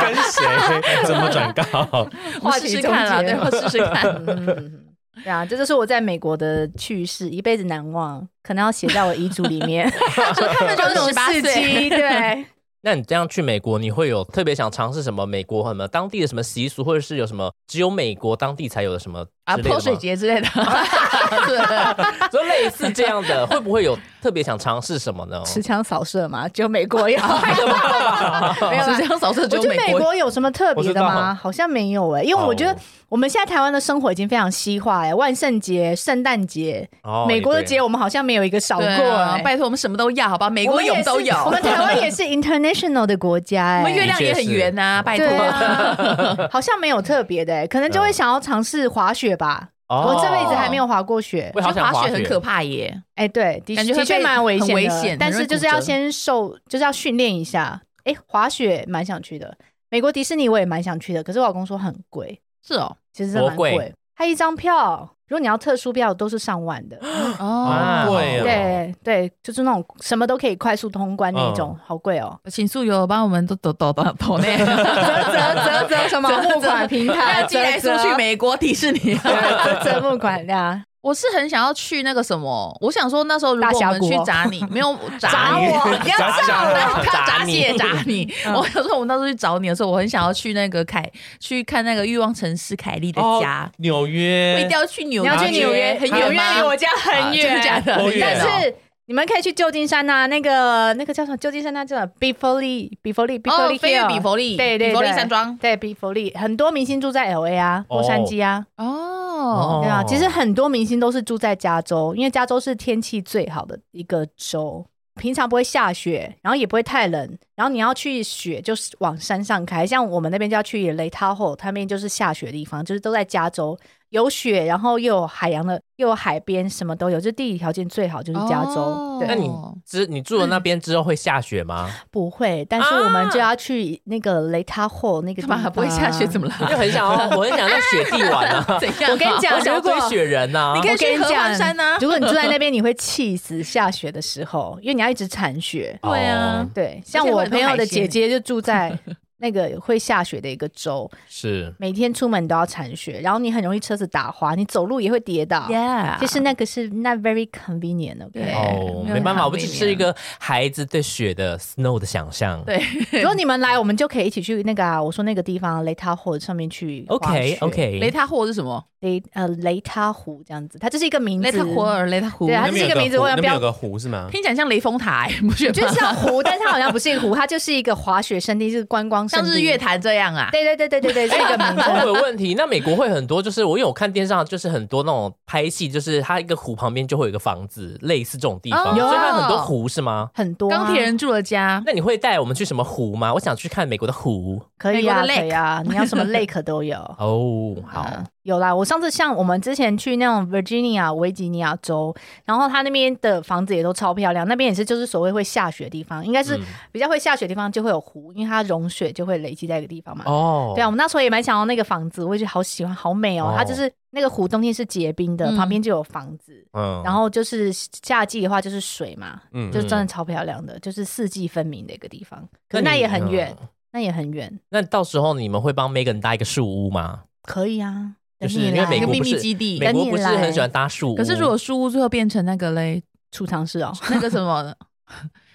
Speaker 2: 跟谁 怎么转告？
Speaker 3: 我试试看啦，
Speaker 5: 话题
Speaker 3: 对，
Speaker 5: 终结
Speaker 3: 我试试 看。
Speaker 5: 嗯，对啊，这就是我在美国的趣事，一辈子难忘，可能要写在我遗嘱里 面。
Speaker 3: 说他们 就是十八
Speaker 5: 事迹，
Speaker 3: 岁，
Speaker 5: 对，
Speaker 4: 那你这样去美国，你会有特别想尝试什么美国什么当地的什么习俗，或者是有什么只有美国当地才有的什么
Speaker 3: 啊，
Speaker 4: 之类的吗
Speaker 3: 泼水，节之类的，对，
Speaker 4: 就类似这样的，会不会有特别想尝试什么
Speaker 3: 哦
Speaker 4: 呢？
Speaker 5: 持枪扫射嘛，只有美国 有， 没有
Speaker 3: 是
Speaker 5: 啦
Speaker 3: 这。样扫射
Speaker 5: 我
Speaker 3: 就
Speaker 5: 觉得美
Speaker 3: 国。
Speaker 5: 国有什么特别的
Speaker 4: 我知
Speaker 5: 吗？
Speaker 4: 道
Speaker 5: 好像没有哎、因为我觉得
Speaker 4: 哦
Speaker 5: 我们现在台湾的生活已经非常西化哎、万圣节、圣诞节，
Speaker 4: 哦
Speaker 5: 美国的
Speaker 4: 也对
Speaker 5: 节我们好像没有一个少过
Speaker 3: 对啊
Speaker 5: 哎、
Speaker 3: 拜托我们什么都要，好吧？美国有都有，
Speaker 5: 我们也是我们台湾也是 international 的国家
Speaker 3: 我
Speaker 5: 哎、
Speaker 3: 们月亮也很圆啊，拜托。
Speaker 5: 对啊，好像没有特别的、哎可能
Speaker 3: 哦
Speaker 5: 就会想要尝试滑雪吧。
Speaker 4: 哦
Speaker 5: 我这辈子还没有滑过雪
Speaker 4: 我，也好
Speaker 3: 我觉得
Speaker 4: 想
Speaker 3: 滑
Speaker 4: 滑
Speaker 3: 雪很可怕耶，
Speaker 5: 哎、对，的
Speaker 3: 感觉会
Speaker 5: 的确
Speaker 3: 被
Speaker 5: 蛮危
Speaker 3: 很
Speaker 5: 险的，
Speaker 3: 危险
Speaker 5: 但
Speaker 3: 很容
Speaker 5: 是
Speaker 3: 易
Speaker 5: 就是
Speaker 3: 骨折
Speaker 5: 要先受，就是要训练一下。哎、滑雪蛮想去的，美国迪士尼我也蛮想去的，可是我老公说很贵，
Speaker 3: 是哦，
Speaker 5: 其实真的
Speaker 4: 多
Speaker 5: 蛮
Speaker 4: 贵
Speaker 5: 贵，他一张票，如果你要特殊票都是上万 的，
Speaker 4: 啊
Speaker 3: 哦，
Speaker 2: 贵哦
Speaker 5: 对对，就是那种什么都可以快速通关那一
Speaker 4: 嗯
Speaker 5: 种，好 贵哦。
Speaker 3: 请宿友帮我们都抖抖抖抖内，
Speaker 5: 折折折什么募款平 台
Speaker 3: 那寄来说
Speaker 5: 折折
Speaker 3: 去美国迪士尼。
Speaker 5: 折折募款对啊，
Speaker 3: 我是很想要去那个什么，我想说那时候如果我
Speaker 5: 大峡
Speaker 3: 们
Speaker 5: 谷哦
Speaker 3: 去砸你，没有
Speaker 5: 砸
Speaker 3: 你
Speaker 5: 我
Speaker 3: 不要炸我，他
Speaker 4: 砸
Speaker 3: 砸
Speaker 4: 你
Speaker 3: 蟹砸你。我想说，我那时候去找你的时候，我很想要去那个凯去看那个欲望城市凯莉的家，
Speaker 2: 纽约
Speaker 3: 我一定要去纽
Speaker 5: 你
Speaker 3: 约，
Speaker 5: 要去纽约，
Speaker 3: 很
Speaker 5: 纽
Speaker 3: 远
Speaker 5: 约
Speaker 3: 吗
Speaker 5: 离我家
Speaker 3: 啊
Speaker 5: 很
Speaker 3: 真的假
Speaker 5: 远，
Speaker 3: 的？
Speaker 2: 多远
Speaker 5: 但
Speaker 2: 啊
Speaker 5: 是。你们可以去旧金山啊呐、那个那个叫什么？旧金山那叫什么比佛利，比佛利，比佛
Speaker 3: 哦
Speaker 5: 利，
Speaker 3: 飞跃
Speaker 5: Hill
Speaker 3: 比佛利，
Speaker 5: 对对
Speaker 3: 比佛利
Speaker 5: 对
Speaker 3: 山庄
Speaker 5: 对比佛利，很多明星住在 L A 啊，洛杉矶啊，
Speaker 3: 哦。
Speaker 5: 对啊
Speaker 4: 哦。
Speaker 5: 其实很多明星都是住在加州，因为加州是天气最好的一个州，平常不会下雪，然后也不会太冷，然后你要去雪就是往山上开，像我们那边就要去雷塔后，他们就是下雪的地方，就是都在加州。有雪，然后又有海洋的，又有海边，什么都有，就地理条件最好就是加州。
Speaker 3: 哦
Speaker 5: 对
Speaker 4: 那你之你住了那边之后会下雪吗？
Speaker 5: 不会，但是我们就要去那个雷塔后那个地
Speaker 3: 干
Speaker 5: 方。
Speaker 3: 嘛不会下雪？怎
Speaker 5: 么？
Speaker 3: 么了？，
Speaker 4: 就很想要，我很想在雪地玩啊
Speaker 3: 怎样？
Speaker 5: 我跟你讲
Speaker 4: 我想要
Speaker 5: 如果
Speaker 4: 堆雪人啊呐、
Speaker 3: 你可以
Speaker 5: 我跟
Speaker 3: 去合
Speaker 5: 你
Speaker 3: 欢
Speaker 5: 讲，
Speaker 3: 山啊
Speaker 5: 如果你住在那边，你会气死。下雪的时候，因为你要一直铲雪。
Speaker 3: 对啊
Speaker 4: 哦
Speaker 5: 对，像
Speaker 3: 会有
Speaker 5: 我
Speaker 3: 很多
Speaker 5: 朋友
Speaker 3: 海
Speaker 5: 的
Speaker 3: 鲜
Speaker 5: 姐姐就 住在那个会下雪的一个州，
Speaker 4: 是
Speaker 5: 每天出门都要铲雪，然后你很容易车子打滑，你走路也会跌倒。
Speaker 3: Yeah，
Speaker 5: 其实那个是 not very convenient。
Speaker 3: 对
Speaker 5: OK，
Speaker 4: 哦，
Speaker 3: 没有
Speaker 4: 没办
Speaker 3: 很
Speaker 4: 法，我不只
Speaker 3: convenient
Speaker 4: 是一个孩子对雪的 snow 的想象。
Speaker 3: 对，
Speaker 5: 如果你们来，我们就可以一起去那个啊，我说那个地方雷塔湖上面去滑
Speaker 4: ，OK
Speaker 5: 雪
Speaker 4: OK，
Speaker 3: 雷塔霍是什么？
Speaker 5: 雷呃雷塔湖这样子，它就是一个名字。
Speaker 3: 雷塔霍尔，雷塔湖，
Speaker 5: 对啊它
Speaker 2: 那
Speaker 5: 是
Speaker 2: 边
Speaker 5: 一个
Speaker 2: 有
Speaker 5: 名字
Speaker 2: 湖
Speaker 5: 我想
Speaker 2: 那
Speaker 5: 不
Speaker 2: 边有
Speaker 5: 要
Speaker 2: 个湖是吗？
Speaker 3: 听起来像雷峰塔，哎 不觉
Speaker 5: 我
Speaker 3: 得
Speaker 5: 觉
Speaker 3: 吗？
Speaker 5: 得 像湖，但它好像不是一个湖，它就是一个滑雪圣地，是观光圣
Speaker 3: 像
Speaker 5: 地。
Speaker 3: 日月潭这样啊？
Speaker 5: 对对对对对对，是一个名 字。
Speaker 4: 我有问题，那美国会很多，就是我因为我看电视上就是很多那种拍戏，就是它一个湖旁边就会有一个房子，类似这种地方，
Speaker 3: 哦
Speaker 4: 所以它很多湖是吗？
Speaker 5: 很多啊
Speaker 3: 钢铁人住的家，
Speaker 4: 那你会带我们去什么湖吗？我想去看美国的湖
Speaker 5: 可以
Speaker 3: 美国
Speaker 5: 啊，
Speaker 3: 的 lake
Speaker 5: 可以啊，你要什么 lake 都有。
Speaker 4: 哦。好，
Speaker 3: 嗯
Speaker 5: 有啦，我上次像我们之前去那种 Virginia 维吉尼亚州，然后它那边的房子也都超漂亮，那边也是就是所谓会下雪的地方，应该是
Speaker 4: 嗯
Speaker 5: 比较会下雪的地方就会有湖，因为它融雪就会累积在一个地方嘛。
Speaker 4: 哦，
Speaker 5: 对啊，我们那时候也蛮想要那个房子，我也觉得好喜欢，好美哦。
Speaker 4: 哦
Speaker 5: 它就是那个湖冬天是结冰的，
Speaker 3: 嗯
Speaker 5: 旁边就有房子，
Speaker 4: 嗯
Speaker 5: 然后就是夏季的话就是水嘛，
Speaker 2: 嗯
Speaker 5: 就真的超漂亮的，就是四季分明的一个地方。
Speaker 4: 那
Speaker 5: 可是那
Speaker 4: 你
Speaker 5: 也很远，
Speaker 4: 嗯
Speaker 5: 那也很远，
Speaker 4: 那到时候你们会帮 Megan 搭一个树屋吗？
Speaker 5: 可以啊。等
Speaker 4: 就是
Speaker 5: 你
Speaker 4: 因为
Speaker 5: 来
Speaker 4: 美
Speaker 3: 一个
Speaker 4: 国
Speaker 3: 秘
Speaker 4: 不
Speaker 3: 密
Speaker 4: 是
Speaker 3: 基地。
Speaker 4: 美国不是
Speaker 5: 等你来
Speaker 4: 很喜欢搭树屋，
Speaker 3: 可是如果书屋最后变成那个嘞，
Speaker 5: 储藏室哦，
Speaker 3: 那个什 么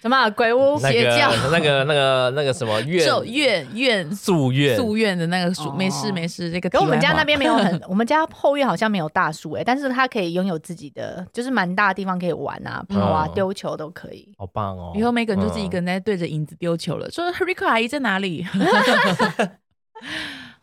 Speaker 5: 什么啊
Speaker 3: 哎
Speaker 5: 鬼屋？
Speaker 4: 那
Speaker 3: 邪
Speaker 4: 个
Speaker 3: 教
Speaker 4: 那个那个那个什么 院
Speaker 3: 咒院院
Speaker 4: 宿院
Speaker 3: 夙愿的那个书，
Speaker 5: 哦
Speaker 3: 没事没事，这个题
Speaker 5: 可
Speaker 3: 外话。
Speaker 5: 我们家那边没有很，我们家后院好像没有大树哎、但是它可以拥有自己的，就是蛮大的地方可以玩啊、跑啊、
Speaker 4: 嗯
Speaker 5: 丢球都可以。
Speaker 4: 好棒哦！
Speaker 3: 以后 Megan 就是一个人在对着影子丢球了，说 Rico 阿姨在哪里？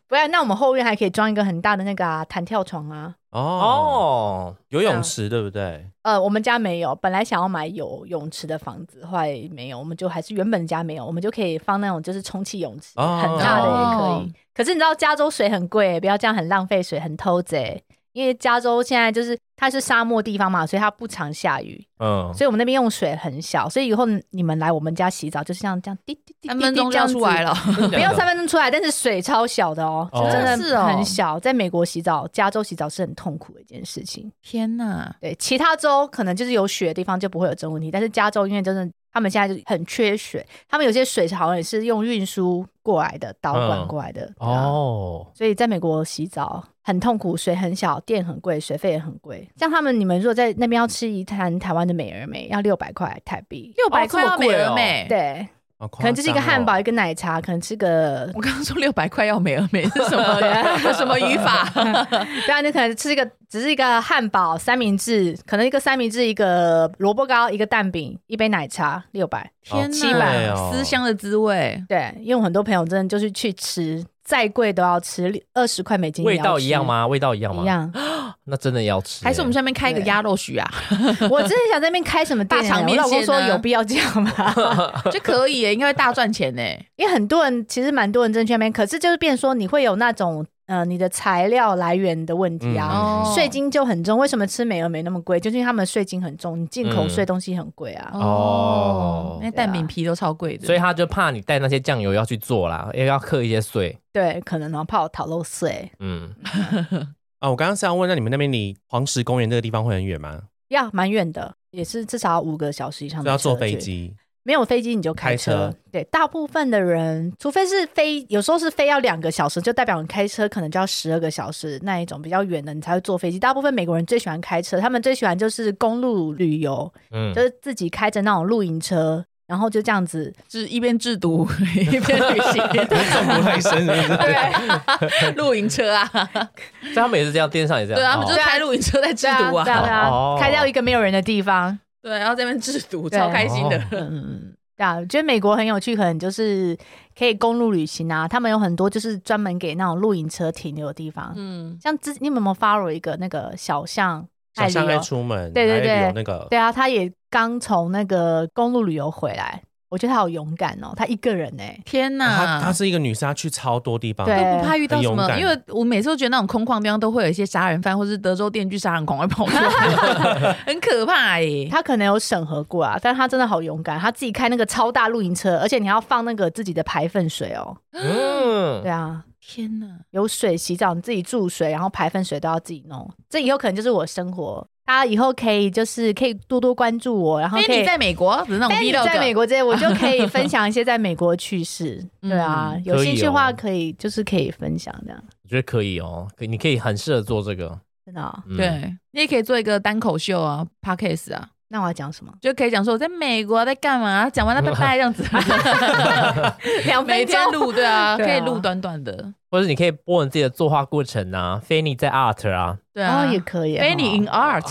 Speaker 5: 不然，那我们后院还可以装一个很大的那个啊弹跳床啊。
Speaker 2: 哦，
Speaker 4: 哦，
Speaker 3: 啊
Speaker 2: 游泳池对不 对？
Speaker 5: 呃，我们家没有，本来想要买有泳池的房子，后来没有，我们就还是原本家没有，我们就可以放那种就是充气泳池，
Speaker 2: 哦
Speaker 5: 很大的也可
Speaker 3: 哦
Speaker 5: 以。可是你知道加州水很贵，不要这样很浪费水，很偷贼。因为加州现在就是它是沙漠地方嘛，所以它不常下雨，
Speaker 2: 哦
Speaker 4: 嗯，
Speaker 5: 所以我们那边用水很小，所以以后你们来我们家洗澡就是像这样滴滴滴滴
Speaker 3: 三
Speaker 5: 滴
Speaker 3: 分钟就
Speaker 5: 这
Speaker 3: 要
Speaker 5: 样子
Speaker 3: 出来， 了，
Speaker 5: 没有三分钟出来，但是水超小的哦，
Speaker 4: 啊哦
Speaker 5: 真
Speaker 3: 是哦
Speaker 5: 的很小。在美国洗澡，加州洗澡是很痛苦的一件事情。
Speaker 3: 天哪！
Speaker 5: 对，其他州可能就是有雪的地方就不会有这种问题，但是加州因为真的他们现在就很缺水，他们有些水好像也是用运输过来的，导管
Speaker 4: 嗯
Speaker 5: 过来的、对啊。
Speaker 4: 哦，
Speaker 5: 所以在美国洗澡很痛苦，水很小，电很贵，水费也很贵。像他们，你们如果在那边要吃一餐台湾的美而美，要六百块台币。
Speaker 3: 六百
Speaker 4: 哦这
Speaker 3: 块
Speaker 4: 么
Speaker 3: 要美
Speaker 4: 贵哦
Speaker 3: 而美，
Speaker 5: 对，
Speaker 2: 好夸
Speaker 5: 可能就是一个
Speaker 2: 张哦
Speaker 5: 汉堡，一个奶茶，可能吃个
Speaker 3: 我刚刚说六百块要美而美是什 么有什么语法？
Speaker 5: 对啊，你可能吃一个，只是一个汉堡、三明治，可能一个三明治、一个萝卜糕、一个蛋饼、一杯奶茶，六百。
Speaker 2: 好
Speaker 3: 天
Speaker 2: 气
Speaker 3: 哪！
Speaker 2: 哦
Speaker 3: 思乡的滋味，
Speaker 5: 对，因为我很多朋友真的就是去吃，再贵都要吃二十块美金，
Speaker 4: 味道一样？吗？味道一样吗？
Speaker 5: 一。样。
Speaker 4: 那真的要吃、
Speaker 3: 还是我们
Speaker 4: 欸
Speaker 3: 下面开一个
Speaker 5: 对
Speaker 3: 鸭肉许啊，
Speaker 5: 我真的想在那边开什么店
Speaker 3: 大
Speaker 5: 欸、
Speaker 3: 肠面
Speaker 5: 我老公
Speaker 3: 线
Speaker 5: 说
Speaker 3: 呢
Speaker 5: 有必要这样吗？
Speaker 3: 就可以耶，应该会大赚钱呢。
Speaker 5: 因为很多人其实蛮多人真的去那边，可是就是变成说你会有那种呃你的材料来源的问题
Speaker 2: 嗯
Speaker 5: 啊，
Speaker 3: 哦，
Speaker 5: 税金就很重。为什么吃美而没那么贵？就是因为他们税金很重，你进口
Speaker 4: 嗯
Speaker 5: 税东西很贵啊。
Speaker 4: 哦
Speaker 3: 那蛋饼皮都超贵的，
Speaker 4: 所以他就怕你带那些酱油要去做啦，因为要刻一些碎。
Speaker 5: 对，可能然后怕我逃漏税。
Speaker 4: 嗯，
Speaker 2: 啊，我刚刚是要问，那你们那边离黄石公园这个地方会很远吗？
Speaker 5: 呀，蛮远的，也是至少要五个小时以上
Speaker 2: 就
Speaker 5: 的。
Speaker 2: 要坐飞，机？
Speaker 5: 没有飞机你就开
Speaker 2: 开车
Speaker 5: 对，大部分的人，除非是飞，有时候是飞要两个小时，就代表你开车可能就要十二个小时那一种比较远的，你才会坐飞机。大部分美国人最喜欢开车，他们最喜欢就是公路旅游，
Speaker 4: 嗯
Speaker 5: 就是自己开着那种露营车，然后就这样子。
Speaker 3: 就是一边制毒一边旅
Speaker 5: 啊
Speaker 3: 行，
Speaker 2: 中毒太深是不是？
Speaker 3: 对，露营车啊，
Speaker 4: 所以他们也是这样，电视上也这样。
Speaker 3: 对啊，他们
Speaker 4: 哦
Speaker 3: 就是开露营车在 制
Speaker 5: 对啊，
Speaker 3: 毒
Speaker 5: 对啊，
Speaker 3: 啊，
Speaker 5: 对啊
Speaker 4: 哦，
Speaker 5: 开到一个没有人的地方。
Speaker 3: 对，然后在那边制毒，
Speaker 5: 对
Speaker 3: 超开心的。
Speaker 5: 嗯，对啊，我觉得美国很有趣，可能就是可以公路旅行啊，他们有很多就是专门给那种露营车停留的地方。
Speaker 3: 嗯，
Speaker 5: 像之你们有没有 follow 一个那个小巷
Speaker 2: 小
Speaker 5: 爱
Speaker 2: 象
Speaker 5: 旅
Speaker 2: 爱
Speaker 5: 游？
Speaker 2: 出门，
Speaker 5: 对对
Speaker 2: 还有
Speaker 5: 对
Speaker 2: 那个
Speaker 5: 对啊，他也刚从那个公路旅游回来，我觉得他好勇敢哦，他一个人哎、
Speaker 3: 天
Speaker 2: 她
Speaker 3: 哪，
Speaker 2: 她啊是一个女生，她去超多地方，
Speaker 5: 对
Speaker 3: 不怕遇到什
Speaker 2: 很勇
Speaker 3: 么，
Speaker 2: 敢
Speaker 3: 因为我每次都觉得那种空旷地方都会有一些杀人犯或是德州电锯杀人狂会跑出来，很可怕耶。
Speaker 5: 他可能有审核过啊，但他真的好勇敢，他自己开那个超大露营车，而且你还要放那个自己的排粪水哦。对
Speaker 4: 嗯，
Speaker 5: 啊，
Speaker 3: 天哪，
Speaker 5: 有水洗澡，你自己注水，然后排粪水都要自己弄。这以后可能就是我生活，大家以后可以就是可以多多关注我，然后
Speaker 3: 菲
Speaker 5: 可以
Speaker 3: 你在美国，只是那种
Speaker 5: 但你
Speaker 3: vlog
Speaker 5: 在美国这些，我就可以分享一些在美国的趣事。
Speaker 3: 嗯
Speaker 5: 对啊，有
Speaker 4: 可以
Speaker 5: 兴趣的话
Speaker 4: 哦
Speaker 5: 可以，就是可以分享这样，
Speaker 4: 我觉得可以哦，可以你可以很适合做这个。
Speaker 5: 真的、哦。
Speaker 4: 嗯，
Speaker 3: 对，你也可以做一个单口秀啊，podcast 啊，？
Speaker 5: 那我要讲什么
Speaker 3: 就可以讲说我在美国在干嘛，讲完了拜拜这样子，
Speaker 5: 两
Speaker 3: 每
Speaker 5: 分
Speaker 3: 天
Speaker 5: 钟
Speaker 3: 录 对啊，
Speaker 5: 对
Speaker 3: 可
Speaker 5: 啊
Speaker 3: 以录短短的，
Speaker 4: 或者你可以播你自己的作画过程啊，菲尼在 art 啊，。
Speaker 3: 对啊，
Speaker 5: 哦，也可以哦。
Speaker 3: 非你 in art，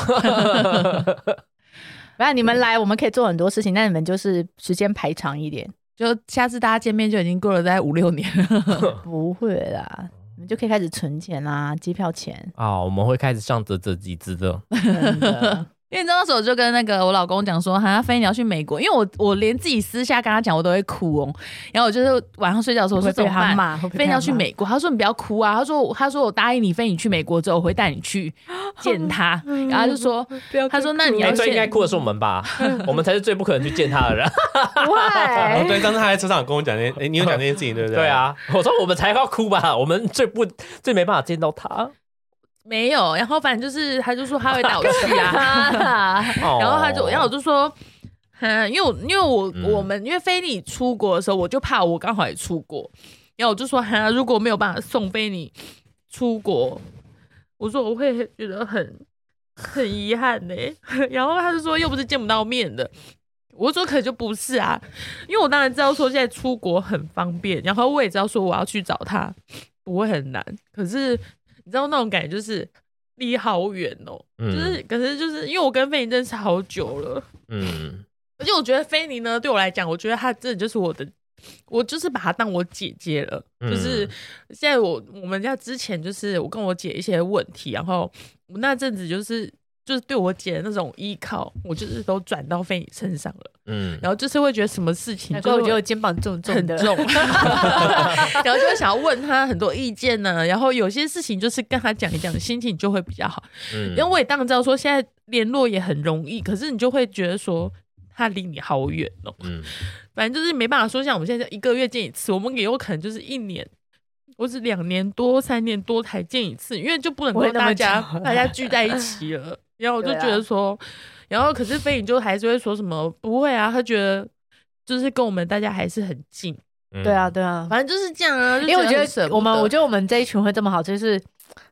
Speaker 5: 反正你们来，我们可以做很多事情，那你们就是时间排长一点。
Speaker 3: 就下次大家见面就已经过了大概五六年了，
Speaker 5: 不会啦，你们就可以开始存钱啦，机票钱
Speaker 4: 啊，我们会开始上啧啧集资的。
Speaker 5: 真的
Speaker 3: 因为你知道那时候我就跟那个我老公讲说，哈，飞你要去美国，因为我我连自己私下跟他讲我都会哭哦，然后我就是晚上睡觉的时候我说
Speaker 5: 会被
Speaker 3: 怎么
Speaker 5: 他
Speaker 3: 办？
Speaker 5: 骂，会被
Speaker 3: 飞你
Speaker 5: 他
Speaker 3: 要去
Speaker 5: 骂
Speaker 3: 美国，他说你不要哭啊，他说他说我答应你，飞你去美国之后我会带你 去见他，
Speaker 5: 嗯
Speaker 3: 然后他就说他说那你
Speaker 4: 哎，
Speaker 3: 要
Speaker 4: 最应该
Speaker 3: 先
Speaker 4: 哭的是我 们吧？我们才是最不可能去见他 的人。
Speaker 5: 不
Speaker 2: 哦，
Speaker 5: 会。
Speaker 2: 对，上次她在车上有跟我讲那， 哎，你有讲这件事情对不对？
Speaker 4: 对，啊，我说我们才要哭吧，我们最不最没办法见到他。
Speaker 3: 没有，然后反正就是他就说他会带我去啊，
Speaker 5: 啊
Speaker 4: 哦
Speaker 3: 然后他就，然后我就说，嗯，因为我因为我、
Speaker 4: 嗯
Speaker 3: 我们因为菲尼出国的时候，我就怕我刚好也出国，然后我就说，哈，如果没有办法送菲尼出国，我说我会觉得很很遗憾呢、 然后他就说，又不是见不到面的。我说可就不是啊，因为我当然知道说现在出国很方便，然后我也知道说我要去找他不会很难，可是你知道那种感觉就是离好远哦、
Speaker 4: 嗯
Speaker 3: 就是，可是就是因为我跟菲尼认识好久了，
Speaker 4: 嗯，
Speaker 3: 而且我觉得菲尼呢，对我来讲，我觉得她真的就是我的，我就是把她当我姐姐了。
Speaker 4: 嗯
Speaker 3: 就是现在我我们家之前就是我跟我姐一些问题，然后我那阵子就是就是对我姐的那种依靠，我就是都转到菲尼身上了，
Speaker 4: 嗯，
Speaker 3: 然后就是会觉得什么事情
Speaker 5: 难
Speaker 3: 就
Speaker 5: 怪
Speaker 3: 是
Speaker 5: 我
Speaker 3: 会，
Speaker 5: 觉得我肩膀重重
Speaker 3: 很
Speaker 5: 的，
Speaker 3: 重， 然后就会想要问她很多意见呢，然后有些事情就是跟她讲一讲，心情就会比较好。
Speaker 4: 嗯
Speaker 3: 因为我也当然知道说现在联络也很容易，可是你就会觉得说他离你好远哦、
Speaker 4: 嗯
Speaker 3: 反正就是没办法说，像我们现在一个月见一次，我们也有可能就是一年。或是两年多、三年多才见一次，因为就不能
Speaker 5: 不会
Speaker 3: 够
Speaker 5: 那么
Speaker 3: 大家
Speaker 5: 久
Speaker 3: 大家聚在 一起了。然后我就
Speaker 5: 对啊
Speaker 3: 觉得说，然后可是飞影就还是会说什么不会啊，他觉得就是跟我们大家还是很近，
Speaker 4: 嗯
Speaker 5: 对啊，对啊，
Speaker 3: 反正就是这样啊。就
Speaker 5: 因为我
Speaker 3: 很
Speaker 5: 觉
Speaker 3: 舍
Speaker 5: 得
Speaker 3: 不
Speaker 5: 我们，
Speaker 3: 得
Speaker 5: 我觉得我们这一群会这么好，就是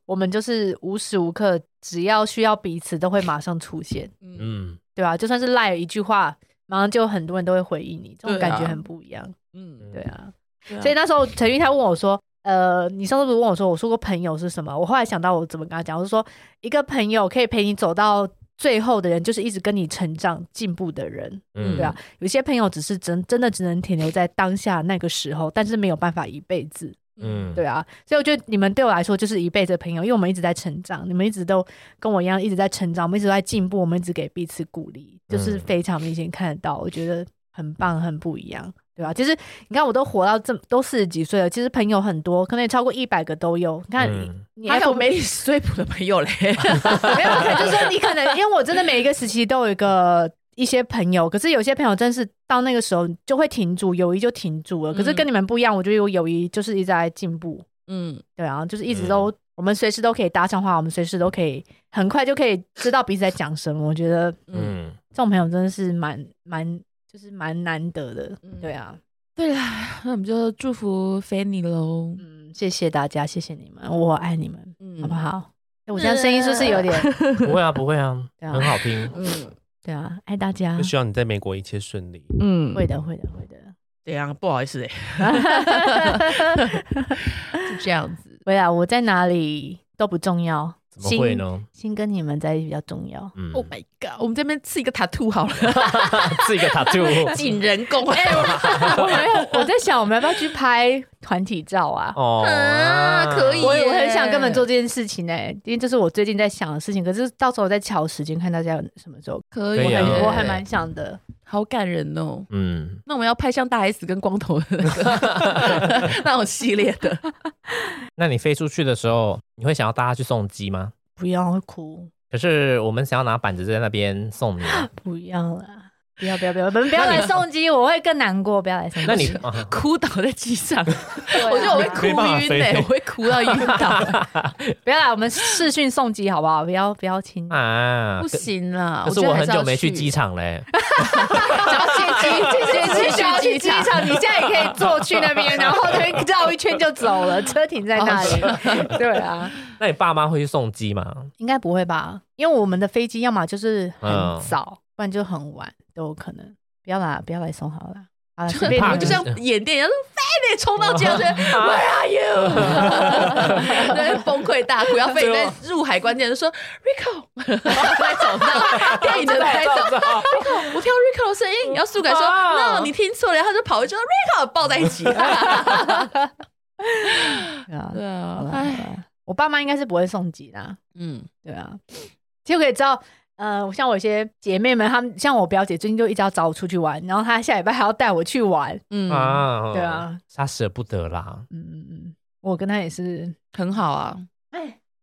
Speaker 5: 我们就是无时无刻只要需要彼此，都会马上出现，
Speaker 3: 嗯
Speaker 4: 嗯，
Speaker 5: 对啊吧、就算是赖一句话，马上就很多人都会回应你，这
Speaker 3: 对
Speaker 5: 种
Speaker 3: 啊
Speaker 5: 感觉很不一样，
Speaker 3: 嗯，
Speaker 5: 对啊。
Speaker 3: 对啊
Speaker 5: 所以那时候陈玉他问我说。呃，你上次不是问我说我说过朋友是什么？我后来想到我怎么跟他讲，我就说一个朋友可以陪你走到最后的人，就是一直跟你成长进步的人。
Speaker 4: 嗯
Speaker 5: 对啊，有些朋友只是真真的只能停留在当下那个时候，但是没有办法一辈子。
Speaker 4: 嗯，
Speaker 5: 对啊，所以我觉得你们对我来说就是一辈子的朋友，因为我们一直在成长，你们一直都跟我一样一直在成长，我们一直都在进步，我们一直给彼此鼓励，就是
Speaker 4: 嗯
Speaker 5: 非常明显看得到，我觉得很棒，很不一样，对吧、啊其实你看，我都活到这么都四十几岁了，其实朋友很多，可能也超过一百个都有。你看你，
Speaker 4: 嗯
Speaker 5: 你
Speaker 3: 还有
Speaker 5: FB
Speaker 3: 没你最谱的朋友嘞，
Speaker 5: 没有，可能就是说你可能，因为我真的每一个时期都有一个一些朋友，可是有些朋友真是到那个时候就会停住，友谊就停住了。可
Speaker 4: 嗯
Speaker 5: 是跟你们不一样，我觉得有友谊就是一直在进步，
Speaker 3: 嗯，
Speaker 5: 对啊，就是一直都、
Speaker 4: 嗯
Speaker 5: 我们随时都可以搭上话，我们随时都可以很快就可以知道彼此在讲什么。我觉得
Speaker 4: 嗯，
Speaker 5: 这种朋友真的是蛮蛮就是蛮难得的，对啊，
Speaker 3: 对啦，那我们就祝福菲尼喽，
Speaker 5: 嗯，谢谢大家，谢谢你们，我爱你们，
Speaker 3: 嗯
Speaker 5: 好不？好？我这样声音是不是有点？
Speaker 4: 不会啊，不会 啊，
Speaker 5: 对啊
Speaker 4: 很好听。
Speaker 3: 嗯，
Speaker 5: 对啊，爱大家
Speaker 2: 就，希望你在美国一切顺利。
Speaker 3: 嗯
Speaker 5: 会的，会的，会的。
Speaker 3: 怎样？不好意思哎， 就这样子。
Speaker 5: 未来啊我在哪里都不重要，
Speaker 4: 怎么会呢？
Speaker 5: 心？心跟你们在一起比较重要。
Speaker 4: 嗯
Speaker 3: Oh my god！我们这边刺一个塔兔好了，
Speaker 4: 自己个 tattoo
Speaker 3: 引人工。
Speaker 5: 我没
Speaker 4: 啊
Speaker 5: 有， 我在想我们要不要去拍团体照啊？
Speaker 4: 哦
Speaker 3: 啊可以
Speaker 5: 我
Speaker 3: 耶
Speaker 5: 我很想跟你们做这件事情呢、因为这是我最近在想的事情。可是到时候我再瞧时间，看大家有什么时候。
Speaker 3: 可
Speaker 4: 可
Speaker 3: 以
Speaker 4: 以
Speaker 3: 耶，
Speaker 4: 啊
Speaker 5: 我还蛮想的，
Speaker 3: 好感人哦。
Speaker 4: 嗯，
Speaker 3: 那我们要拍像大 S 跟光头的那个那种系列的，
Speaker 4: 那你飞出去的时候，你会想要大家去送鸡吗？
Speaker 5: 不要会哭，
Speaker 4: 可是我们想要拿板子在那边送你，啊
Speaker 5: 不要啦。不要不要不要！你们不要来送机，我会更难过。不要来送机，
Speaker 4: 那你 啊
Speaker 3: 哭倒在机上，
Speaker 5: 对啊
Speaker 3: 我觉得我会哭
Speaker 4: 没办法
Speaker 3: 晕哎，
Speaker 4: 飞
Speaker 3: 我会哭到晕 倒，
Speaker 5: 不要来，我们视讯送机好不好？不要不要亲，
Speaker 4: 啊
Speaker 3: 不，行啦。
Speaker 4: 可可是
Speaker 3: 觉得
Speaker 4: 我
Speaker 3: 还
Speaker 4: 很
Speaker 3: 是要
Speaker 4: 久没去机，场嘞。
Speaker 5: 想要去机，去去去去机 场，你现在也可以坐去那边，然后那边绕一圈就走了，车停在那里。对啊，
Speaker 4: 那你爸妈会去送鸡 吗？
Speaker 5: 应该不会吧？因为我们的飞机要么就是很
Speaker 4: 嗯
Speaker 5: 早，不然就很晚，都有可能。不要啦，不要来送好了。啊，
Speaker 3: 就
Speaker 5: 随便你
Speaker 3: 我
Speaker 5: 们
Speaker 3: 就像演电影，非得冲到机场 去，Where
Speaker 4: 啊
Speaker 3: are you？对，崩溃大哭，然后非得在入海关键就说 Rico，在走到 电影的拍走。我听到 Rico 的声音，然后苏改说
Speaker 4: 哦哇
Speaker 3: “No，你听错了”，然后他就跑回去说 “Rico” 抱在一 起。啊
Speaker 5: 对啊，
Speaker 3: 对
Speaker 5: 好
Speaker 3: 啊
Speaker 5: 了，好
Speaker 3: 哎，
Speaker 5: 了，我爸妈应该是不会送机啦。
Speaker 3: 嗯，
Speaker 5: 对啊，其实可以知道，呃，像我一些姐妹们，她们像我表姐最近就一直要找我出去玩，然后她下礼拜还要带我去玩。
Speaker 3: 嗯
Speaker 4: 啊，
Speaker 5: 对，啊，
Speaker 4: 他舍不 得啦。
Speaker 5: 嗯嗯嗯，我跟她也是
Speaker 3: 很好啊。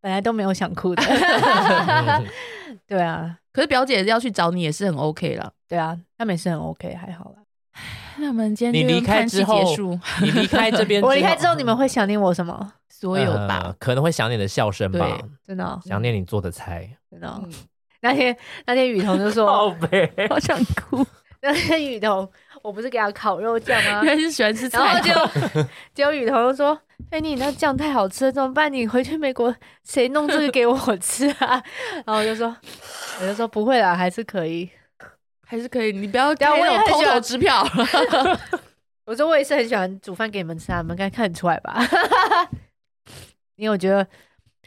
Speaker 5: 本来都没有想 哭的。
Speaker 4: 嗯
Speaker 5: 对啊，
Speaker 3: 可是表姐要去找你也是很 OK 了。
Speaker 5: 对啊，他们也是很 OK，还好啦。
Speaker 3: 那我们今
Speaker 4: 你
Speaker 3: 天就
Speaker 4: 离开
Speaker 3: 看戏
Speaker 4: 之后
Speaker 3: 结束，
Speaker 4: 你离开这边，
Speaker 5: 我离开之后，你们会想念我什么？
Speaker 3: 所有
Speaker 4: 呃
Speaker 3: 吧。
Speaker 4: 可能会想你的笑声吧，
Speaker 3: 对
Speaker 5: 真的哦、
Speaker 4: 想念你做的菜。
Speaker 5: 真的哦、那天那天雨桐就说，
Speaker 4: 呗，
Speaker 3: 嗯好想哭，
Speaker 5: 那天雨桐，我不是给他烤肉酱吗
Speaker 4: 呃
Speaker 3: 原？来是喜欢吃
Speaker 5: 然
Speaker 3: 菜。
Speaker 5: 后
Speaker 3: 哦
Speaker 5: 结果结果雨桐就说：“菲尼，你那酱太好吃了，怎么办？你回去美国谁弄这个给我吃啊？” 然后我就说：“我就说不会啦，还是可以。
Speaker 3: 还是可以，你不要
Speaker 5: 对啊
Speaker 3: 开
Speaker 5: 我也
Speaker 3: 那种
Speaker 5: 很
Speaker 3: 空
Speaker 5: 喜欢
Speaker 3: 头支 票。
Speaker 5: 我说我也是很喜欢煮饭给你们吃啊，你们应该看得出来吧？ 因为我觉得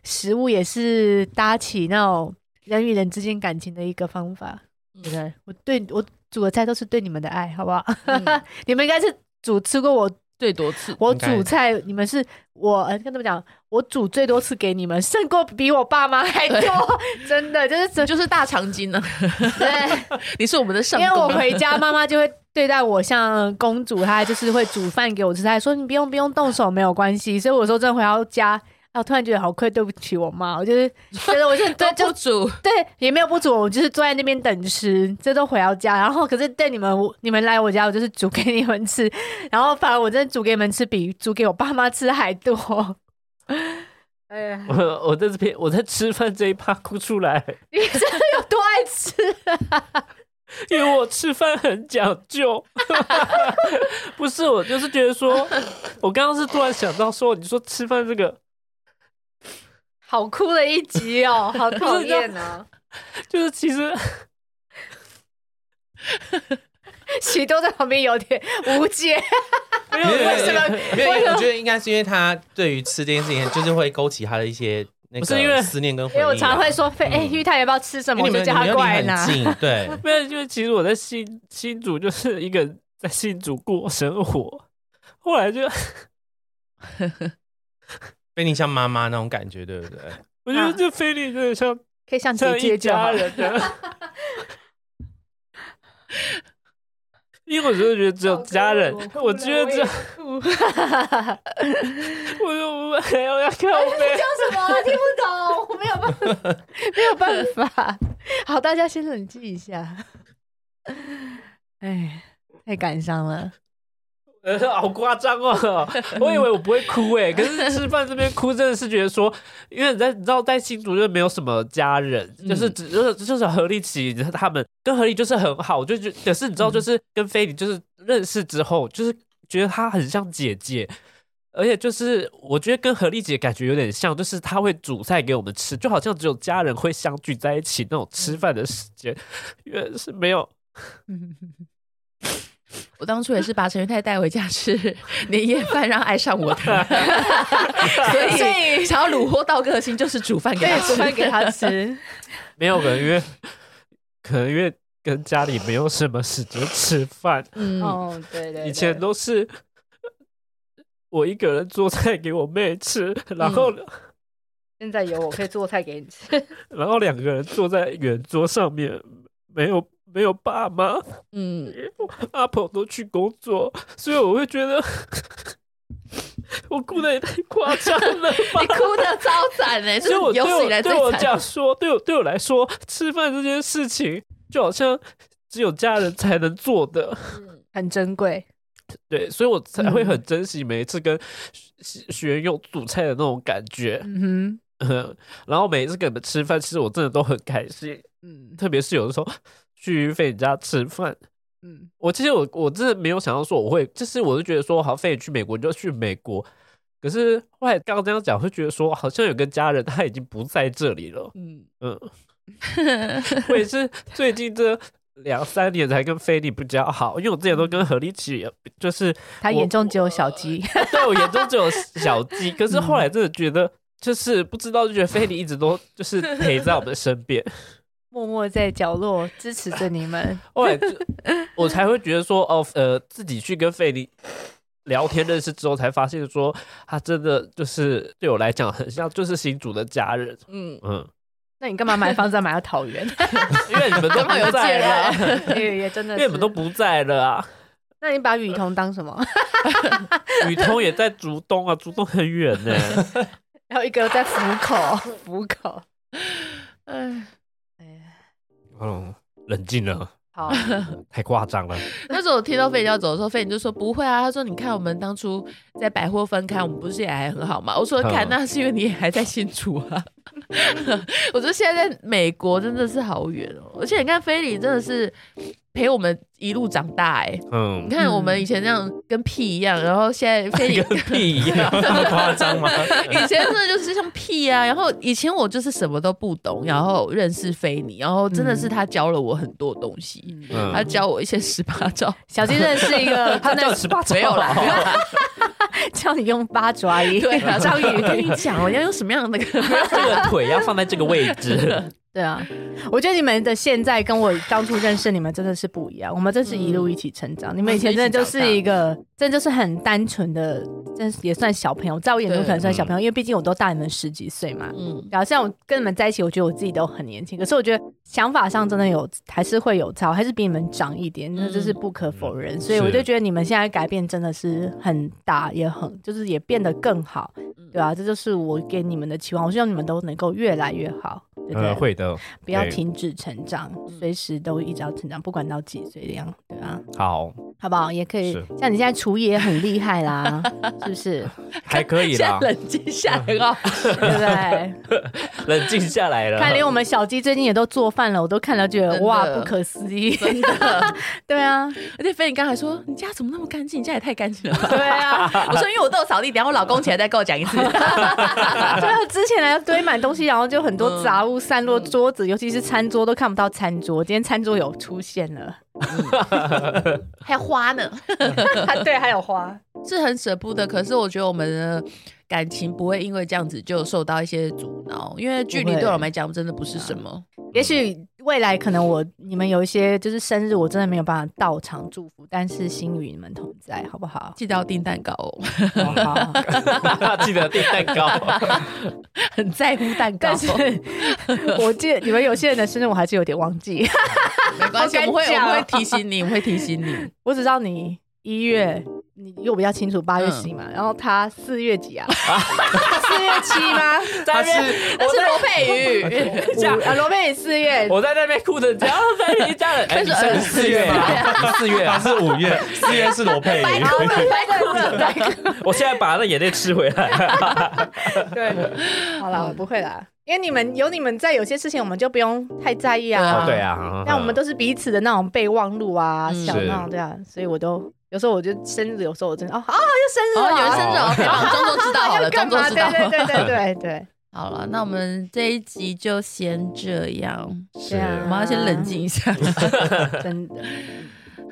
Speaker 5: 食物也是搭起那种人与人之间感情的一个方法，对不对？我对我煮的菜都是对你们的爱，好不好？
Speaker 3: 嗯
Speaker 5: 你们应该是煮吃过我
Speaker 3: 最多次，
Speaker 5: 我
Speaker 2: 应该
Speaker 5: 煮菜，你们是我呃跟他们讲，我煮最多次给你们，胜过比我爸妈还多， 真的就是
Speaker 3: 你
Speaker 5: 整
Speaker 3: 就是大长今呢。
Speaker 5: 对，
Speaker 3: 你是我们的上
Speaker 5: 因为我
Speaker 3: 公，
Speaker 5: 回家妈妈就会。对待我像公主，她就是会煮饭给我吃，她还说你不用不用动手，没有关系。所以我说真的回到家，啊，我突然觉得好愧，对不起我妈，我就是觉得我是对
Speaker 3: 都
Speaker 5: 就
Speaker 3: 不煮，
Speaker 5: 对也没有不煮，我就是坐在那边等吃，这都回到家。然后可是对你们，我你们来我家，我就是煮给你们吃，然后反而我真的煮给你们吃比煮给我爸妈吃还多。哎呀，
Speaker 4: 我我在这边我在吃饭这一趴哭出来，
Speaker 5: 你真的有多爱吃？
Speaker 4: 因为我吃饭很讲究。 不是我，就是觉得说，我刚刚是突然想到说，你说吃饭这个，
Speaker 5: 好哭的一集哦，好讨厌啊！
Speaker 4: 就是其实
Speaker 5: 喜多在旁边有点无解，
Speaker 4: 没
Speaker 2: 没有没有
Speaker 5: 为什么？
Speaker 2: 没有，因
Speaker 5: 为
Speaker 2: 为
Speaker 5: 什
Speaker 2: 我
Speaker 5: 么
Speaker 2: 觉得应该是因为他对于吃这件事情，就是会勾起他的一些那
Speaker 4: 不是因为
Speaker 2: 个思念跟回
Speaker 5: 因
Speaker 2: 忆
Speaker 5: 为
Speaker 2: 啊。
Speaker 5: 我常会说，哎、
Speaker 2: 嗯
Speaker 5: 玉泰要不要吃什
Speaker 2: 因
Speaker 6: 哎
Speaker 5: 么？
Speaker 2: 为你
Speaker 5: 我就
Speaker 2: 们
Speaker 5: 叫他
Speaker 2: 你们
Speaker 5: 过来
Speaker 2: 离
Speaker 5: 拿
Speaker 2: 很。 近，对，
Speaker 4: 没有，就是其实我在新新竹就是一个人在新竹过生活，后来就
Speaker 2: 被你像妈妈那种感觉，对不对？
Speaker 6: 我
Speaker 5: 觉得
Speaker 6: 这菲利真的像
Speaker 5: 可以像姐姐就好了。
Speaker 6: 的。 因为我真的觉得只有家人，
Speaker 5: 哦
Speaker 6: 我觉得只有
Speaker 5: 哭了，我
Speaker 6: 我就我还要要看我妹。
Speaker 5: 什么、啊、听不懂，我没有办法，没有办法。好，大家先冷静一下。哎，太感伤了。
Speaker 6: 呃， 好夸张哦！我以为我不会哭哎，可是吃饭这边哭真的是觉得说，因为你在你知道在新竹就是没有什么家人，就是只就是就是何立奇他们跟何立就是很好，我就觉可是你知道就是跟菲尼就是认识之后，就是觉得她很像姐姐，而且就是我觉得跟何丽姐感觉有点像，就是她会煮菜给我们吃，就好像只有家人会相聚在一起那种吃饭的时间，原来是没有。
Speaker 3: 我当初也是把陈玉泰带回家吃年夜饭，让他爱上我的，所以
Speaker 5: 所以
Speaker 3: 想要虏获到个性，就是煮饭给他
Speaker 5: 对，
Speaker 3: 吃
Speaker 5: 煮。饭给他吃。
Speaker 6: 没有，可能因为可能因为跟家里没有什么时间吃饭，
Speaker 3: 嗯，
Speaker 5: 哦，对对对
Speaker 6: 以前都是我一个人做菜给我妹吃，然后、
Speaker 5: 现在有我可以做菜给你吃。
Speaker 6: 然后两个人坐在圆桌上面，没有没有爸妈，
Speaker 5: 嗯，
Speaker 6: 阿婆都去工作，所以我会觉得 我哭的也太夸张了吧
Speaker 3: 你。哭的超惨哎，这
Speaker 6: 所以
Speaker 3: 是
Speaker 6: 我
Speaker 3: 你有史以来
Speaker 6: 对我
Speaker 3: 最
Speaker 6: 对我
Speaker 3: 惨。
Speaker 6: 讲说，对我对我来说，吃饭这件事情就好像只有家人才能做的。
Speaker 5: 很珍贵。
Speaker 6: 对，所以我才
Speaker 3: 嗯
Speaker 6: 会很珍惜每一次跟学学员用煮菜的那种感觉。
Speaker 5: 嗯
Speaker 6: 然后每一次跟你们吃饭，其实我真的都很开心，
Speaker 5: 哼，嗯
Speaker 6: 特别是有的时候去费你家吃饭。
Speaker 5: 嗯，
Speaker 6: 我其实我我真的没有想到说我会，就是我就觉得说，好，费你去美国你就去美国。可是后来刚刚这样讲，会觉得说，好像有个家人他已经不在这里了。
Speaker 5: 嗯，
Speaker 6: 嗯， 我也是最近这两三年才跟菲利比较好，因为我之前都
Speaker 5: 嗯
Speaker 6: 跟何立奇，就是
Speaker 5: 他
Speaker 6: 我
Speaker 5: 眼中只有小鸡。
Speaker 6: 对我眼中只有小鸡，可是后来真的觉得，就是不知道，就觉得菲利一直都就是陪在我们身边，
Speaker 5: 默默在角落支持着你 们。
Speaker 6: 后来就我才会觉得说，哦，呃，自己去跟菲利聊天认识之后，才发现说，他真的就是对我来讲很像就是新主的家人，
Speaker 5: 嗯，
Speaker 6: 嗯，
Speaker 5: 那你干嘛买房子要啊买到桃园？
Speaker 6: 因为你们都
Speaker 3: 刚好有
Speaker 6: 不在了 啊，
Speaker 5: 也也真的
Speaker 6: 因
Speaker 5: 是，
Speaker 6: 为你们都不在了啊，
Speaker 5: 那你把雨桐当什 么？
Speaker 6: 雨桐也在竹东啊，竹东很远呢、
Speaker 5: 然后一个在福口，福口。
Speaker 3: 哎
Speaker 5: 哎，
Speaker 6: 嗯，冷静了，
Speaker 5: 好，
Speaker 6: 太夸张了，
Speaker 3: 那时候我听到费你要走的时候，费你就说不会啊，他说你看我们当初在百货分开，我们不是也还很好吗？我说
Speaker 6: 嗯
Speaker 3: 看那是因为你也还在新竹啊。 我说现在在美国真的是好远哦，而且你看菲里真的是陪我们一路长大哎、
Speaker 6: 嗯
Speaker 3: 你，看我们以前那样跟屁一样，然后现在菲里
Speaker 6: 屁一样，
Speaker 2: 那么夸张吗？
Speaker 3: 以前真的就是像屁啊，然后以前我就是什么都不懂，然后认识菲尼，然后真的是他教了我很多东西，
Speaker 6: 嗯
Speaker 3: 他教我一些十八招，
Speaker 5: 小鸡认识一个，
Speaker 6: 他
Speaker 5: 真
Speaker 6: 叫
Speaker 5: 的
Speaker 6: 十八
Speaker 3: 没有 啦，没有啦，
Speaker 5: 教你用八爪鱼，
Speaker 3: 对啊，
Speaker 5: 章
Speaker 3: 我跟
Speaker 5: 鱼。
Speaker 3: 你讲，我要用什么样的那个？
Speaker 6: 这个腿要放在这个位置。
Speaker 5: 对啊，我觉得你们的现在跟我当初认识你们真的是不一样，我们真是一路一起成长。你们以前真的就是嗯一个，真的就是很单纯的，真是也算小朋友，在我眼中可能算小
Speaker 6: 嗯
Speaker 5: 朋友，因为毕竟我都大你们十几岁嘛。
Speaker 3: 嗯，
Speaker 5: 然后像我跟你们在一起，我觉得我自己都很年轻，可是我觉得想法上真的有还是会有差，还是比你们长一点，那这是不可否认。
Speaker 6: 嗯
Speaker 5: 所以我就觉得你们现在改变真的是很大，也很就是也变得更好，
Speaker 3: 嗯
Speaker 5: 对啊，这就是我给你们的期望，我希望你们都能够越来越好，对不对？
Speaker 6: 的。
Speaker 5: 不要
Speaker 6: 呃对
Speaker 5: 停止成长，随时都一直要成长，不管到几岁这样，对啊，
Speaker 6: 好，
Speaker 5: 好不好？也可以
Speaker 6: 是
Speaker 5: 像你现在厨艺也很厉害啦，是不 是？
Speaker 6: 还可以
Speaker 3: 现在
Speaker 6: 啦，
Speaker 3: 冷静下来哦，
Speaker 5: 对不对？
Speaker 6: 冷静下来了。
Speaker 5: 看连我们小鸡最近也都做饭了，我都看了觉
Speaker 3: 真
Speaker 5: 得
Speaker 3: 的
Speaker 5: 哇，不可思议。
Speaker 3: 真的。
Speaker 5: 对啊，
Speaker 3: 而且菲尼刚才说，你家怎么那么干净？你家也太干净了吧？
Speaker 5: 对啊，
Speaker 3: 我说因为我都有扫地，等一下我老公起来再跟我讲 一次。
Speaker 5: 对啊，之前呢堆满东西，然后就很多杂物散落桌子，尤其是餐桌都看不到餐桌。今天餐桌有出现了，
Speaker 3: 还有花呢，
Speaker 5: 对，还有花，
Speaker 3: 是很舍不得。可是我觉得我们的感情不会因为这样子就受到一些阻挠，因为距离
Speaker 5: 不
Speaker 3: 嗯
Speaker 5: 会
Speaker 3: 对我们来讲真的不是什么。
Speaker 5: 也许未来可能我你们有一些就是生日，我真的没有办法到场祝福，但是心与你们同在，好 不好？
Speaker 3: 记得要订蛋糕哦，
Speaker 5: 好好好
Speaker 4: 记得订蛋 糕。
Speaker 3: 很在乎蛋糕哦
Speaker 5: 但。 是 我记得你们有些人的生日我还是有点忘记，
Speaker 3: 没关系，我
Speaker 5: 好敢
Speaker 3: 们会我
Speaker 5: 讲
Speaker 3: 们会提醒你，我们会提醒 你。
Speaker 5: 我只知道你一月。你因为我比较清楚八月
Speaker 3: 嗯
Speaker 5: 几嘛，然后他四 月几啊？四月七吗？
Speaker 4: 他是
Speaker 3: 那是罗佩瑜，
Speaker 4: 这样
Speaker 5: 五啊，罗贝也四月，
Speaker 4: 我在那边哭着讲，在一家人，哎，你生日四月吗？你四月
Speaker 2: 他
Speaker 4: 啊，
Speaker 2: 是五月，四月是罗佩
Speaker 5: 白
Speaker 2: 莹。
Speaker 5: 哭了，白哭了，白哭了。
Speaker 4: 我现在把那眼泪吃回来。
Speaker 5: 对， 好啦，我不会啦，因为你们有你们
Speaker 3: 嗯
Speaker 5: 在，有些事情我们就不用太在意啊。
Speaker 4: 哦，对。啊，
Speaker 5: 但我们都是彼此的那种备忘录啊，
Speaker 3: 嗯
Speaker 5: 小那种对啊，所以我都有时候我就生日，有时候我真的哦啊，又生
Speaker 3: 哦，
Speaker 5: 日了，
Speaker 3: 有人生日哦，可以帮我装作知道好了，
Speaker 5: 要
Speaker 3: 装
Speaker 5: 干
Speaker 3: 作
Speaker 5: 嘛？
Speaker 3: 知
Speaker 5: 对
Speaker 3: 道。
Speaker 5: 对对对对 对，
Speaker 3: 好了，那我们这一集就先这样，
Speaker 4: 是
Speaker 5: 啊
Speaker 3: 我们要先冷静一下。
Speaker 4: 啊
Speaker 5: 真的。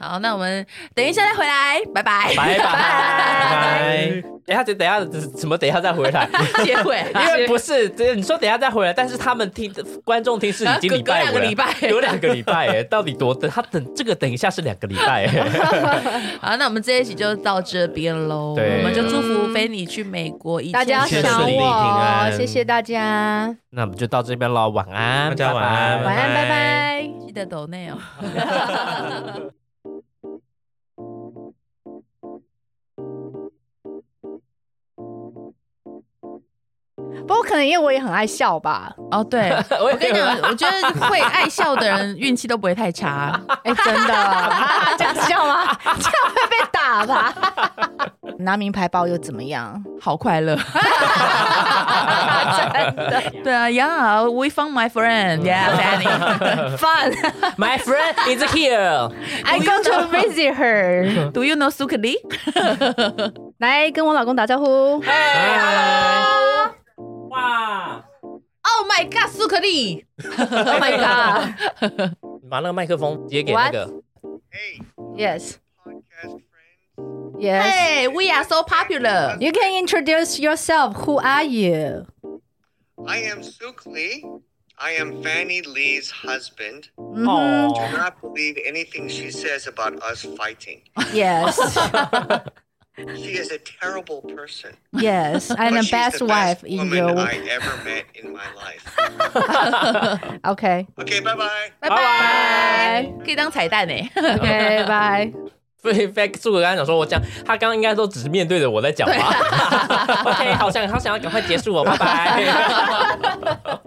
Speaker 3: 好，那我们等一下再回来，拜拜。
Speaker 4: 拜拜。哎等一下，等一下，怎么等一下再回来？
Speaker 3: 结尾啊，
Speaker 4: 因为不是，你说等一下再回来，但是他们听观众听是已经礼拜五
Speaker 3: 嗯啊隔隔两
Speaker 4: 了，
Speaker 3: 个礼拜
Speaker 4: 有两个礼拜哎，到底多等？他等这个等一下是两个礼拜 哎，
Speaker 3: 好，那我们这一集就到这边喽。
Speaker 4: 对
Speaker 3: 我们就祝福菲尼去美国一切
Speaker 5: 大家要
Speaker 2: 谢
Speaker 3: 顺
Speaker 2: 谢
Speaker 3: 利
Speaker 5: 想
Speaker 2: 顺利
Speaker 5: 我
Speaker 2: 平
Speaker 5: 哦，
Speaker 2: 安
Speaker 5: 谢谢大家，
Speaker 4: 那我们就到这边喽，晚安，
Speaker 2: 大家晚安
Speaker 4: 拜拜
Speaker 5: 晚安，
Speaker 2: 拜
Speaker 5: 拜拜。
Speaker 3: 记得抖 内哦。
Speaker 5: 不过可能因为我也很爱笑吧，
Speaker 3: 哦，对，
Speaker 4: 我啊
Speaker 3: 我跟你讲，我觉得会爱笑的人运气都不会太 差。
Speaker 5: 哎，真的，这样笑吗？ 这样会被打吧？拿名牌包又怎么样？
Speaker 3: 好快 乐。
Speaker 5: 真的
Speaker 3: 对啊，Yeah，we found my friend，Yeah，Fanny。
Speaker 5: fun.
Speaker 4: My friend is here，
Speaker 5: I go to visit her.
Speaker 3: Do you know Sukli？
Speaker 5: 来跟我老公打招呼。
Speaker 4: 哎
Speaker 3: ，Hello。
Speaker 4: 哇，
Speaker 3: Oh my God，苏克利
Speaker 5: Oh my god.
Speaker 4: 你把那个麦克风直接给那个
Speaker 5: Yes.
Speaker 7: podcast friends.
Speaker 5: Yes.
Speaker 3: ，Hey，we are so popular。
Speaker 5: You can introduce yourself. Who are you?
Speaker 7: I am Suk Lee. I am Fanny Lee's husband.
Speaker 5: Mhm.
Speaker 7: Do not believe anything she says about us fighting.
Speaker 5: Yes.
Speaker 7: She is a terrible person.
Speaker 5: Yes. I'm
Speaker 7: but
Speaker 5: the
Speaker 7: she's
Speaker 5: best
Speaker 7: the
Speaker 5: wife
Speaker 7: best
Speaker 5: in
Speaker 7: woman
Speaker 5: your.
Speaker 7: I ever met in my life.
Speaker 5: Okay.
Speaker 7: Okay, bye bye.
Speaker 3: 拜
Speaker 4: 拜
Speaker 3: 拜，可以当彩蛋呢。
Speaker 5: Okay. Bye.
Speaker 4: 所以 Fact 苏格刚刚讲说，我讲他刚刚应该都只是面对着我在讲话。OK，好想好想要赶快结束哦，拜拜。